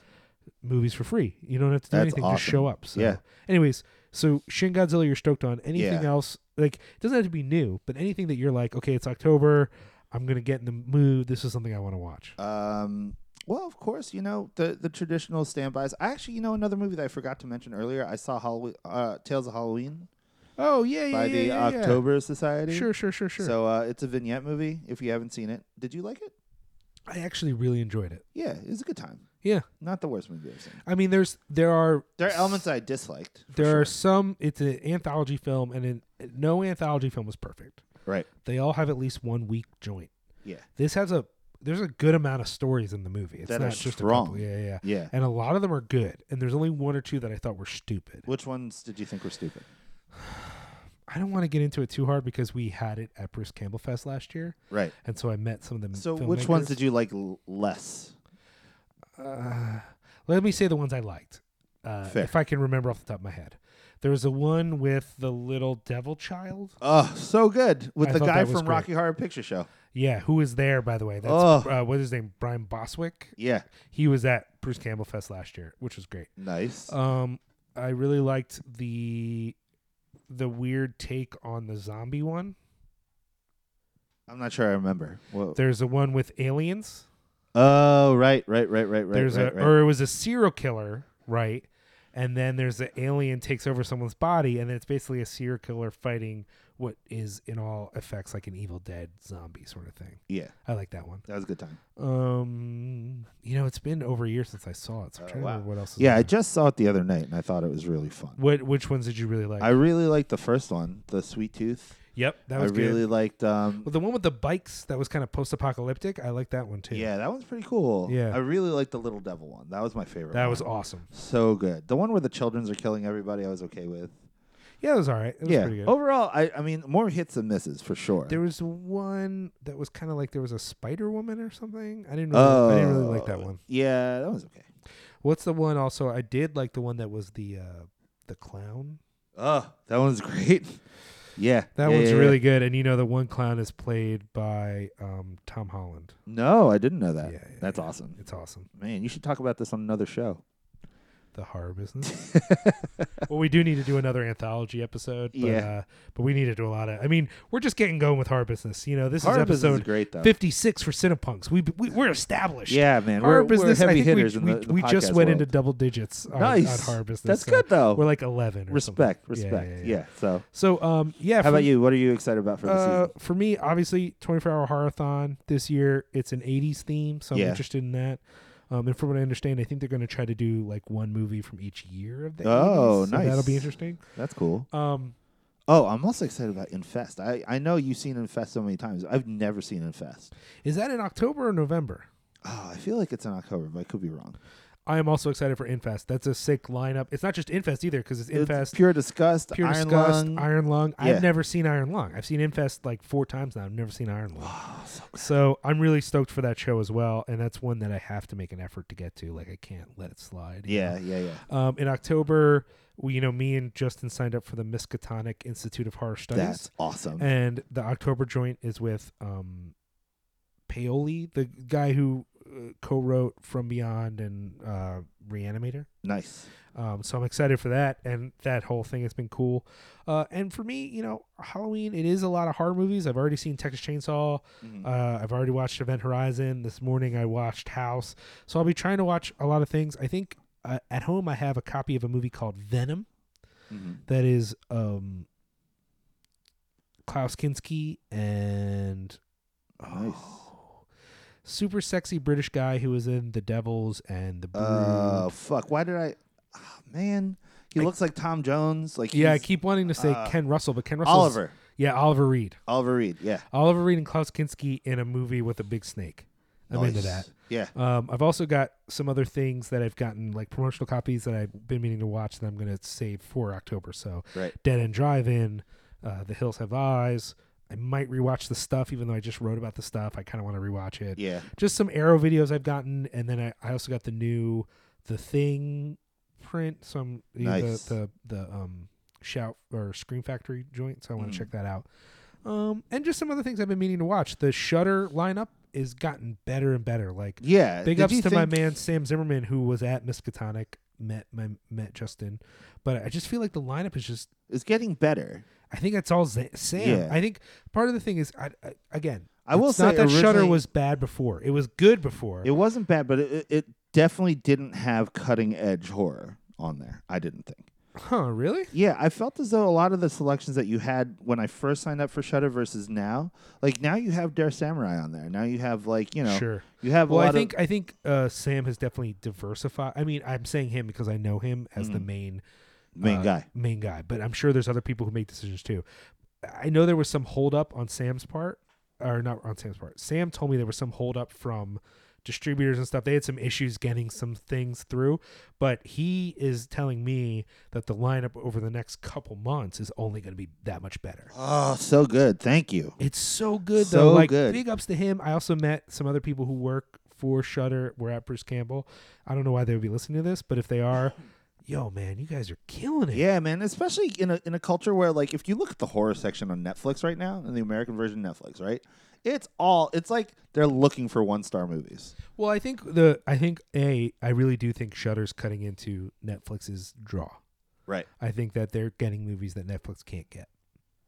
Speaker 2: movies for free. You don't have to do
Speaker 1: That's
Speaker 2: anything; just
Speaker 1: awesome.
Speaker 2: show up. So,
Speaker 1: Yeah.
Speaker 2: anyways, so Shin Godzilla, you're stoked on. Anything
Speaker 1: Yeah.
Speaker 2: else? Like, it doesn't have to be new, but anything that you're like, okay, it's October. I'm gonna get in the mood. This is something I want to watch.
Speaker 1: Um, well, of course, you know the the traditional standbys. I actually, you know, another movie that I forgot to mention earlier. I saw Halloween, uh, Tales of Halloween
Speaker 2: Oh yeah, yeah,
Speaker 1: by
Speaker 2: yeah,
Speaker 1: the
Speaker 2: yeah, yeah.
Speaker 1: October Society.
Speaker 2: Sure, sure, sure, sure.
Speaker 1: So uh, it's a vignette movie. If you haven't seen it, did you like it?
Speaker 2: I actually really enjoyed it.
Speaker 1: Yeah, it was a good time.
Speaker 2: Yeah,
Speaker 1: Not the worst movie I've seen.
Speaker 2: I mean, there's there are
Speaker 1: There are elements I disliked. for
Speaker 2: there
Speaker 1: sure.
Speaker 2: are some. It's an anthology film, and in, no anthology film is perfect.
Speaker 1: right.
Speaker 2: They all have at least one weak joint.
Speaker 1: Yeah.
Speaker 2: This has a there's a good amount of stories in the movie. It's
Speaker 1: That are
Speaker 2: not just a couple.
Speaker 1: strong.
Speaker 2: Yeah, yeah, yeah.
Speaker 1: Yeah.
Speaker 2: And a lot of them are good, and there's only one or two that I thought were stupid.
Speaker 1: Which ones did you think were stupid?
Speaker 2: I don't want to get into it too hard because we had it at Bruce Campbell Fest last year,
Speaker 1: Right.
Speaker 2: and so I met some of them.
Speaker 1: So which ones did you like l- less?
Speaker 2: Uh, let me say the ones I liked, uh,
Speaker 1: Fair.
Speaker 2: if I can remember off the top of my head. There was the one with the little devil child.
Speaker 1: Oh, so good with
Speaker 2: I
Speaker 1: the
Speaker 2: thought
Speaker 1: guy
Speaker 2: that was
Speaker 1: from
Speaker 2: great.
Speaker 1: Rocky Horror Picture Show.
Speaker 2: Yeah, who was there by the way? That's
Speaker 1: Ugh.
Speaker 2: uh, what is his name? Brian Boswick.
Speaker 1: Yeah,
Speaker 2: He was at Bruce Campbell Fest last year, which was great.
Speaker 1: nice.
Speaker 2: Um, I really liked the the weird take on the zombie one.
Speaker 1: I'm not sure I remember. Well,
Speaker 2: There's the one with aliens.
Speaker 1: Oh, right, right, right, right, right.
Speaker 2: there's
Speaker 1: right,
Speaker 2: a
Speaker 1: right.
Speaker 2: or it was a serial killer, right? And then there's an alien takes over someone's body, and then it's basically a serial killer fighting what is in all effects like an Evil Dead zombie sort of thing.
Speaker 1: yeah,
Speaker 2: I like that one.
Speaker 1: that was a good time.
Speaker 2: Um, you know, it's been over a year since I saw it. So
Speaker 1: Oh,
Speaker 2: I'm trying to
Speaker 1: wow.
Speaker 2: remember what else. Is
Speaker 1: Yeah,
Speaker 2: on
Speaker 1: I
Speaker 2: there.
Speaker 1: just saw it the other night and I thought it was really fun.
Speaker 2: what which ones did you really like?
Speaker 1: I really liked the first one, the Sweet Tooth.
Speaker 2: yep, that
Speaker 1: I
Speaker 2: was good.
Speaker 1: really liked. Um,
Speaker 2: Well, the one with the bikes that was kind of post-apocalyptic. I like that one too.
Speaker 1: yeah, that one's pretty cool.
Speaker 2: Yeah.
Speaker 1: I really liked the Little Devil one. That was my favorite.
Speaker 2: that was
Speaker 1: one.
Speaker 2: awesome.
Speaker 1: so good. The one where the childrens are killing everybody, I was okay with.
Speaker 2: Yeah, it was all right. It was
Speaker 1: yeah,
Speaker 2: pretty good.
Speaker 1: overall, I, I mean, more hits than misses for sure.
Speaker 2: There was one that was kind of like there was a Spider Woman or something. I didn't. Really, I didn't really like that
Speaker 1: Oh,
Speaker 2: one.
Speaker 1: Yeah, that was okay.
Speaker 2: What's the one also? I did like the one that was the uh the clown.
Speaker 1: Oh, that one's *laughs* great. Yeah,
Speaker 2: That
Speaker 1: yeah,
Speaker 2: one's
Speaker 1: yeah, yeah.
Speaker 2: really good. And you know, the one clown is played by um Tom Holland.
Speaker 1: No, I didn't know that.
Speaker 2: Yeah, yeah,
Speaker 1: That's
Speaker 2: yeah.
Speaker 1: awesome.
Speaker 2: It's awesome.
Speaker 1: Man, you should talk about this on another show.
Speaker 2: The horror
Speaker 1: *laughs*
Speaker 2: business. well, we do need to do another anthology episode. But,
Speaker 1: Yeah.
Speaker 2: Uh, but we need to do a lot of. I mean, we're just getting going with horror business. You know, this
Speaker 1: Horror
Speaker 2: is
Speaker 1: business
Speaker 2: episode
Speaker 1: is great though.
Speaker 2: fifty six for Cinepunks. We, we we're established.
Speaker 1: Yeah, man,
Speaker 2: horror
Speaker 1: we're,
Speaker 2: business.
Speaker 1: we're
Speaker 2: I
Speaker 1: heavy
Speaker 2: think we-
Speaker 1: hitters in
Speaker 2: we,
Speaker 1: the, the
Speaker 2: we just
Speaker 1: podcast
Speaker 2: went
Speaker 1: world.
Speaker 2: into double digits on,
Speaker 1: nice.
Speaker 2: on horror business.
Speaker 1: That's
Speaker 2: so
Speaker 1: good though.
Speaker 2: uh, We're like eleven. Or something.
Speaker 1: respect, respect.
Speaker 2: Yeah,
Speaker 1: Yeah,
Speaker 2: yeah,
Speaker 1: So,
Speaker 2: So um yeah.
Speaker 1: how
Speaker 2: for,
Speaker 1: about you? What are you excited about for the
Speaker 2: Uh,
Speaker 1: season?
Speaker 2: for me, obviously, twenty four hour horrorthon this year. It's an eighties theme, so I'm
Speaker 1: Yeah.
Speaker 2: interested in that. Um, and from what I understand, I think they're going to try to do like one movie from each year of the.
Speaker 1: Oh,
Speaker 2: 80s, so That'll be
Speaker 1: nice.
Speaker 2: interesting.
Speaker 1: That's cool.
Speaker 2: Um,
Speaker 1: Oh, I'm also excited about Infest. I I know you've seen Infest so many times. I've never seen Infest.
Speaker 2: is that in October or November?
Speaker 1: Oh, I feel like it's in October, but I could be wrong.
Speaker 2: I am also excited for Infest. That's a sick lineup. It's not just Infest either, because it's Infest,
Speaker 1: It's pure disgust.
Speaker 2: Pure
Speaker 1: Iron
Speaker 2: Disgust,
Speaker 1: Lung.
Speaker 2: Iron Lung.
Speaker 1: Yeah.
Speaker 2: I've never seen Iron Lung. I've seen Infest like four times now. I've never seen Iron Lung.
Speaker 1: Oh,
Speaker 2: so I'm really stoked for that show as well, and that's one that I have to make an effort to get to. Like I can't let it slide. you
Speaker 1: yeah, yeah, yeah.
Speaker 2: know? Um, in October, we, you know, me and Justin signed up for the Miskatonic Institute of Horror Studies,
Speaker 1: That's awesome.
Speaker 2: and the October joint is with um, Paoli, the guy who uh, co-wrote From Beyond and uh, Reanimator.
Speaker 1: nice.
Speaker 2: Um, so I'm excited for that, and that whole thing has been cool. Uh, and for me, you know, Halloween it is a lot of horror movies. I've already seen Texas Chainsaw.
Speaker 1: Mhm.
Speaker 2: Uh, I've already watched Event Horizon. This morning I watched House. So I'll be trying to watch a lot of things. I think uh, at home I have a copy of a movie called Venom
Speaker 1: Mhm.
Speaker 2: that is um, Klaus Kinski and
Speaker 1: Nice.
Speaker 2: oh, super sexy British guy who was in The Devils and The Brood.
Speaker 1: Oh fuck! Why did I? Ah, man, he
Speaker 2: I-
Speaker 1: looks like Tom Jones. Like
Speaker 2: Yeah, I
Speaker 1: he's-
Speaker 2: keep wanting to say
Speaker 1: uh,
Speaker 2: Ken Russell, but Ken Russell.
Speaker 1: Oliver,
Speaker 2: Yeah, Oliver Reed.
Speaker 1: Oliver Reed. Yeah,
Speaker 2: Oliver Reed and Klaus Kinski in a movie with a big snake. I'm into
Speaker 1: Nice.
Speaker 2: that.
Speaker 1: Yeah,
Speaker 2: Um, I've also got some other things that I've gotten like promotional copies that I've been meaning to watch that I'm going to save for October. So
Speaker 1: right.
Speaker 2: Dead End Drive In, uh, The Hills Have Eyes. I might rewatch the stuff, even though I just wrote about the stuff. I kind of want to rewatch it.
Speaker 1: Yeah,
Speaker 2: Just some Arrow videos I've gotten, and then I, I also got the new The Thing print. So I'm you know,
Speaker 1: Nice.
Speaker 2: the the the um shout or Scream Factory joint. So I want
Speaker 1: Mm.
Speaker 2: to check that out. Um, and just some other things I've been meaning to watch. The Shutter lineup is gotten better and better. Like
Speaker 1: yeah.
Speaker 2: Big
Speaker 1: Did
Speaker 2: ups
Speaker 1: you
Speaker 2: to my
Speaker 1: think-
Speaker 2: man Sam Zimmerman who was at Miskatonic, met my met Justin, but I just feel like the lineup is just.
Speaker 1: It's getting better.
Speaker 2: I think that's all Z- Sam.
Speaker 1: Yeah.
Speaker 2: I think part of the thing is, I, I, again,
Speaker 1: I will
Speaker 2: it's not
Speaker 1: say
Speaker 2: that Shutter
Speaker 1: originally-
Speaker 2: was bad before. It was good before.
Speaker 1: It wasn't bad, but it, it definitely didn't have cutting edge horror on there. I didn't think.
Speaker 2: huh? Really?
Speaker 1: Yeah, I felt as though a lot of the selections that you had when I first signed up for Shutter versus now, like now you have Dare Samurai on there. Now you have like you know
Speaker 2: Sure.
Speaker 1: you have
Speaker 2: Well,
Speaker 1: a lot
Speaker 2: I think
Speaker 1: of
Speaker 2: I think uh, Sam has definitely diversified. I mean, I'm saying him because I know him as the main
Speaker 1: main
Speaker 2: uh,
Speaker 1: guy.
Speaker 2: main guy. But I'm sure there's other people who make decisions too. I know there was some holdup on Sam's part, or not on Sam's part. Sam told me there was some holdup from distributors and stuff. They had some issues getting some things through, but he is telling me that the lineup over the next couple months is only going to be that much better.
Speaker 1: Oh, so good. Thank you.
Speaker 2: It's so good
Speaker 1: So
Speaker 2: though. Like
Speaker 1: good.
Speaker 2: big ups to him. I also met some other people who work for Shutter. We're at Bruce Campbell. I don't know why they would be listening to this, but if
Speaker 1: *laughs*
Speaker 2: they are, yo man, you guys are killing it.
Speaker 1: Yeah, man. Especially in a in a culture where like if you look at the horror section on Netflix right now, and the American version of Netflix, right? It's all it's like they're looking for one star movies.
Speaker 2: Well, I think the I think a I really do think Shutter's cutting into Netflix's draw.
Speaker 1: Right.
Speaker 2: I think that they're getting movies that Netflix can't get.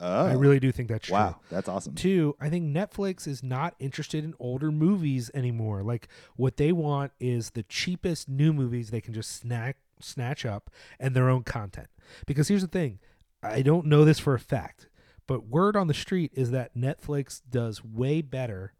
Speaker 1: Oh,
Speaker 2: I really do think that's true.
Speaker 1: wow, that's awesome.
Speaker 2: Two, I think Netflix is not interested in older movies anymore. Like what they want is the cheapest new movies they can just snack snatch up and their own content. Because here's the thing, I don't know this for a fact, but word on the street is that Netflix does way better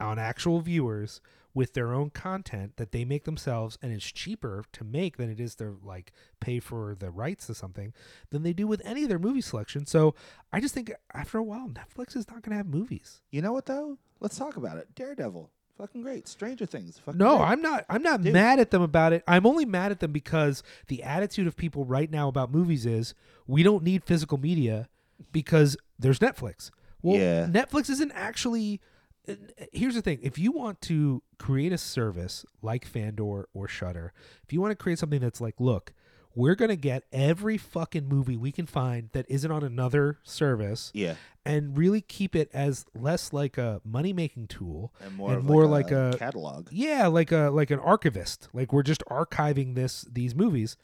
Speaker 2: on actual viewers with their own content that they make themselves and it's cheaper to make than it is to like pay for the rights to something than they do with any of their movie selection. So I just think after a while Netflix is not gonna have movies.
Speaker 1: You know what though? Let's talk about it. Daredevil, fucking great. Stranger Things, fucking
Speaker 2: No,
Speaker 1: great.
Speaker 2: I'm not. I'm not
Speaker 1: Dude.
Speaker 2: mad at them about it. I'm only mad at them because the attitude of people right now about movies is we don't need physical media because there's Netflix. Well,
Speaker 1: Yeah.
Speaker 2: Netflix isn't actually. uh, Here's the thing: if you want to create a service like Fandor or Shutter, if you want to create something that's like, look, we're gonna get every fucking movie we can find that isn't on another service,
Speaker 1: yeah,
Speaker 2: and really keep it as less like a money making tool
Speaker 1: and more
Speaker 2: and
Speaker 1: of
Speaker 2: more
Speaker 1: like,
Speaker 2: like
Speaker 1: a,
Speaker 2: a-
Speaker 1: catalog.
Speaker 2: yeah like a like an archivist like we're just archiving this these movies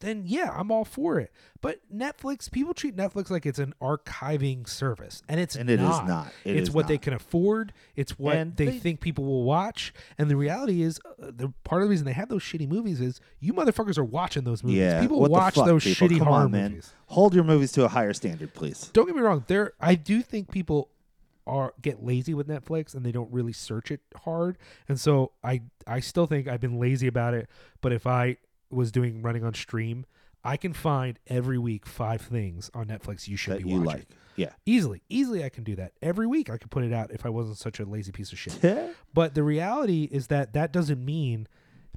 Speaker 2: then yeah i'm all for it but netflix people treat netflix like it's an archiving service and it's
Speaker 1: And it is
Speaker 2: not.
Speaker 1: not. It
Speaker 2: it's
Speaker 1: is
Speaker 2: what they
Speaker 1: not.
Speaker 2: can afford it's what
Speaker 1: And
Speaker 2: they,
Speaker 1: they-
Speaker 2: think people will watch and the reality is uh, the part of the reason they have those shitty movies is you motherfuckers are watching those movies
Speaker 1: Yeah,
Speaker 2: people
Speaker 1: what the
Speaker 2: watch
Speaker 1: fuck,
Speaker 2: those
Speaker 1: people?
Speaker 2: shitty
Speaker 1: Come
Speaker 2: horror
Speaker 1: on, man.
Speaker 2: movies
Speaker 1: Hold your movies to a higher standard, please.
Speaker 2: don't get me wrong there i do think people are get lazy with netflix and they don't really search it hard and so i i still think i've been lazy about it but if i was doing running on stream i can find every week five things on netflix you should
Speaker 1: That
Speaker 2: be
Speaker 1: you
Speaker 2: watching
Speaker 1: like,
Speaker 2: *laughs*
Speaker 1: yeah.
Speaker 2: easily easily i can do that every week i could put it out if i wasn't such a lazy piece of shit but the reality is that that doesn't mean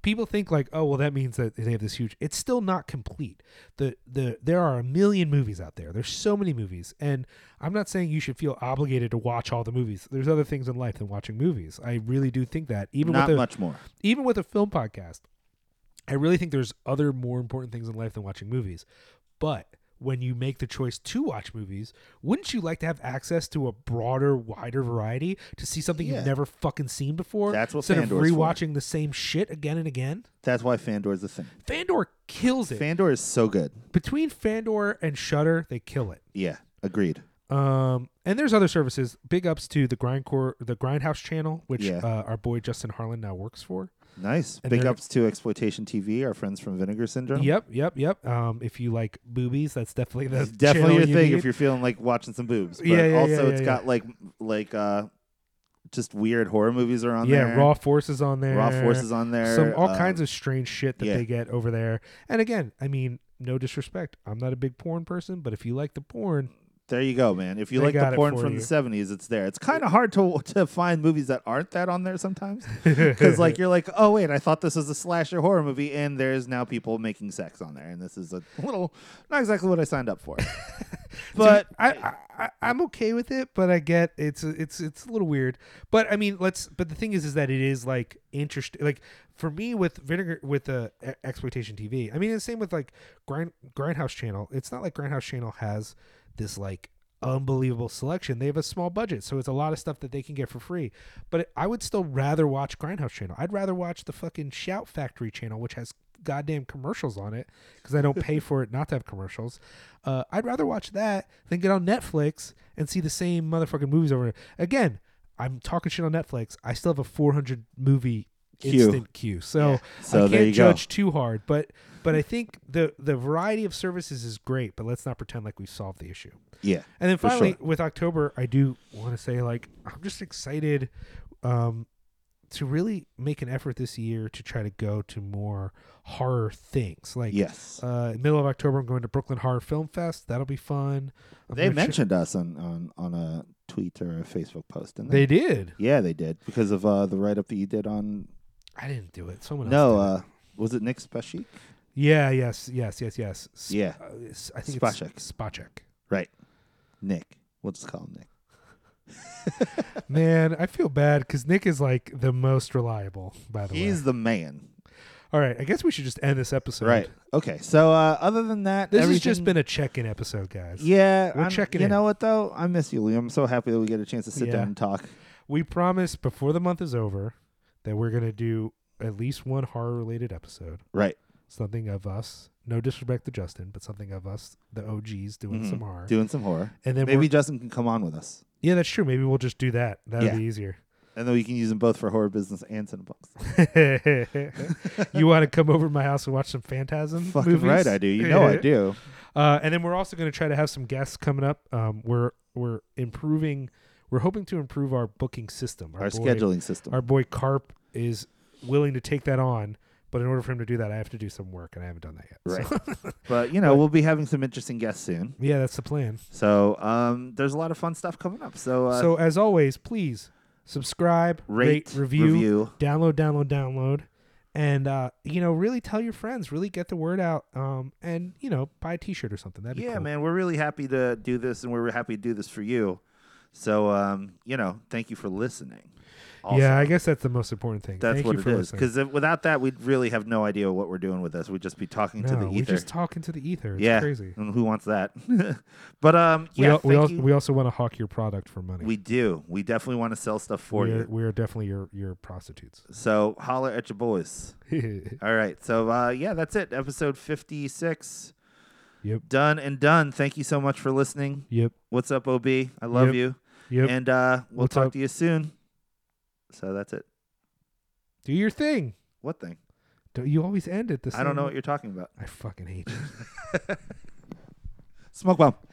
Speaker 2: people think like, oh well, that means that they have this huge. It's still not complete. The the there are a million movies out there. There's so many movies, and I'm not saying you should feel obligated to watch all the movies. There's other things in life than watching movies. I really do think that even
Speaker 1: Not
Speaker 2: with a,
Speaker 1: much more.
Speaker 2: even with a film podcast, I really think there's other more important things in life than watching movies. But when you make the choice to watch movies, wouldn't you like to have access to a broader, wider variety to see something
Speaker 1: Yeah.
Speaker 2: you've never fucking seen before?
Speaker 1: That's what
Speaker 2: instead
Speaker 1: Fandor's
Speaker 2: of
Speaker 1: for.
Speaker 2: rewatching the same shit again and again.
Speaker 1: That's why Fandor is the thing.
Speaker 2: Fandor kills it.
Speaker 1: Fandor is so good.
Speaker 2: Between Fandor and Shutter, they kill it.
Speaker 1: Yeah, agreed.
Speaker 2: Um, and there's other services. Big ups to the Grindcore, the Grindhouse channel, which
Speaker 1: Yeah.
Speaker 2: uh, our boy Justin Harlan now works for.
Speaker 1: Nice.
Speaker 2: And
Speaker 1: Big
Speaker 2: they're-
Speaker 1: ups to Exploitation TV, our friends from Vinegar Syndrome.
Speaker 2: Yep, yep, yep. Um, if you like boobies, that's definitely the *laughs*
Speaker 1: It's definitely your
Speaker 2: channel you
Speaker 1: thing
Speaker 2: need.
Speaker 1: if you're feeling like watching some boobs. But
Speaker 2: Yeah, yeah,
Speaker 1: also
Speaker 2: yeah,
Speaker 1: it's
Speaker 2: yeah, yeah.
Speaker 1: got like like uh just weird horror movies are on
Speaker 2: yeah,
Speaker 1: there.
Speaker 2: raw forces on there,
Speaker 1: Raw forces on there.
Speaker 2: Eh, some all
Speaker 1: um,
Speaker 2: kinds of strange shit that
Speaker 1: yeah.
Speaker 2: they get over there. And again, I mean, no disrespect, I'm not a big porn person, but if you like the porn,
Speaker 1: There you go, man. If you
Speaker 2: They
Speaker 1: like the
Speaker 2: got it
Speaker 1: porn
Speaker 2: for
Speaker 1: from
Speaker 2: you.
Speaker 1: the '70s, it's there. It's kind of hard to *laughs* to find movies that aren't that on there sometimes,
Speaker 2: *laughs*
Speaker 1: because like you're like, oh wait, I thought this was a slasher horror movie, and there's now people making sex on there, and this is a little not exactly what I signed up
Speaker 2: *laughs*
Speaker 1: for. *laughs* but
Speaker 2: I, I, I I'm okay with it, but I get it's it's it's a little weird. But I mean, let's. But the thing is, is that it is like interesting. Like for me with vinegar with uh, e- exploitation TV. I mean, the same with like grind grindhouse channel. It's not like grindhouse channel has this like unbelievable selection. They have a small budget, so it's a lot of stuff that they can get for free. But I would still rather watch grindhouse channel. I'd rather watch the fucking shout factory channel, which has goddamn commercials on it because I don't pay for it not to have commercials. Uh, I'd rather watch that than get on Netflix and see the same motherfucking movies over and over. Again, I'm talking shit on Netflix. I still have a 400 movie
Speaker 1: Queue.
Speaker 2: instant queue, so
Speaker 1: Yeah. So
Speaker 2: I
Speaker 1: there
Speaker 2: can't
Speaker 1: you go.
Speaker 2: judge too hard. But but I think the the variety of services is great. But let's not pretend like we've solved the issue.
Speaker 1: yeah,
Speaker 2: And then
Speaker 1: For
Speaker 2: finally,
Speaker 1: sure.
Speaker 2: with October, I do want to say like I'm just excited um, to really make an effort this year to try to go to more horror things. Like
Speaker 1: yes,
Speaker 2: uh, middle of October, I'm going to Brooklyn Horror Film Fest. That'll be fun. I'm
Speaker 1: they
Speaker 2: gonna check-
Speaker 1: mentioned us on on on a tweet or a Facebook post, didn't they?
Speaker 2: they did.
Speaker 1: yeah, they did because of uh, the write up that you did on.
Speaker 2: I didn't do it. Someone
Speaker 1: No,
Speaker 2: else.
Speaker 1: uh, was it Nick Speshik?
Speaker 2: Did. yeah. Yes. Yes. Yes. Yes. S-
Speaker 1: Yeah.
Speaker 2: Uh, s- I think
Speaker 1: Spacek.
Speaker 2: it's Spacek.
Speaker 1: Right, Nick. We'll just call him Nick.
Speaker 2: Man, I feel bad because Nick is like the most reliable. By the way.
Speaker 1: He's the man.
Speaker 2: All right. I guess we should just end this episode.
Speaker 1: Right. Okay. So uh, other than that,
Speaker 2: This
Speaker 1: everything,
Speaker 2: has just been a check-in episode, guys.
Speaker 1: Yeah,
Speaker 2: We're
Speaker 1: I'm-
Speaker 2: checking
Speaker 1: You
Speaker 2: in.
Speaker 1: know what though? I miss you, Liam. I'm so happy that we get a chance to sit
Speaker 2: Yeah.
Speaker 1: down and talk.
Speaker 2: We promise before the month is over that we're gonna do at least one horror-related episode.
Speaker 1: Right.
Speaker 2: something of us. No disrespect to Justin, but something of us, the OGs, doing some horror.
Speaker 1: Doing some horror.
Speaker 2: and then
Speaker 1: Mm-hmm. Maybe
Speaker 2: we're-
Speaker 1: Justin can come on with us.
Speaker 2: yeah, that's true. Maybe we'll just do that. That would
Speaker 1: Yeah.
Speaker 2: be easier. *laughs*
Speaker 1: And then we can use them both for horror business and cinebooks.
Speaker 2: you want to come over to my house and watch some Phantasm
Speaker 1: Fucking
Speaker 2: movies?
Speaker 1: right, I do. You know I do.
Speaker 2: *laughs* Uh, and then we're also going to try to have some guests coming up. Um, we're we're improving. We're hoping to improve our booking system.
Speaker 1: Our
Speaker 2: boy-
Speaker 1: scheduling system.
Speaker 2: Our boy Carp is willing to take that on, but in order for him to do that, I have to do some work, and I haven't done that yet. So-
Speaker 1: Right. but, you know, we'll be having some interesting guests soon.
Speaker 2: *laughs* yeah, that's the plan.
Speaker 1: So um, there's a lot of fun stuff coming up. So, uh,
Speaker 2: so as always, please subscribe,
Speaker 1: rate,
Speaker 2: review,
Speaker 1: review.
Speaker 2: download, download, download, and uh, you know, really tell your friends, really get the word out, um, and you know, buy a T-shirt or something. That'd be
Speaker 1: yeah,
Speaker 2: cool.
Speaker 1: man, we're really happy to do this, and we're happy to do this for you. So, um, you know, thank you for listening. Also,
Speaker 2: Yeah, I guess that's the most important thing.
Speaker 1: that's
Speaker 2: Thank
Speaker 1: what
Speaker 2: you
Speaker 1: it
Speaker 2: for
Speaker 1: is.
Speaker 2: listening.
Speaker 1: Because without that, we'd really have no idea what we're doing with this. We'd just be talking to the
Speaker 2: No,
Speaker 1: ether.
Speaker 2: we just talking to the ether. It's
Speaker 1: yeah,
Speaker 2: crazy.
Speaker 1: and *laughs* who wants that? *laughs* but um,
Speaker 2: We
Speaker 1: yeah,
Speaker 2: al- we,
Speaker 1: thank
Speaker 2: al-
Speaker 1: you.
Speaker 2: we also want to hawk your product for money.
Speaker 1: We do. We definitely want to sell stuff for
Speaker 2: we are,
Speaker 1: you.
Speaker 2: we are definitely your your prostitutes. *laughs*
Speaker 1: So holler at your boys.
Speaker 2: yep.
Speaker 1: All right. So uh, yeah, that's it. Episode fifty six.
Speaker 2: Yep.
Speaker 1: Done and done. Thank you so much for listening.
Speaker 2: Yep.
Speaker 1: What's up, OB? I love
Speaker 2: Yep.
Speaker 1: you. And uh, we'll
Speaker 2: What's
Speaker 1: talk
Speaker 2: up?
Speaker 1: to you soon. So that's it.
Speaker 2: Do your thing.
Speaker 1: What thing?
Speaker 2: Don't you always end it the same?
Speaker 1: I don't know
Speaker 2: way?
Speaker 1: what you're talking about.
Speaker 2: I fucking hate you.
Speaker 1: Smoke bomb.